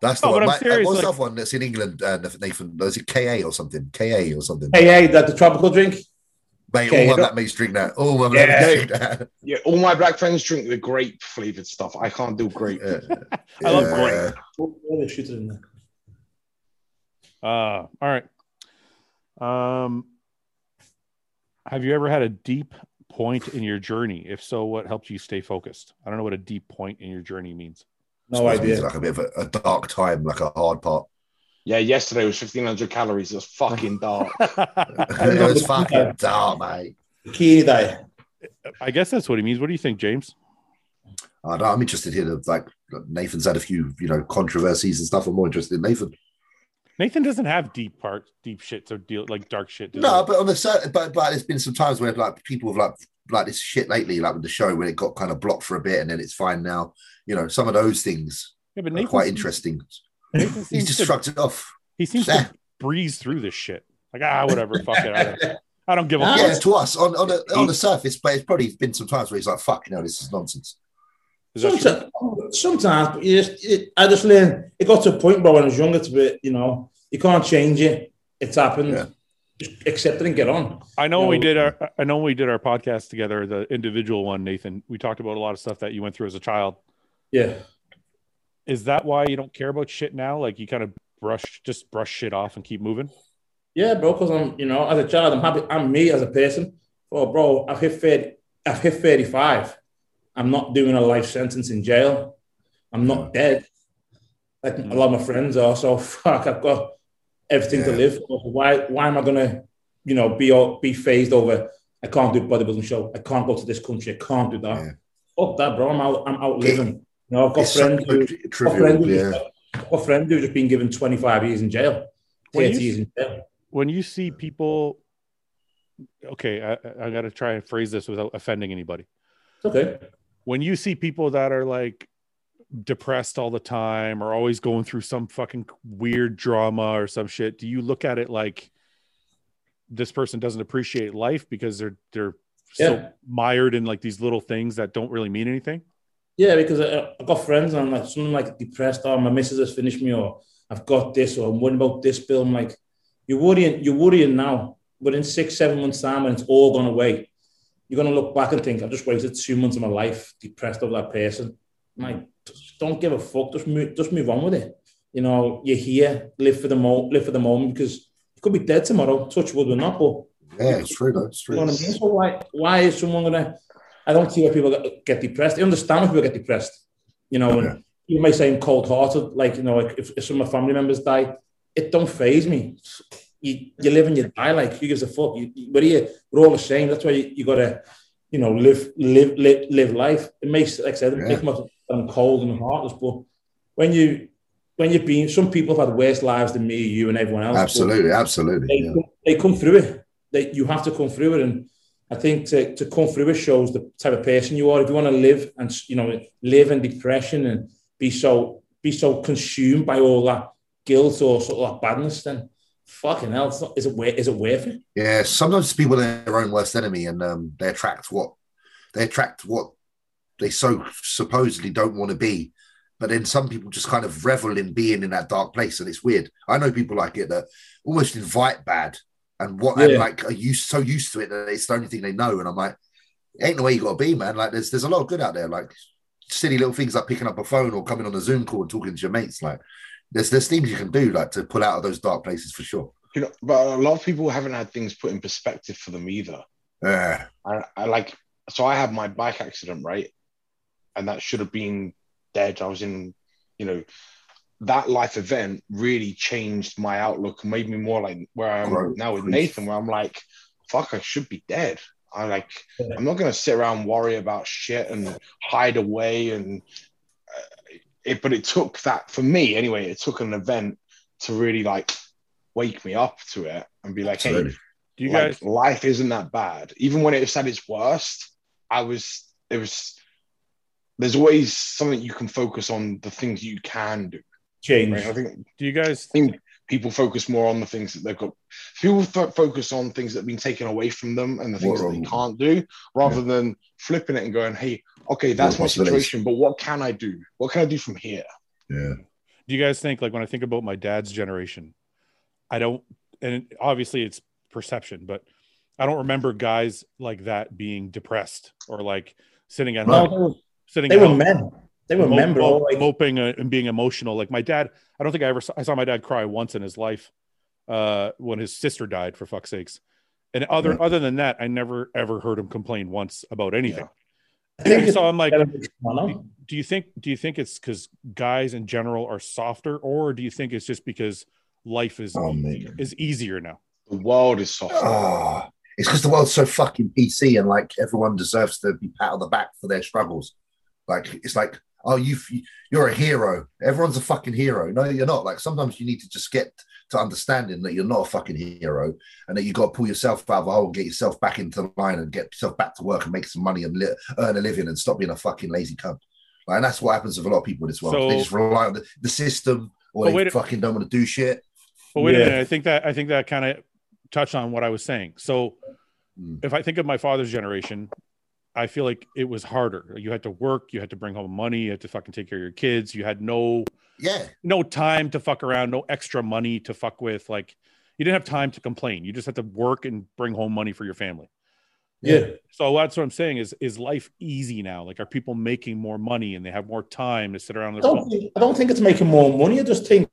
that's the No, but one. I'm My, uh, serious, what's like- that one that's in England, uh, Nathan? Is it KA or something? KA or something? Hey, hey, that the tropical drink? Mate, K- all my black mates drink that. All my black Yeah. mates drink that. Yeah, all my black friends drink the grape flavored stuff. I can't do grape. Yeah. <laughs> I love Yeah. Oh, oh, shoot it in there. Uh, all right. Um, have you ever had a deep point in your journey? If so, what helped you stay focused? I don't know what a deep point in your journey means. <laughs> No It's idea. Like a bit of a, a dark time, like a hard part. Yeah, yesterday was 1500 calories. It was fucking dark. it <laughs> was fucking dark, mate. Bikini diet. I guess that's what he means. What do you think, James? I don't, I'm interested here. That, like Nathan's had a few, you know, controversies and stuff. I'm more interested in Nathan. Nathan doesn't have deep parts, deep shit, so deal like dark shit. does No, he? but on the certain, but but there's been some times where like people have like like this shit lately, like with the show when it got kind of blocked for a bit and then it's fine now. You know, some of those things yeah, but are Nathan, quite interesting. Nathan He's seems just to- shrugged it off. he seems Yeah, to breeze through this shit. Like ah, whatever, fuck it. I don't, I don't Ah. give a fuck. it's to us on on the, on the surface, but it's probably been some times where he's like, "Fuck, you know, this is nonsense." Is that true? Sometimes, sometimes but you just, it, I just learned it got to a point, bro, when I was younger, it's a bit, you know, you can't change it. It's happened. Yeah. Just accept it and get on. I know when we No. did our I know when we did our podcast together, the individual one, Nathan. We talked about a lot of stuff that you went through as a child. Yeah. Is that why you don't care about shit now? Like you kind of brush just brush shit off and keep moving? Yeah, bro, because I'm, you know, as a child, I'm happy. I'm me as a person. Oh, bro, I've hit 30, I've hit 35. I'm not doing a life sentence in jail. I'm not dead. Like a lot of my friends are. So <laughs> fuck, I've got everything to Yeah. live. for. Why, why am I gonna, you know, be all, be phased over? I can't do bodybuilding show. I can't go to this country. I can't do that. Fuck that, bro. I'm out. I'm out living. You know, I've got It's so friends. who- tri- I've got friends trivial. who Yeah. just- I've got friends who've just been given 25 years in jail, Well, 30 you- years in jail. When you see people okay, I, I- I gotta try and phrase this without offending anybody. It's okay. When you see people that are like depressed all the time or always going through some fucking weird drama or some shit, do you look at it like this person doesn't appreciate life because they're they're so Yeah. mired in like these little things that don't really mean anything? Yeah, because I, I've got friends and I'm like something like depressed, or my missus has finished me, or I've got this, or I'm worried about this bill. I'm like, you're worrying, you're worrying now, but in six, seven months' time, when it's all gone away, you're gonna look back and think, I've just wasted two months of my life depressed over that person. I'm like, just don't give a fuck, just move, just move on with it. You know, you're here, live for the mo, live for the moment because you could be dead tomorrow. Touch wood, we're not, but yeah, it's true though. It's you true. know what I mean? So why why is someone gonna? I don't see why people get- get depressed. I understand why people get depressed. You know, and you may say I'm cold hearted. Like you know, like if, if some of my family members die, it don't phase me. You, you live and you die. Like who gives a fuck? You, you, but here, we're all the same. That's why you, you gotta, you know, live live live, live life. It makes like I said, it Yeah. makes much I'm cold and heartless. But when you when you've been, some people have had worse lives than me, you, and everyone else. but- Absolutely, absolutely. they, yeah. come, they come through it. They, you have to come through it, and I think to, to come through it shows the type of person you are. If you want to live and you know live in depression and be so be so consumed by all that guilt or sort of that badness, then fucking hell, it's not, is it worth is it worth it? Yeah, sometimes people are their own worst enemy, and um, they attract what they attract what they so supposedly don't want to be. But then some people just kind of revel in being in that dark place, and it's weird. I know people like it that almost invite bad, and what and Yeah. like are used so used to it that it's the only thing they know. And I'm like, ain't the way you got to be, man. Like there's there's a lot of good out there. Like silly little things like picking up a phone or coming on a Zoom call and talking to your mates. Like there's there's things you can do like to pull out of those dark places for sure. You know, but a lot of people haven't had things put in perspective for them either. Yeah, I, I like so I had my bike accident right, and that should have been dead. I was in, you know, that life event really changed my outlook, made me more like where I am Growth, now with grief. Nathan, where I'm like, fuck, I should be dead. I like, I'm not gonna sit around and worry about shit and hide away and uh, it. But it took that for me anyway. It took an event to really like wake me up to it and be like, hey, absolutely. Do you like, guys? life isn't that bad. Even when it was at its worst, I was it was there's always something you can focus on the things you can do. Change. Right? I think Do you guys? people focus more on the things that they've got. People fo- focus on things that have been taken away from them and the things that they Whoa. can't do, rather than flipping it and going, "Hey, okay, that's my possibilities. situation, but what can I do? What can I do from here?" Yeah, do you guys think like when i think about my dad's generation i don't and obviously it's perception but i don't remember guys like that being depressed or like sitting at No, home they were, sitting they at were home, men. They were mo- men, bro. mo- Like, moping uh, and being emotional like my dad i don't think i ever saw, i saw my dad cry once in his life uh when his sister died for fuck's sakes and other other than that i never ever heard him complain once about anything so i'm like do you think do you think it's because guys in general are softer or do you think it's just because life is Oh, man. is easier now The world is soft. Oh, it's because the world's so fucking PC and like everyone deserves to be pat on the back for their struggles. Like it's like, oh, you you're a hero. Everyone's a fucking hero. No, you're not. Like sometimes you need to just get to understanding that you're not a fucking hero and that you got to pull yourself out of a hole and get yourself back into line and get yourself back to work and make some money and li- earn a living and stop being a fucking lazy cunt. Like, and that's what happens with a lot of people in this world. So- they just rely on the, the system or But they wait a- fucking don't want to do shit. but wait a Yeah. minute i think that i think that kind of touched on what i was saying so Mm. if i think of my father's generation i feel like it was harder you had to work you had to bring home money you had to fucking take care of your kids you had no Yeah, no time to fuck around no extra money to fuck with like you didn't have time to complain you just had to work and bring home money for your family Yeah. so that's what I'm saying is is life easy now? Like are people making more money and they have more time to sit around I their don't phone? think I don't think it's making more money. I just think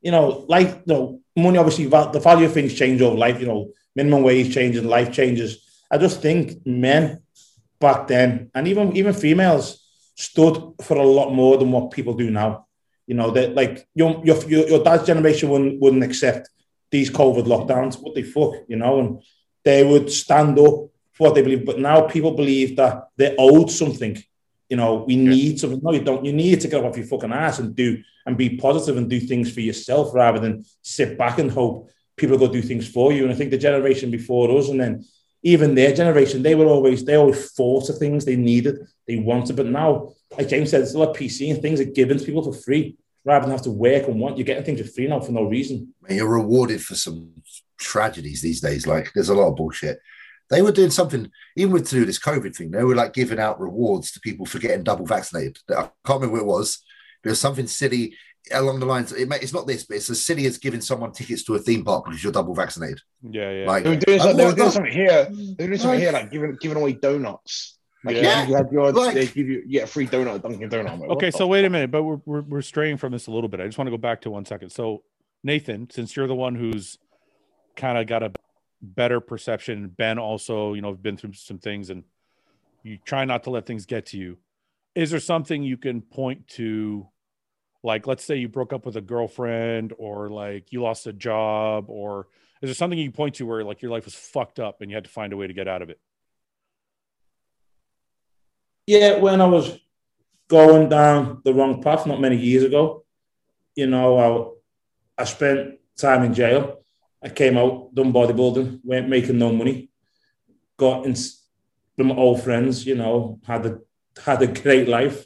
you know, like you know, money obviously val- the value of things change over life. You know, minimum wage changes, life changes. I just think men back then, and even even females, stood for a lot more than what people do now. You know that like your your your, your dad's generation wouldn't wouldn't accept these COVID lockdowns. What the fuck, you know, and they would stand up for what they believe. But now people believe that they're owed something. You know, we need something. No, you don't. You need to get up off your fucking ass and do and be positive and do things for yourself rather than sit back and hope people go do things for you. And I think the generation before us and then even their generation, they were always they always fought for things they needed, they wanted. But now, like James said, it's a lot of PC and things are given to people for free rather than have to work and want. You're getting things for free now for no reason. and you're rewarded for some tragedies these days. Like there's a lot of bullshit. They were doing something, even with to do this COVID thing, they were like giving out rewards to people for getting double vaccinated. I can't remember what it was. There was something silly along the lines. It may, it's not this, but it's as silly as giving someone tickets to a theme park because you're double vaccinated. Yeah, yeah. Like, They were doing, I'm some- they were like, doing oh, something here. They were doing something Like- here, like giving giving away donuts. Like Yeah. if you had your, Like- they give you you get a free donut at Dunkin' Donut. I'm like, okay, what so the- wait a minute, but we're, we're we're straying from this a little bit. I just want to go back to one second. So Nathan, since you're the one who's kind of got a better perception, Ben also, you know, have been through some things and you try not to let things get to you. Is there something you can point to like let's say you broke up with a girlfriend or like you lost a job or is there something you can point to where like your life was fucked up and you had to find a way to get out of it? Yeah, when I was going down the wrong path not many years ago, you know, I, I spent time in jail. I came out, done bodybuilding, weren't making no money, got in s- with my old friends, you know, had a had a great life,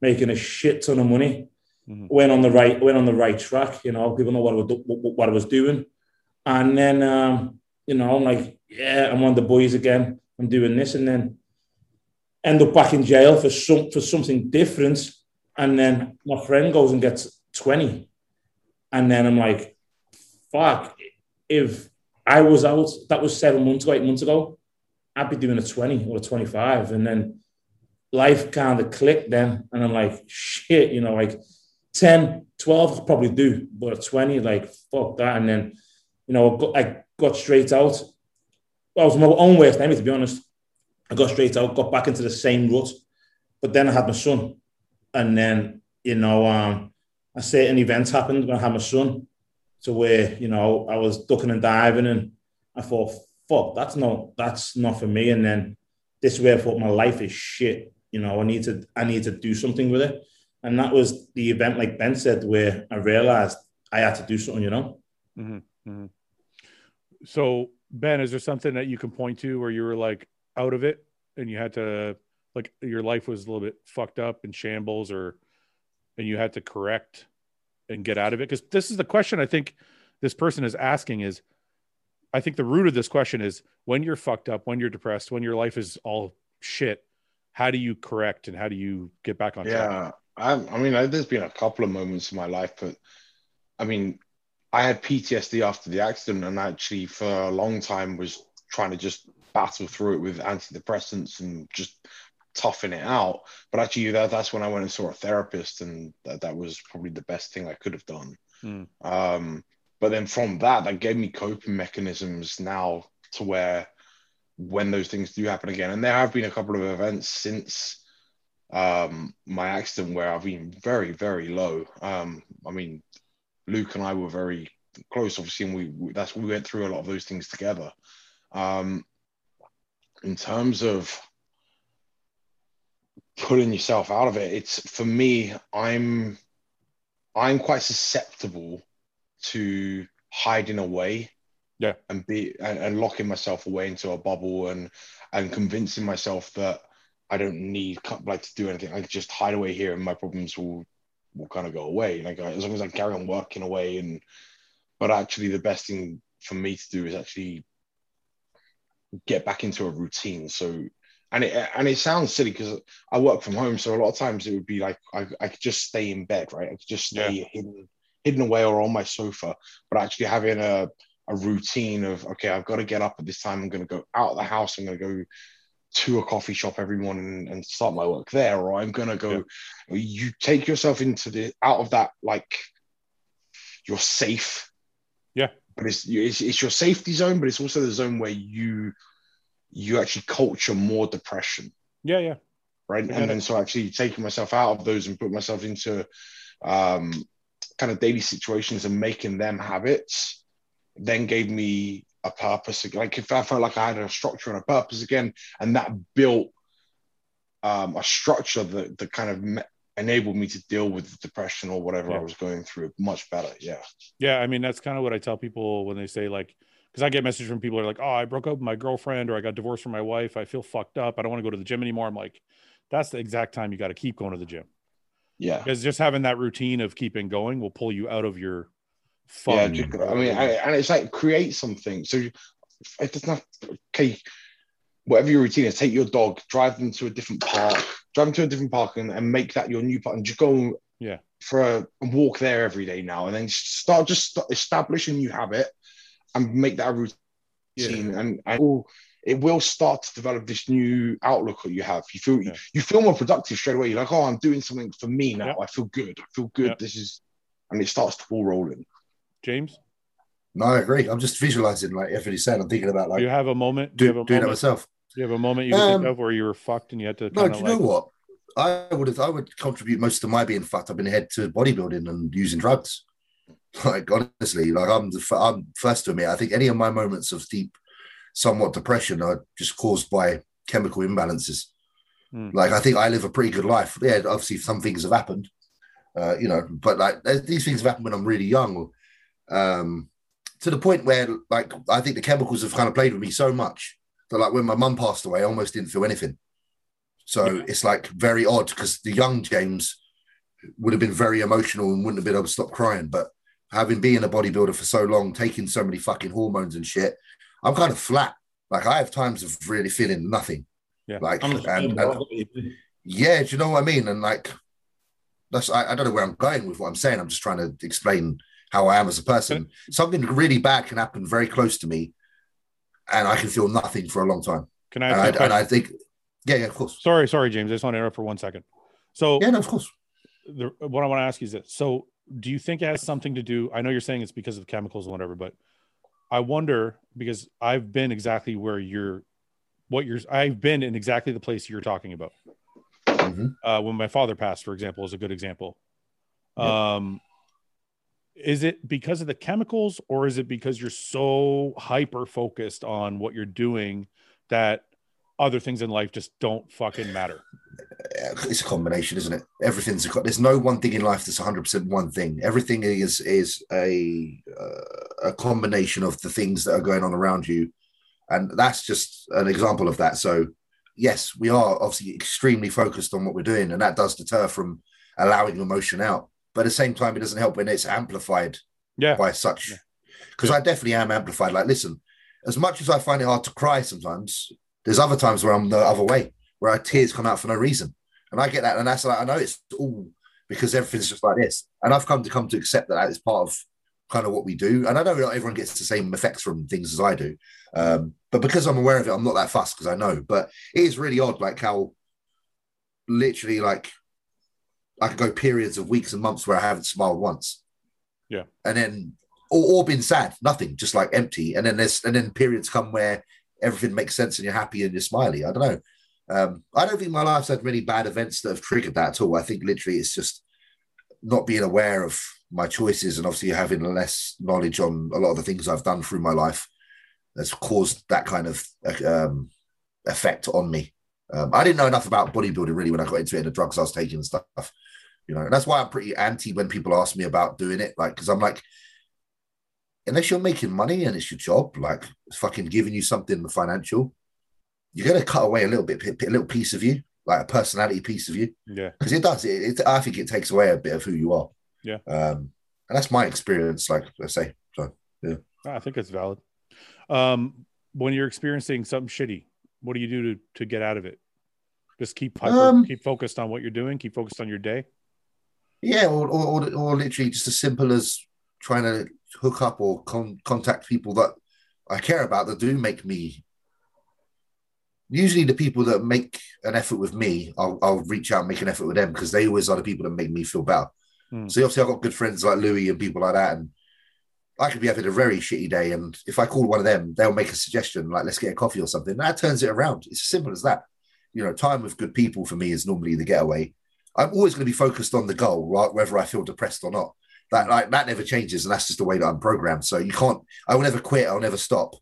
making a shit ton of money. Mhm. Went on the right, went on the right track. You know, people know what I was, do- what, what I was doing, and then um, you know, I'm like, yeah, I'm on the boys again. I'm doing this, and then end up back in jail for some for something different, and then my friend goes and gets twenty, and then I'm like, fuck, if I was out, that was seven months ago, eight months ago, I'd be doing a twenty or a twenty-five, and then life kind of clicked then, and I'm like, shit, you know, like 10, 12 I could probably do, but at 20, like, fuck that, and then, you know, I got, I got straight out. I was my own worst enemy, to be honest. I got straight out, got back into the same rut. But then I had my son. And then, you know, um, a certain event happened when I had my son. So where, you know, I was ducking and diving and I thought, fuck, that's not that's not for me. And then this way I thought my life is shit. You know, I need to I need to do something with it. And that was the event, like Ben said, where I realized I had to do something, you know. Mhm, mhm. So Ben, is there something that you can point to where you were like out of it and you had to like your life was a little bit fucked up in shambles or and you had to correct and get out of it? Because this is the question I think this person is asking is I think the root of this question is when you're fucked up, when you're depressed, when your life is all shit, how do you correct and how do you get back on track? Yeah, I, I mean, I, there's been a couple of moments in my life, but I mean, I had PTSD after the accident, and actually for a long time was trying to just battle through it with antidepressants and just toughen it out. But actually, that, that's when I went and saw a therapist, and that, that was probably the best thing I could have done. Hmm. Um, but then from that, that gave me coping mechanisms now to where when those things do happen again, and there have been a couple of events since um, my accident where I've been very, very low. Um, I mean, Luke and I were very close, obviously, and we- we that's we went through a lot of those things together. Um, in terms of pulling yourself out of it, it's for me, I'm I'm quite susceptible to hiding away. Yeah. And be and, and locking myself away into a bubble and and convincing myself that I don't need can't, like to do anything. I can just hide away here and my problems will will kind of go away. Like I- as long as I carry on working away and but actually the best thing for me to do is actually get back into a routine. So and it and it sounds silly because I work from home, so a lot of times it would be like I, I could just stay in bed, right? I could just stay hidden hidden away or on my sofa, but actually having a a routine of okay, I've got to get up at this time. I'm going to go out of the house. I'm going to go to a coffee shop every morning and start my work there, or I'm going to go. You take yourself into the out of that like you're safe. Yeah. but it's, it's it's your safety zone, but it's also the zone where you you actually culture more depression Yeah, yeah. right? Yeah. And then so actually taking myself out of those and putting myself into um, kind of daily situations and making them habits, then gave me a purpose. Like if I felt like I had a structure and a purpose again, and that built um, a structure that that kind of me- enabled me to deal with the depression or whatever Yeah. I was going through much better. Yeah. Yeah, I mean that's kind of what I tell people when they say like, because I get messages from people who are like, "Oh, I broke up with my girlfriend, or I got divorced from my wife. I feel fucked up. I don't want to go to the gym anymore." I'm like, that's the exact time you got to keep going to the gym Yeah. because just having that routine of keeping going will pull you out of your Yeah, funk. just- I mean, I, and it's like create something. So you- it doesn't have okay. Whatever your routine is, take your dog, drive them to a different park, drive them to a different park, and, and make that your new park, and just go. Yeah. For a walk there every day now, and then start just st- establish a new habit, and make that a routine, and, and it, will, it will start to develop this new outlook that you have. You feel Yeah. you feel more productive straight away. You're like, oh, I'm doing something for me now. I feel good. I feel good. Yeah. This is, and it starts to ball rolling. James, No, I agree. I'm just visualizing like everything you said. I'm thinking about do like you have a moment? Do you do, have a doing that moment? myself. Do you have a moment you can think Um, of where you were fucked and you had to No, kind do of you like, know what? I would have, I would contribute most of my being fucked up in the head to bodybuilding and using drugs. <laughs> Like honestly, like I'm the f- I'm first to admit. I think any of my moments of deep, somewhat depression are just caused by chemical imbalances. Hmm. Like I think I live a pretty good life. Yeah, obviously some things have happened, uh, you know, but like th- these things have happened when I'm really young, um, to the point where like I think the chemicals have kind of played with me so much that like when my mum passed away, I almost didn't feel anything. So it's like very odd because the young James would have been very emotional and wouldn't have been able to stop crying. But having been a bodybuilder for so long, taking so many fucking hormones and shit, I'm kind of flat. Like I have times of really feeling nothing. Yeah. Like, I'm and, and- yeah, do you know what I mean? And like, that's I, I don't know where I'm going with what I'm saying. I'm just trying to explain how I am as a person. Something really bad can happen very close to me, and I can feel nothing for a long time. Can I And ask I, you a question? and I think, yeah, yeah, of course. sorry, sorry, James. I just want to interrupt for one second. So Yeah, no, of course. the, what I want to ask you is this. So, do you think it has something to do? I know you're saying it's because of the chemicals and whatever, but I wonder because I've been exactly where you're, what you're, I've been in exactly the place you're talking about. Mhm. Uh, when my father passed, for example, is a good example. Um, is it because of the chemicals or is it because you're so hyper focused on what you're doing that other things in life just don't fucking matter? it's a combination, isn't it? Everything's a co- there's no one thing in life that's 100 percent one thing. Everything is is a uh, a combination of the things that are going on around you, and that's just an example of that. So, yes, we are obviously extremely focused on what we're doing, and that does deter from allowing emotion out. But at the same time, it doesn't help when it's amplified Yeah. by such Yeah. because I definitely am amplified. Like, listen, as much as I find it hard to cry sometimes, there's other times where I'm the other way, where our tears come out for no reason. And I get that, and that's like I know it's all because everything's just like this. And I've come to come to accept that that is part of kind of what we do. And I know not everyone gets the same effects from things as I do. Um, but because I'm aware of it, I'm not that fussed because I know. But it is really odd, like how literally like I could go periods of weeks and months where I haven't smiled once. Yeah. And then or, or been sad, nothing, just like empty. And then there's and then periods come where everything makes sense and you're happy and you're smiley. I don't know. Um, I don't think my life's had many bad events that have triggered that at all. I think literally it's just not being aware of my choices and obviously having less knowledge on a lot of the things I've done through my life that's caused that kind of um, effect on me. Um, I didn't know enough about bodybuilding really when I got into it and the drugs I was taking and stuff. You know, and that's why I'm pretty anti when people ask me about doing it. Like, because I'm like, unless you're making money and it's your job, like it's fucking giving you something financial, you're gonna cut away a little bit, a little piece of you, like a personality piece of you, Yeah. because it does. It, it, I think it takes away a bit of who you are. Yeah. Um, and that's my experience. Like I say, so I think it's valid. Um, when you're experiencing something shitty, what do you do to, to get out of it? Just keep hyper, Um, keep focused on what you're doing. Keep focused on your day. yeah, or or, or, or literally just as simple as trying to hook up or con- contact people that I care about that do make me. Usually, the people that make an effort with me, I'll, I'll reach out and make an effort with them because they always are the people that make me feel better. Hmm. So, obviously, I've got good friends like Louis and people like that. And I could be having a very shitty day. And if I call one of them, they'll make a suggestion like, let's get a coffee or something. That turns it around. It's as simple as that. You know, time with good people for me is normally the getaway. I'm always going to be focused on the goal, right? Whether I feel depressed or not. That like that never changes, and that's just the way that I'm programmed. So you can't. I will never quit. I'll never stop.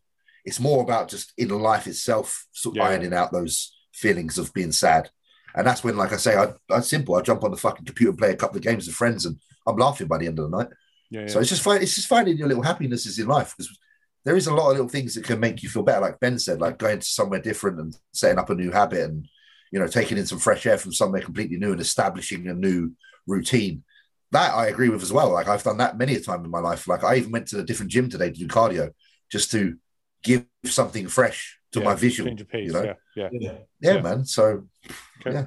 It's more about just in life itself, sort of Yeah. ironing out those feelings of being sad, and that's when, like I say, I, I simple. I jump on the fucking computer and play a couple of games with friends, and I'm laughing by the end of the night. Yeah. yeah. So it's just find, it's just finding your little happinesses in life because there is a lot of little things that can make you feel better. Like Ben said, like going to somewhere different and setting up a new habit and you know taking in some fresh air from somewhere completely new and establishing a new routine. That I agree with as well. Like I've done that many a time in my life. Like I even went to a different gym today to do cardio just to give something fresh to Yeah, my visual. change of pace. you know? Yeah. Yeah. Yeah, Yeah. man. So Okay. yeah.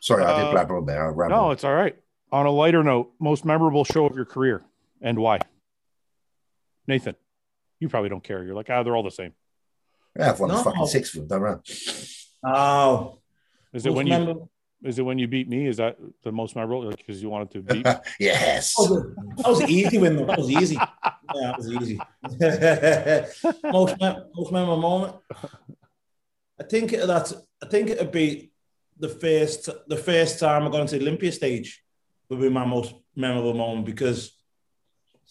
Sorry, I Uh, did blabber on there. I rambled. No, it's all right. On a lighter note, most memorable show of your career and why? Nathan, you probably don't care. You're like, ah, they're all the same. yeah, I've won No. fucking six of them. Don't run. Oh, Is it when you is it when you beat me? Is that the most memorable? Because you wanted to <laughs> beat. yes. Oh, That was easy win. though. That was easy. Yeah, that was easy. <laughs> most mem- most memorable moment. I think that I think it'd be the first the first time I got into the Olympia stage would be my most memorable moment because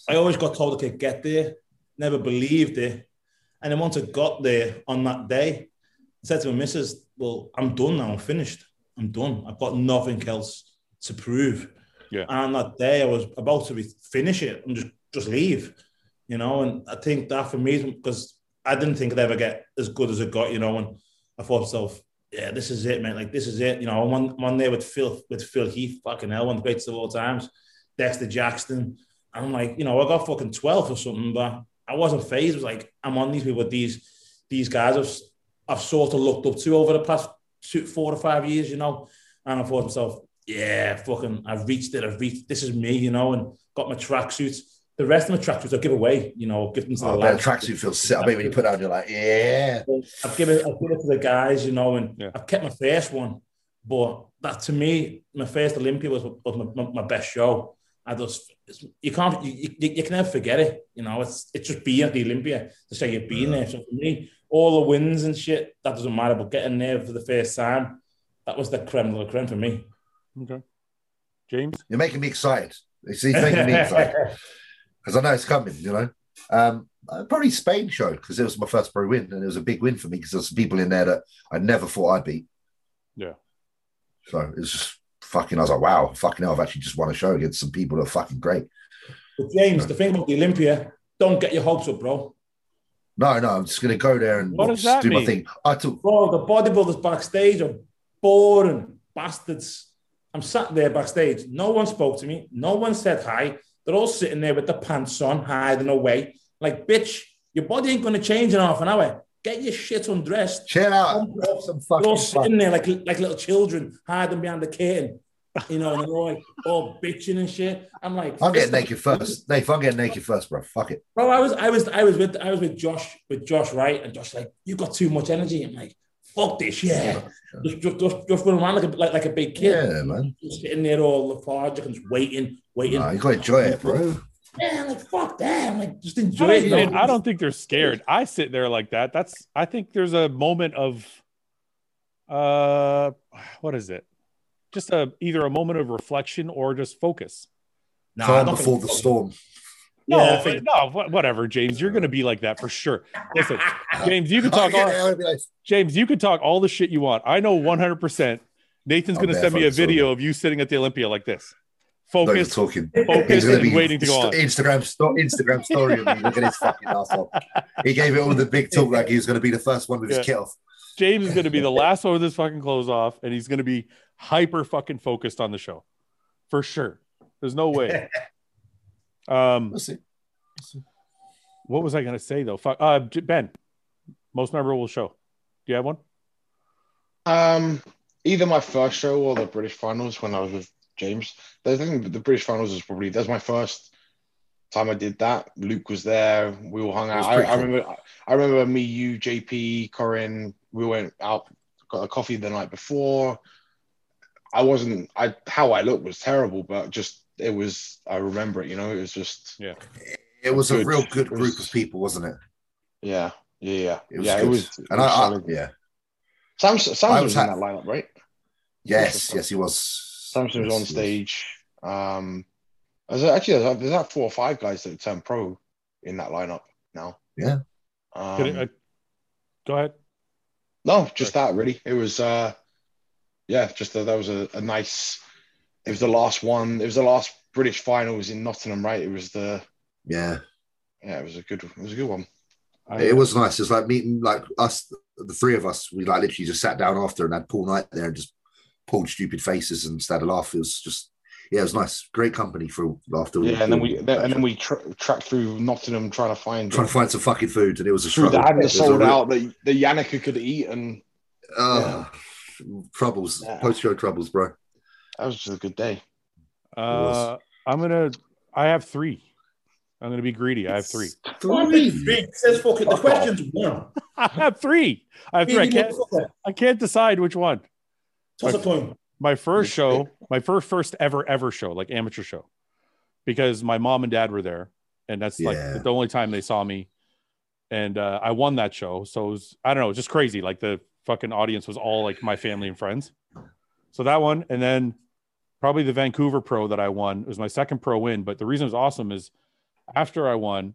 I always got told I could get there, never believed it, and then once I got there on that day, I said to my missus, "Well, I'm done now. I'm finished. I'm done. I've got nothing else to prove." Yeah. And on that day, I was about to be, finish it and just just leave, you know. And I think that for me, because I didn't think I'd ever get as good as I got, you know. And I thought to myself, "Yeah, this is it, man. Like this is it." You know, I'm on, I'm on there with Phil with Phil Heath, fucking hell, one of the greatest of all times, Dexter Jackson. And I'm like, you know, I got fucking 12 or something, but I wasn't phased. It was like, I'm on these people, these these guys have I've sort of looked up to over the past two, four or five years, you know. And I thought to myself, yeah, fucking, I've reached it. I've reached. This is me, you know, and got my tracksuits. The rest of my tracksuits I give away, you know, give them to the Oh, that lads. tracksuit feels sick. I bet when you put it on, you're like, yeah. I've given it, I've given it to the guys, you know, and Yeah. I've kept my first one. But that to me, my first Olympia was, was my, my, my best show. I just it's, you can't you, you, you can never forget it. You know, it's it's just being at the Olympia to say you've been there. So for me, all the wins and shit that doesn't matter. But getting there for the first time, that was the creme de la creme for me. Okay. James? You're making me excited. It's, it's making <laughs> me excited because I know it's coming, you know. Um, uh, probably Spain show because it was my first pro win and it was a big win for me because there's some people in there that I never thought I'd beat. Yeah. So it was just fucking, I was like, wow, fucking hell, I've actually just won a show against some people that are fucking great. But James, the thing about the Olympia, don't get your hopes up, bro. No, no, I'm just going to go there and What does that do my mean? thing. I took, Bro, the bodybuilders backstage are boring bastards. I'm sat there backstage. No one spoke to me. No one said hi. They're all sitting there with their pants on, hiding away. Like, bitch, your body ain't gonna change in half an hour. Get your shit undressed. chill out. Don't- Have some They're all fucking fun. sitting there like like little children, hiding behind the curtain. You know, and they're all like all bitching and shit. I'm like, I'm "Listen, getting naked first. Nathan, I'm getting naked first, bro. Fuck it. Bro, I was, I was, I was with, I was with Josh, with Josh Wright, and Josh like, you got too much energy. I'm like, fuck this, yeah. Just, just, just, just run around like a, like, like a big kid, Yeah, man. just sitting there all lethargic and just waiting, waiting. Nah, you got to enjoy it, bro. Yeah, I'm like fuck that. I'm like, just I enjoy don't, it. you know? think- I don't think they're scared. I sit there like that. That's I think there's a moment of uh what is it? Just a either a moment of reflection or just focus. Nah, I Calm don't before think- the storm. No, Yeah, I think- no, wha- whatever, James. You're gonna be like that for sure. Listen, James, you can I'll talk get all there, I'll be like, James, you can talk all the shit you want. I know 100 percent Nathan's I'm gonna there send me for a the tour. video of you sitting at the Olympia like this. not even Focus, talking. focus, He's going to and be waiting to go on. Instagram, sto- Instagram story of me. Look at his fucking asshole. He gave it all the big talk like he was going to be the first one with Yeah. his kit off. James is going to be the last one with his fucking clothes off, and he's going to be hyper fucking focused on the show, for sure. There's no way. <laughs> Um, We'll see. what was I going to say though? Fuck, uh, J- Ben, most memorable show. Do you have one? Um, either my first show or the British finals when I was with James. The thing, the British finals was probably that's my first time I did that. Luke was there. We all hung was out. I, pretty I cool. remember. I remember me, you, JP, Corin. We went out, got a coffee the night before. I wasn't. I how I looked was terrible, but just it was. I remember it. You know, it was just. It was a Good. real good It was- group of people, wasn't it? Yeah, yeah, yeah. It was yeah, good. it was. it and I, was I, solid. yeah, Sam's I Sam's was was ha- in that lineup, right? yes, yes, he was. Samson was Yes, on he stage. Um, there's actually there's, there's that four or five guys that turned pro in that lineup now. Yeah. Um, Could it- uh, go ahead. no, just that really. It was uh, yeah, just that that was a, a nice. It was the last one. It was the last British finals in Nottingham, right? It was the Yeah, yeah, it was a good it was a good one. I- it was nice. It's like meeting like us, the three of us. We like literally just sat down after and had Paul Knight there and just pulled stupid faces and started laugh. It was just yeah, it was nice. Great company for after. Yeah, and then we then, and then we tra- tracked through Nottingham trying to find trying to find some fucking food and it was a food struggle. that It hadn't was a sold real- out that that Yannicka could eat, and Uh, Troubles, Yeah. post show troubles, bro. that was just a good day. Uh, I'm gonna. I have three. I'm gonna be greedy. I have <laughs> three. <laughs> Fucking Three. big. Says fucking the Fuck question's one. I have three. I have three. I Really, can't. motherfucker. I can't decide which one. Toss a coin. my first show, my first first ever ever show, like amateur show, because my mom and dad were there, and that's Yeah. like the only time they saw me. And uh, I won that show, so it was I don't know, it's just crazy. Like the fucking audience was all like my family and friends. So that one, and then probably the Vancouver Pro that I won it was my second pro win. But the reason it was awesome is after I won,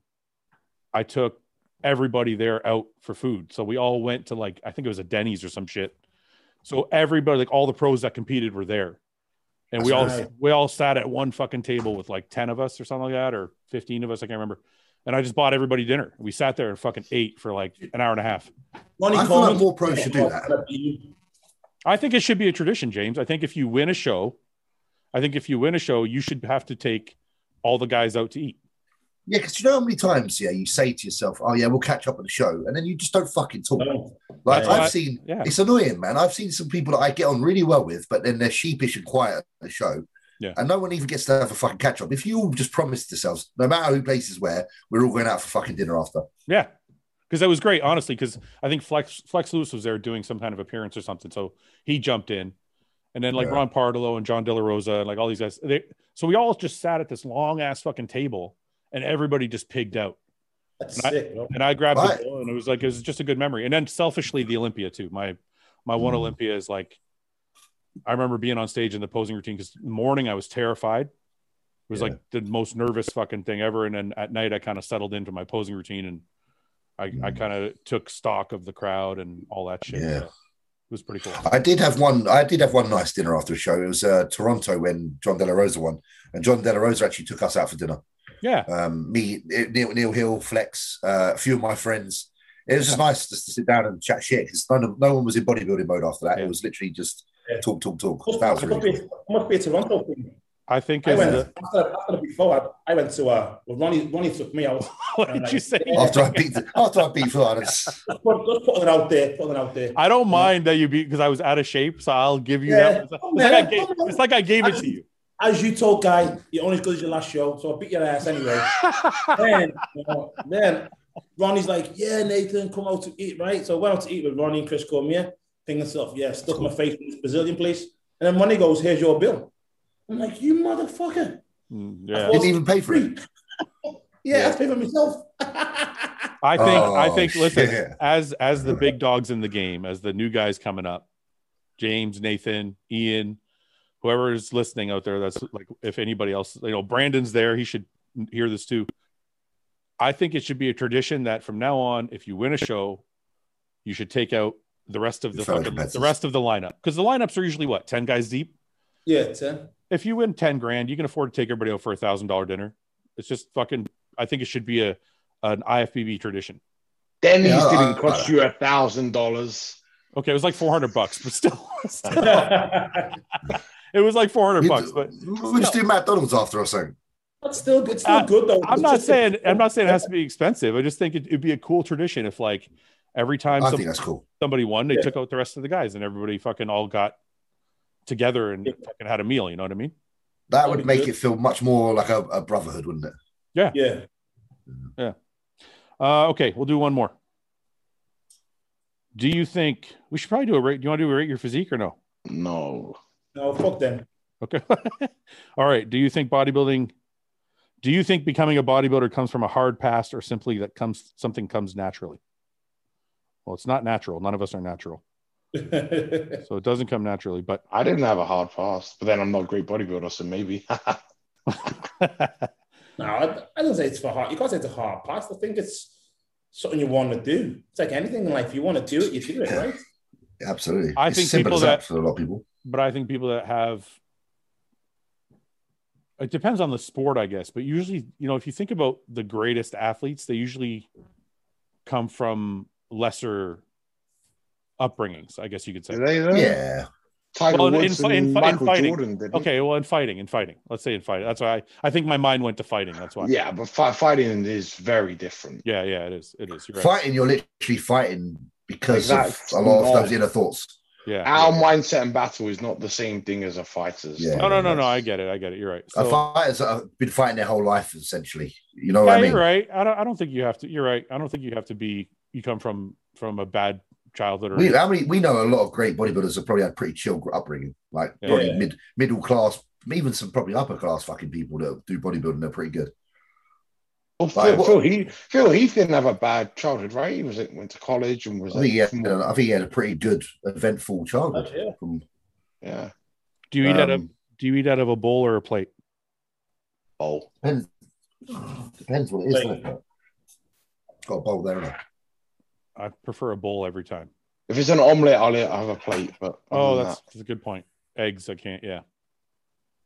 I took everybody there out for food. So we all went to like I think it was a Denny's or some shit. So everybody, like all the pros that competed, were there, and we all That's we all sat at one fucking table with like ten of us or something like that, or fifteen of us, I can't remember. And I just bought everybody dinner. We sat there and fucking ate for like an hour and a half. Ronnie I feel Coleman. like more pros should do that. I think it should be a tradition, James. I think if you win a show, I think if you win a show, you should have to take all the guys out to eat. Yeah, because you know how many times, yeah, you say to yourself, "Oh yeah, we'll catch up at the show," and then you just don't fucking talk. No. like That's why- I've seen, yeah. it's annoying, man. I've seen some people that I get on really well with, but then they're sheepish and quiet at the show, Yeah. and no one even gets to have a fucking catch up. If you all just promised yourselves, no matter who places where, we're all going out for fucking dinner after. Yeah. Because that was great, honestly. Because I think Flex Flex Lewis was there doing some kind of appearance or something, so he jumped in, and then like Yeah. Ron Pardolo and John De La Rosa and like all these guys. They, so we all just sat at this long ass fucking table, and everybody just pigged out. That's I- sick. bro. And I grabbed Right. the ball, and it was like it was just a good memory. And then selfishly, the Olympia too. My my Mm. one Olympia is like, I remember being on stage in the posing routine because morning I was terrified. It was like the most nervous fucking thing ever. And then at night I kind of settled into my posing routine and I, I kind of took stock of the crowd and all that shit. Mm. Yeah. So it was pretty cool. I did have one. I did have one nice dinner after a show. It was uh, Toronto when John De La Rosa won, and John De La Rosa actually took us out for dinner. Yeah. Um, me, Neil, Neil Hill, Flex, uh, a few of my friends. It was just nice just to sit down and chat shit because none of, no one was in bodybuilding mode after that. Yeah. It was literally just Yeah. talk, talk, talk. Must, That was must really be, cool. must be a Toronto thing. I think I it's went the, after, after the before. I, I went to uh, well, Ronnie. Ronnie took me out. <laughs> what did you say? After I beat, after I beat Flanders, Just, put, just putting it out there. Putting it out there. I don't mind that you beat because I was out of shape, so I'll give you Yeah. that. It's like, I gave, it's like I <laughs> gave it to you. As you told Guy, you're only as good as your last show, so I beat your ass anyway. <laughs> then, you know, then Ronnie's like, yeah, Nathan, come out to eat, right? So I went out to eat with Ronnie and Chris Cormier, thinking to myself, yeah, stuck my face in this Brazilian place. And then Ronnie goes, here's your bill. I'm like, you motherfucker. Mm, yeah. didn't even pay for it. Free. <laughs> yeah, I paid <laughs> for myself. yeah, I think I Oh, think listen shit. as as the big dogs in the game, as the new guys coming up, James, Nathan, Ian, whoever is listening out there, that's like if anybody else, you know, Brandon's there, he should hear this too. I think it should be a tradition that from now on, if you win a show, you should take out the rest of the The fellow fucking, the competitors. rest of the lineup because the lineups are usually what ten guys deep ten. if you win 10 grand, you can afford to take everybody out for a thousand dollar dinner. It's just fucking, I think it should be a, an IFBB tradition. Denny's Yeah, I- didn't cost you a thousand dollars. Okay. It was like 400 bucks, but still, <laughs> <laughs> still, That's it was like 400 We- bucks, but we just do McDonald's after or something. still good. It's still Uh, good though. I'm It's not just- saying, I'm not saying it has to be expensive. I just think it, it'd be a cool tradition if like every time I some- think that's cool. somebody won, they Yeah. took out the rest of the guys and everybody fucking all got together and Yeah. fucking had a meal. You know what I mean? That that'd would be make good. it feel much more like a, a brotherhood, wouldn't it? Yeah. Uh, okay, we'll do one more. Do you think we should probably do a rate? Do you want to do a rate your physique or no? No. No, fuck them. <laughs> Okay. <laughs> All right. Do you think bodybuilding? Do you think becoming a bodybuilder comes from a hard past, or simply that comes something comes naturally? Well, it's not natural. None of us are natural, so it doesn't come naturally. But <laughs> I didn't have a hard pass, but then I'm not a great bodybuilder, so maybe. <laughs> No, I, I don't say it's for hard. You can't say it's a hard pass. I think it's something you want to do. It's like anything in life. You want to do it, you do it, Yeah. right? Absolutely. I It's think simple people as that, that- for a lot of people. but I think people that have it depends on the sport, I guess. But usually, you know, if you think about the greatest athletes, they usually come from lesser upbringings, I guess you could say. Did they though? Yeah. Tiger Well, in- Woods in- and in Michael fighting. Jordan did. Okay, well, in fighting, in fighting, let's say in fighting. That's why I, I think my mind went to fighting. That's why. Yeah, but fi- fighting is very different. yeah, yeah, it is, it is. You're right. Fighting, you're literally fighting because Exactly. of a lot of those No. inner thoughts. Yeah. Our mindset in battle is not the same thing as a fighter's. Yeah. No, no, no, no. I get it. I get it. You're right. a So, fighter's uh, been fighting their whole life, essentially. You know yeah, what I mean? you're right. I don't. I don't think you have to. You're right. I don't think you have to be. You come from from a bad childhood or We, how many, we know a lot of great bodybuilders have probably had pretty chill upbringing, like Yeah. probably mid, middle class, even some probably upper class fucking people that do bodybuilding. They're pretty good. Well, Like, Phil, what- Phil, Heath, Phil Heath didn't have a bad childhood, right? He was went to college and was I like, think he had, I think he had a pretty good, eventful childhood. Yeah. From, yeah. Do you eat out of um, Do you eat out of a bowl or a plate? Oh, depends, <sighs> depends what it is. Like- doesn't it? Got a bowl there. Isn't it? I prefer a bowl every time. if it's an omelette, I'll, I'll have a plate. But Oh, other than that's, that's a good point. Eggs, I can't. Yeah.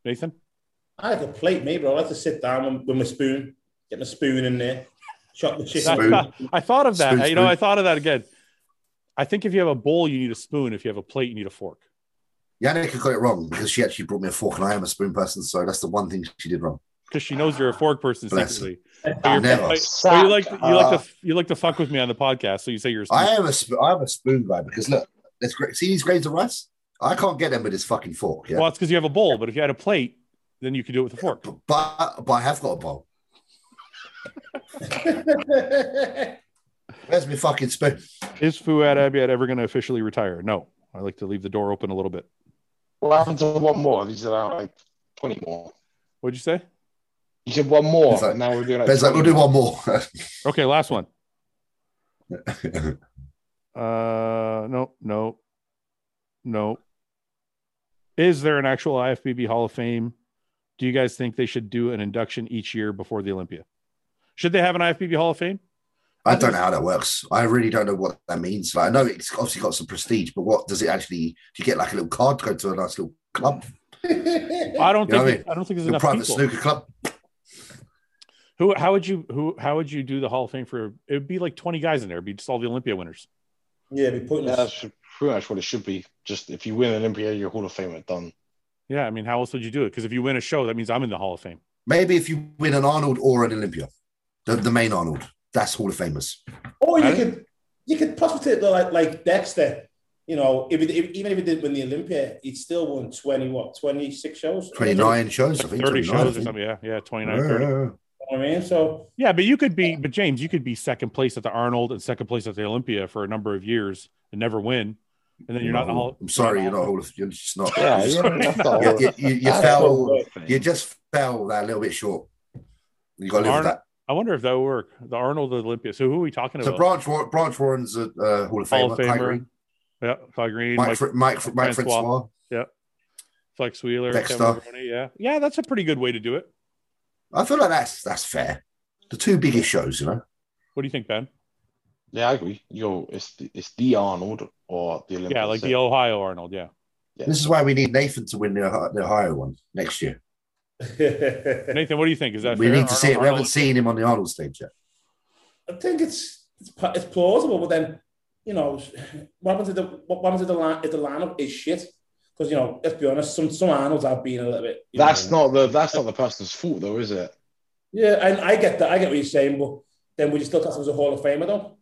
Nathan. I like a plate, maybe. I like to sit down with, with my spoon, get my spoon in there, chop the shit. I <laughs> Spoon. thought, I thought of that. Spoon, you know, spoon. I thought of that again. I think if you have a bowl, you need a spoon. If you have a plate, you need a fork. Yannicka got it wrong because she actually brought me a fork and I am a spoon person, so that's the one thing she did wrong. because she knows you're a fork person Bless secretly. So I you're- never. like- so you like you like to you like to fuck with me on the podcast, so you say you're. a Uh. I snoop. am a sp- I am a spoon guy because look, there's gra- see these grains of rice. I can't get them with this fucking fork. Yeah, Well, it's because you have a bowl, but if you had a plate, then you could do it with a fork. B- but but I have got a bowl. Where's my fucking spoon? Is Fuad Abiad ever going to officially retire? No, I like to leave the door open a little bit. What happened to one more? These are now like 20 more. What'd you say? You said one more. It's like- and now we're doing like Ben's like, we'll 20. do one more. <laughs> Okay, last one. Uh, no, no, no. Is there an actual IFBB Hall of Fame? Do you guys think they should do an induction each year before the Olympia? Should they have an IFBB Hall of Fame? I don't know how that works. I really don't know what that means. Like, I know it's obviously got some prestige, but what does it actually? Do you get like a little card to go to a nice little club, I don't You know think. what I I don't think there's a enough private people. snooker club? Who? How would you? Who? How would you do the Hall of Fame for? It would be like 20 guys in there. It'd be just all the Olympia winners. Yeah, be putting Yeah, us. that's pretty much what it should be. Just if you win an Olympia, you're Hall of Famer. Done. Yeah, I mean, how else would you do it? Because if you win a show, that means I'm in the Hall of Fame. Maybe if you win an Arnold or an Olympia, the, the main Arnold, that's Hall of Famers. Or I you don't- could you could possibly like like Dexter. You know, if, it, if even if he did win the Olympia, he still won twenty what twenty six shows, 29 shows, I Like 30 think. 29, shows I or think. something. Yeah, yeah, 29, Yeah, 30. yeah, yeah. You know what I <laughs> mean, so Yeah, but you could be, but James, you could be second place at the Arnold and second place at the Olympia for a number of years and never win. And then you're not in the Hall. I'm sorry, you're not all of you're just not. Yeah, you, you're, <laughs> that's the you, whole- you, you, you that's the fell, whole thing. you just fell that little bit short. You got to live with Arnold- that. I wonder if that would work. The Arnold Olympia. So who are we talking So about? Branch Wa- Branch Warren's a uh, Hall of Hall of Famer. Famer. Kai Green, Yeah, Todd Green, Mike, Mike Fr- Mike, Fr- Mike Francois. Francois. Flex Wheeler, Dexter. Kevin Maroney, Yeah, yeah, that's a pretty good way to do it. I feel like that's that's fair. The two biggest shows, you know. What do you think, Ben? Yeah, I agree. Yo, it's the, it's the Arnold or the Olympics. Yeah, like the Ohio Arnold. Yeah, This is why we need Nathan to win the, Ohi- the Ohio one next year. I Nathan, what do you think? Is that we fair? need to see it. Arnold- We haven't Arnold- seen him on the Arnold stage yet. think it's it's, pla- it's plausible, but then you know what happens if the what happens if the line if the lineup is shit? Because you know, let's be honest, some some Arnold's have been a little bit. you That's know. not the that's not the person's fault though, is it? Yeah, and I get that. I get what you're saying, but then would you still class him as a Hall of Famer though?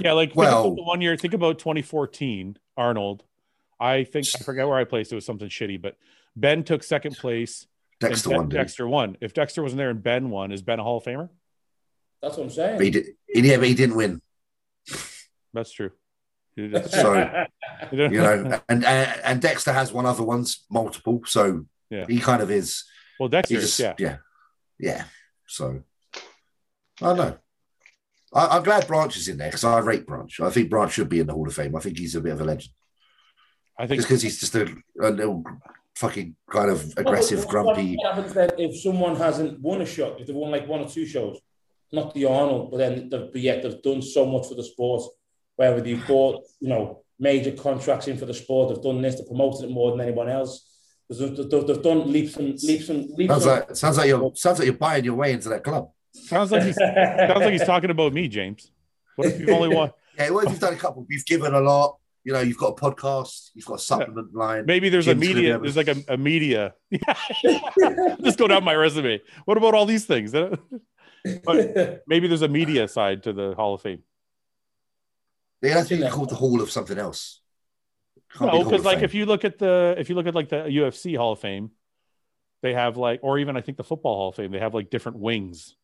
Yeah, like well, Well- the one year. Think about 2014 Arnold. I think I forget where I placed. It was something shitty, but Ben took second place. and Dexter Ben- one did. Dexter won. If Dexter wasn't there and Ben won, is Ben a Hall of Famer? That's what I'm But he saying. did. Yeah, but he didn't win. That's true. You did- Sorry. <laughs> you did- you know, <laughs> and, and and Dexter has one other ones, multiple. So Yeah. he kind of is. well, He Dexter, just, yeah. yeah, yeah, So I don't know. I, I'm glad Branch is in there because I rate Branch. I think Branch should be in the Hall of Fame. I think he's a bit of a legend I think just because he's just a, a little fucking kind of aggressive, Well, what- grumpy. What happens then if someone hasn't won a show? If they've won like one or two shows, not the Arnold, but then they've, but yet they've done so much for the sport. Whether they've bought, you know, major contracts in for the sport, they've done this, they've promoted it more than anyone else. They've, they've- they've done leaps and leaps and leaps. Sounds <laughs> and- like sounds like you're sounds like you're buying your way into that club. sounds like he's sounds like he's talking about me, James. What if you've only won? Yeah, well, if you've done a couple, you've given a lot. You know, you've got a podcast, you've got a supplement line. Maybe there's a James could media. have- There's like a, a media. <laughs> Just go down my resume. What about all these things? <laughs> Maybe there's a media side to the Hall of Fame. They have to be called the Hall of something else. Can't be No, Hall because of like Fame. if you look at the if you look at like the UFC Hall of Fame, they have like, or even I think the Football Hall of Fame, they have like different wings.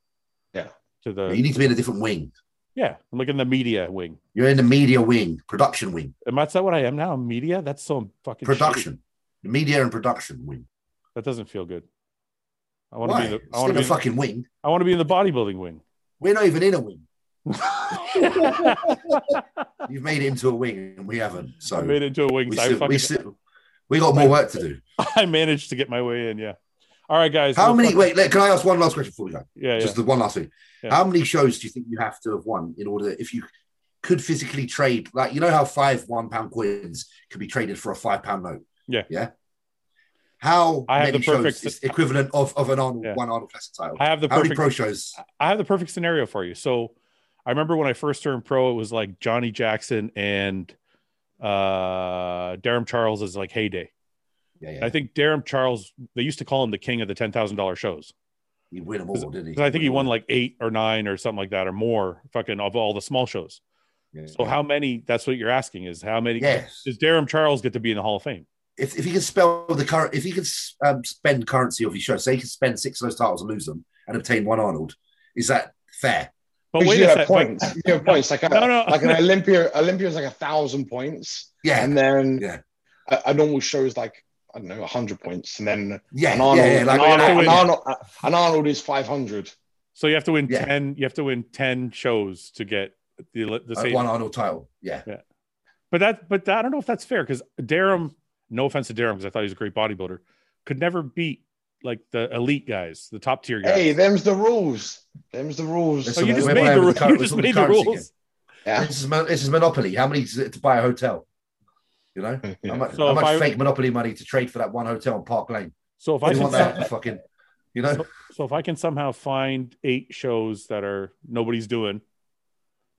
Yeah. To You the need to be in a different wing. yeah, I'm like in the media wing. You're in the media wing, production wing, Am that's not what I am now? Media? That's so fucking shitty. production, the media and production wing. That doesn't feel good. I want to Why? be. in The, I Still want to a be. in- fucking wing. I want to be in the bodybuilding <laughs> wing. We're not even in a wing. You've made it into a wing, and we haven't. I So made it into a wing. we, so I, still, we, fucking, still, we got more work to do. <laughs> I managed to get my way in. Yeah. All right, guys. How we'll many? fucking- Wait, let- can I ask one last question before we go? Yeah, yeah. Just the one last thing. Yeah. How many shows do you think you have to have won in order if you could physically trade? Like you know how five one pound coins could be traded for a five pound note. Yeah. yeah. How I have many the perfect- shows is equivalent of, of an Arnold Yeah. one Arnold Classic title? I have the How many perfect. pro shows? I have the perfect scenario for you. So I remember when I first turned pro, it was like Johnny Jackson and uh Darren Charles is like heyday. Yeah, And I yeah. think Darren Charles, they used to call him the king of the ten thousand dollar shows. He win them all, didn't Oh, he? 'Cause I think he won like eight or nine or something like that or more fucking of all the small shows. Yeah. So how many that's what you're asking is how many Yes. does Darren Charles get to be in the Hall of Fame? If, if he could spell the current, if he could um, spend currency off his show, say he could spend six of those titles and lose them and obtain one Arnold, is that fair? But wait you a have sec. but- points. You have points. Like a, No, no. like an Olympia. Olympia's like a thousand points, Yeah. and then Yeah. a, a normal show is like I don't know, hundred points, and then yeah, an Arnold, yeah, yeah, like- an, Arnold, yeah. an, Arnold, an Arnold is five hundred. So you have to win Yeah. ten. You have to win ten shows to get the the uh, same. one Arnold title. Yeah. But that, but that, I don't know if that's fair because Durham. No offense to Durham, because I thought he was a great bodybuilder, could never beat like the elite guys, the top tier guys. Hey, them's the rules. Them's the rules. so so you they just went made by the with ru- the cur- you with just all the made the currency rules. Yeah. This is mon- this is Monopoly. How many is it to buy a hotel? You <laughs> know, how much, So how if much I- fake Monopoly money to trade for that one hotel on Park Lane? So if I I can, want that some- fucking, you know, so if I can somehow find eight shows that are nobody's doing,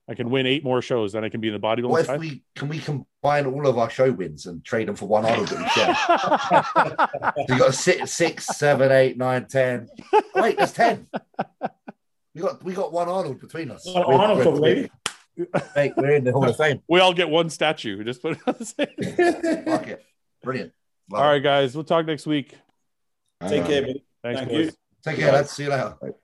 I can win eight more shows. Then I can be in the what bodybuilding. if side. we can we combine all of our show wins and trade them for one Arnold that we share? So you got six, six, seven, eight, nine, ten. Oh, wait, that's ten. We got we got one Arnold between us. Well, Arnold could win. mate, we're in the Hall of Fame. <laughs> we all get one statue. Just put it on the same. Fuck it. Brilliant. Love All it. right, guys, we'll talk next week. Take care, buddy. Thanks, Thank boys. you. Take care, lads. See you later.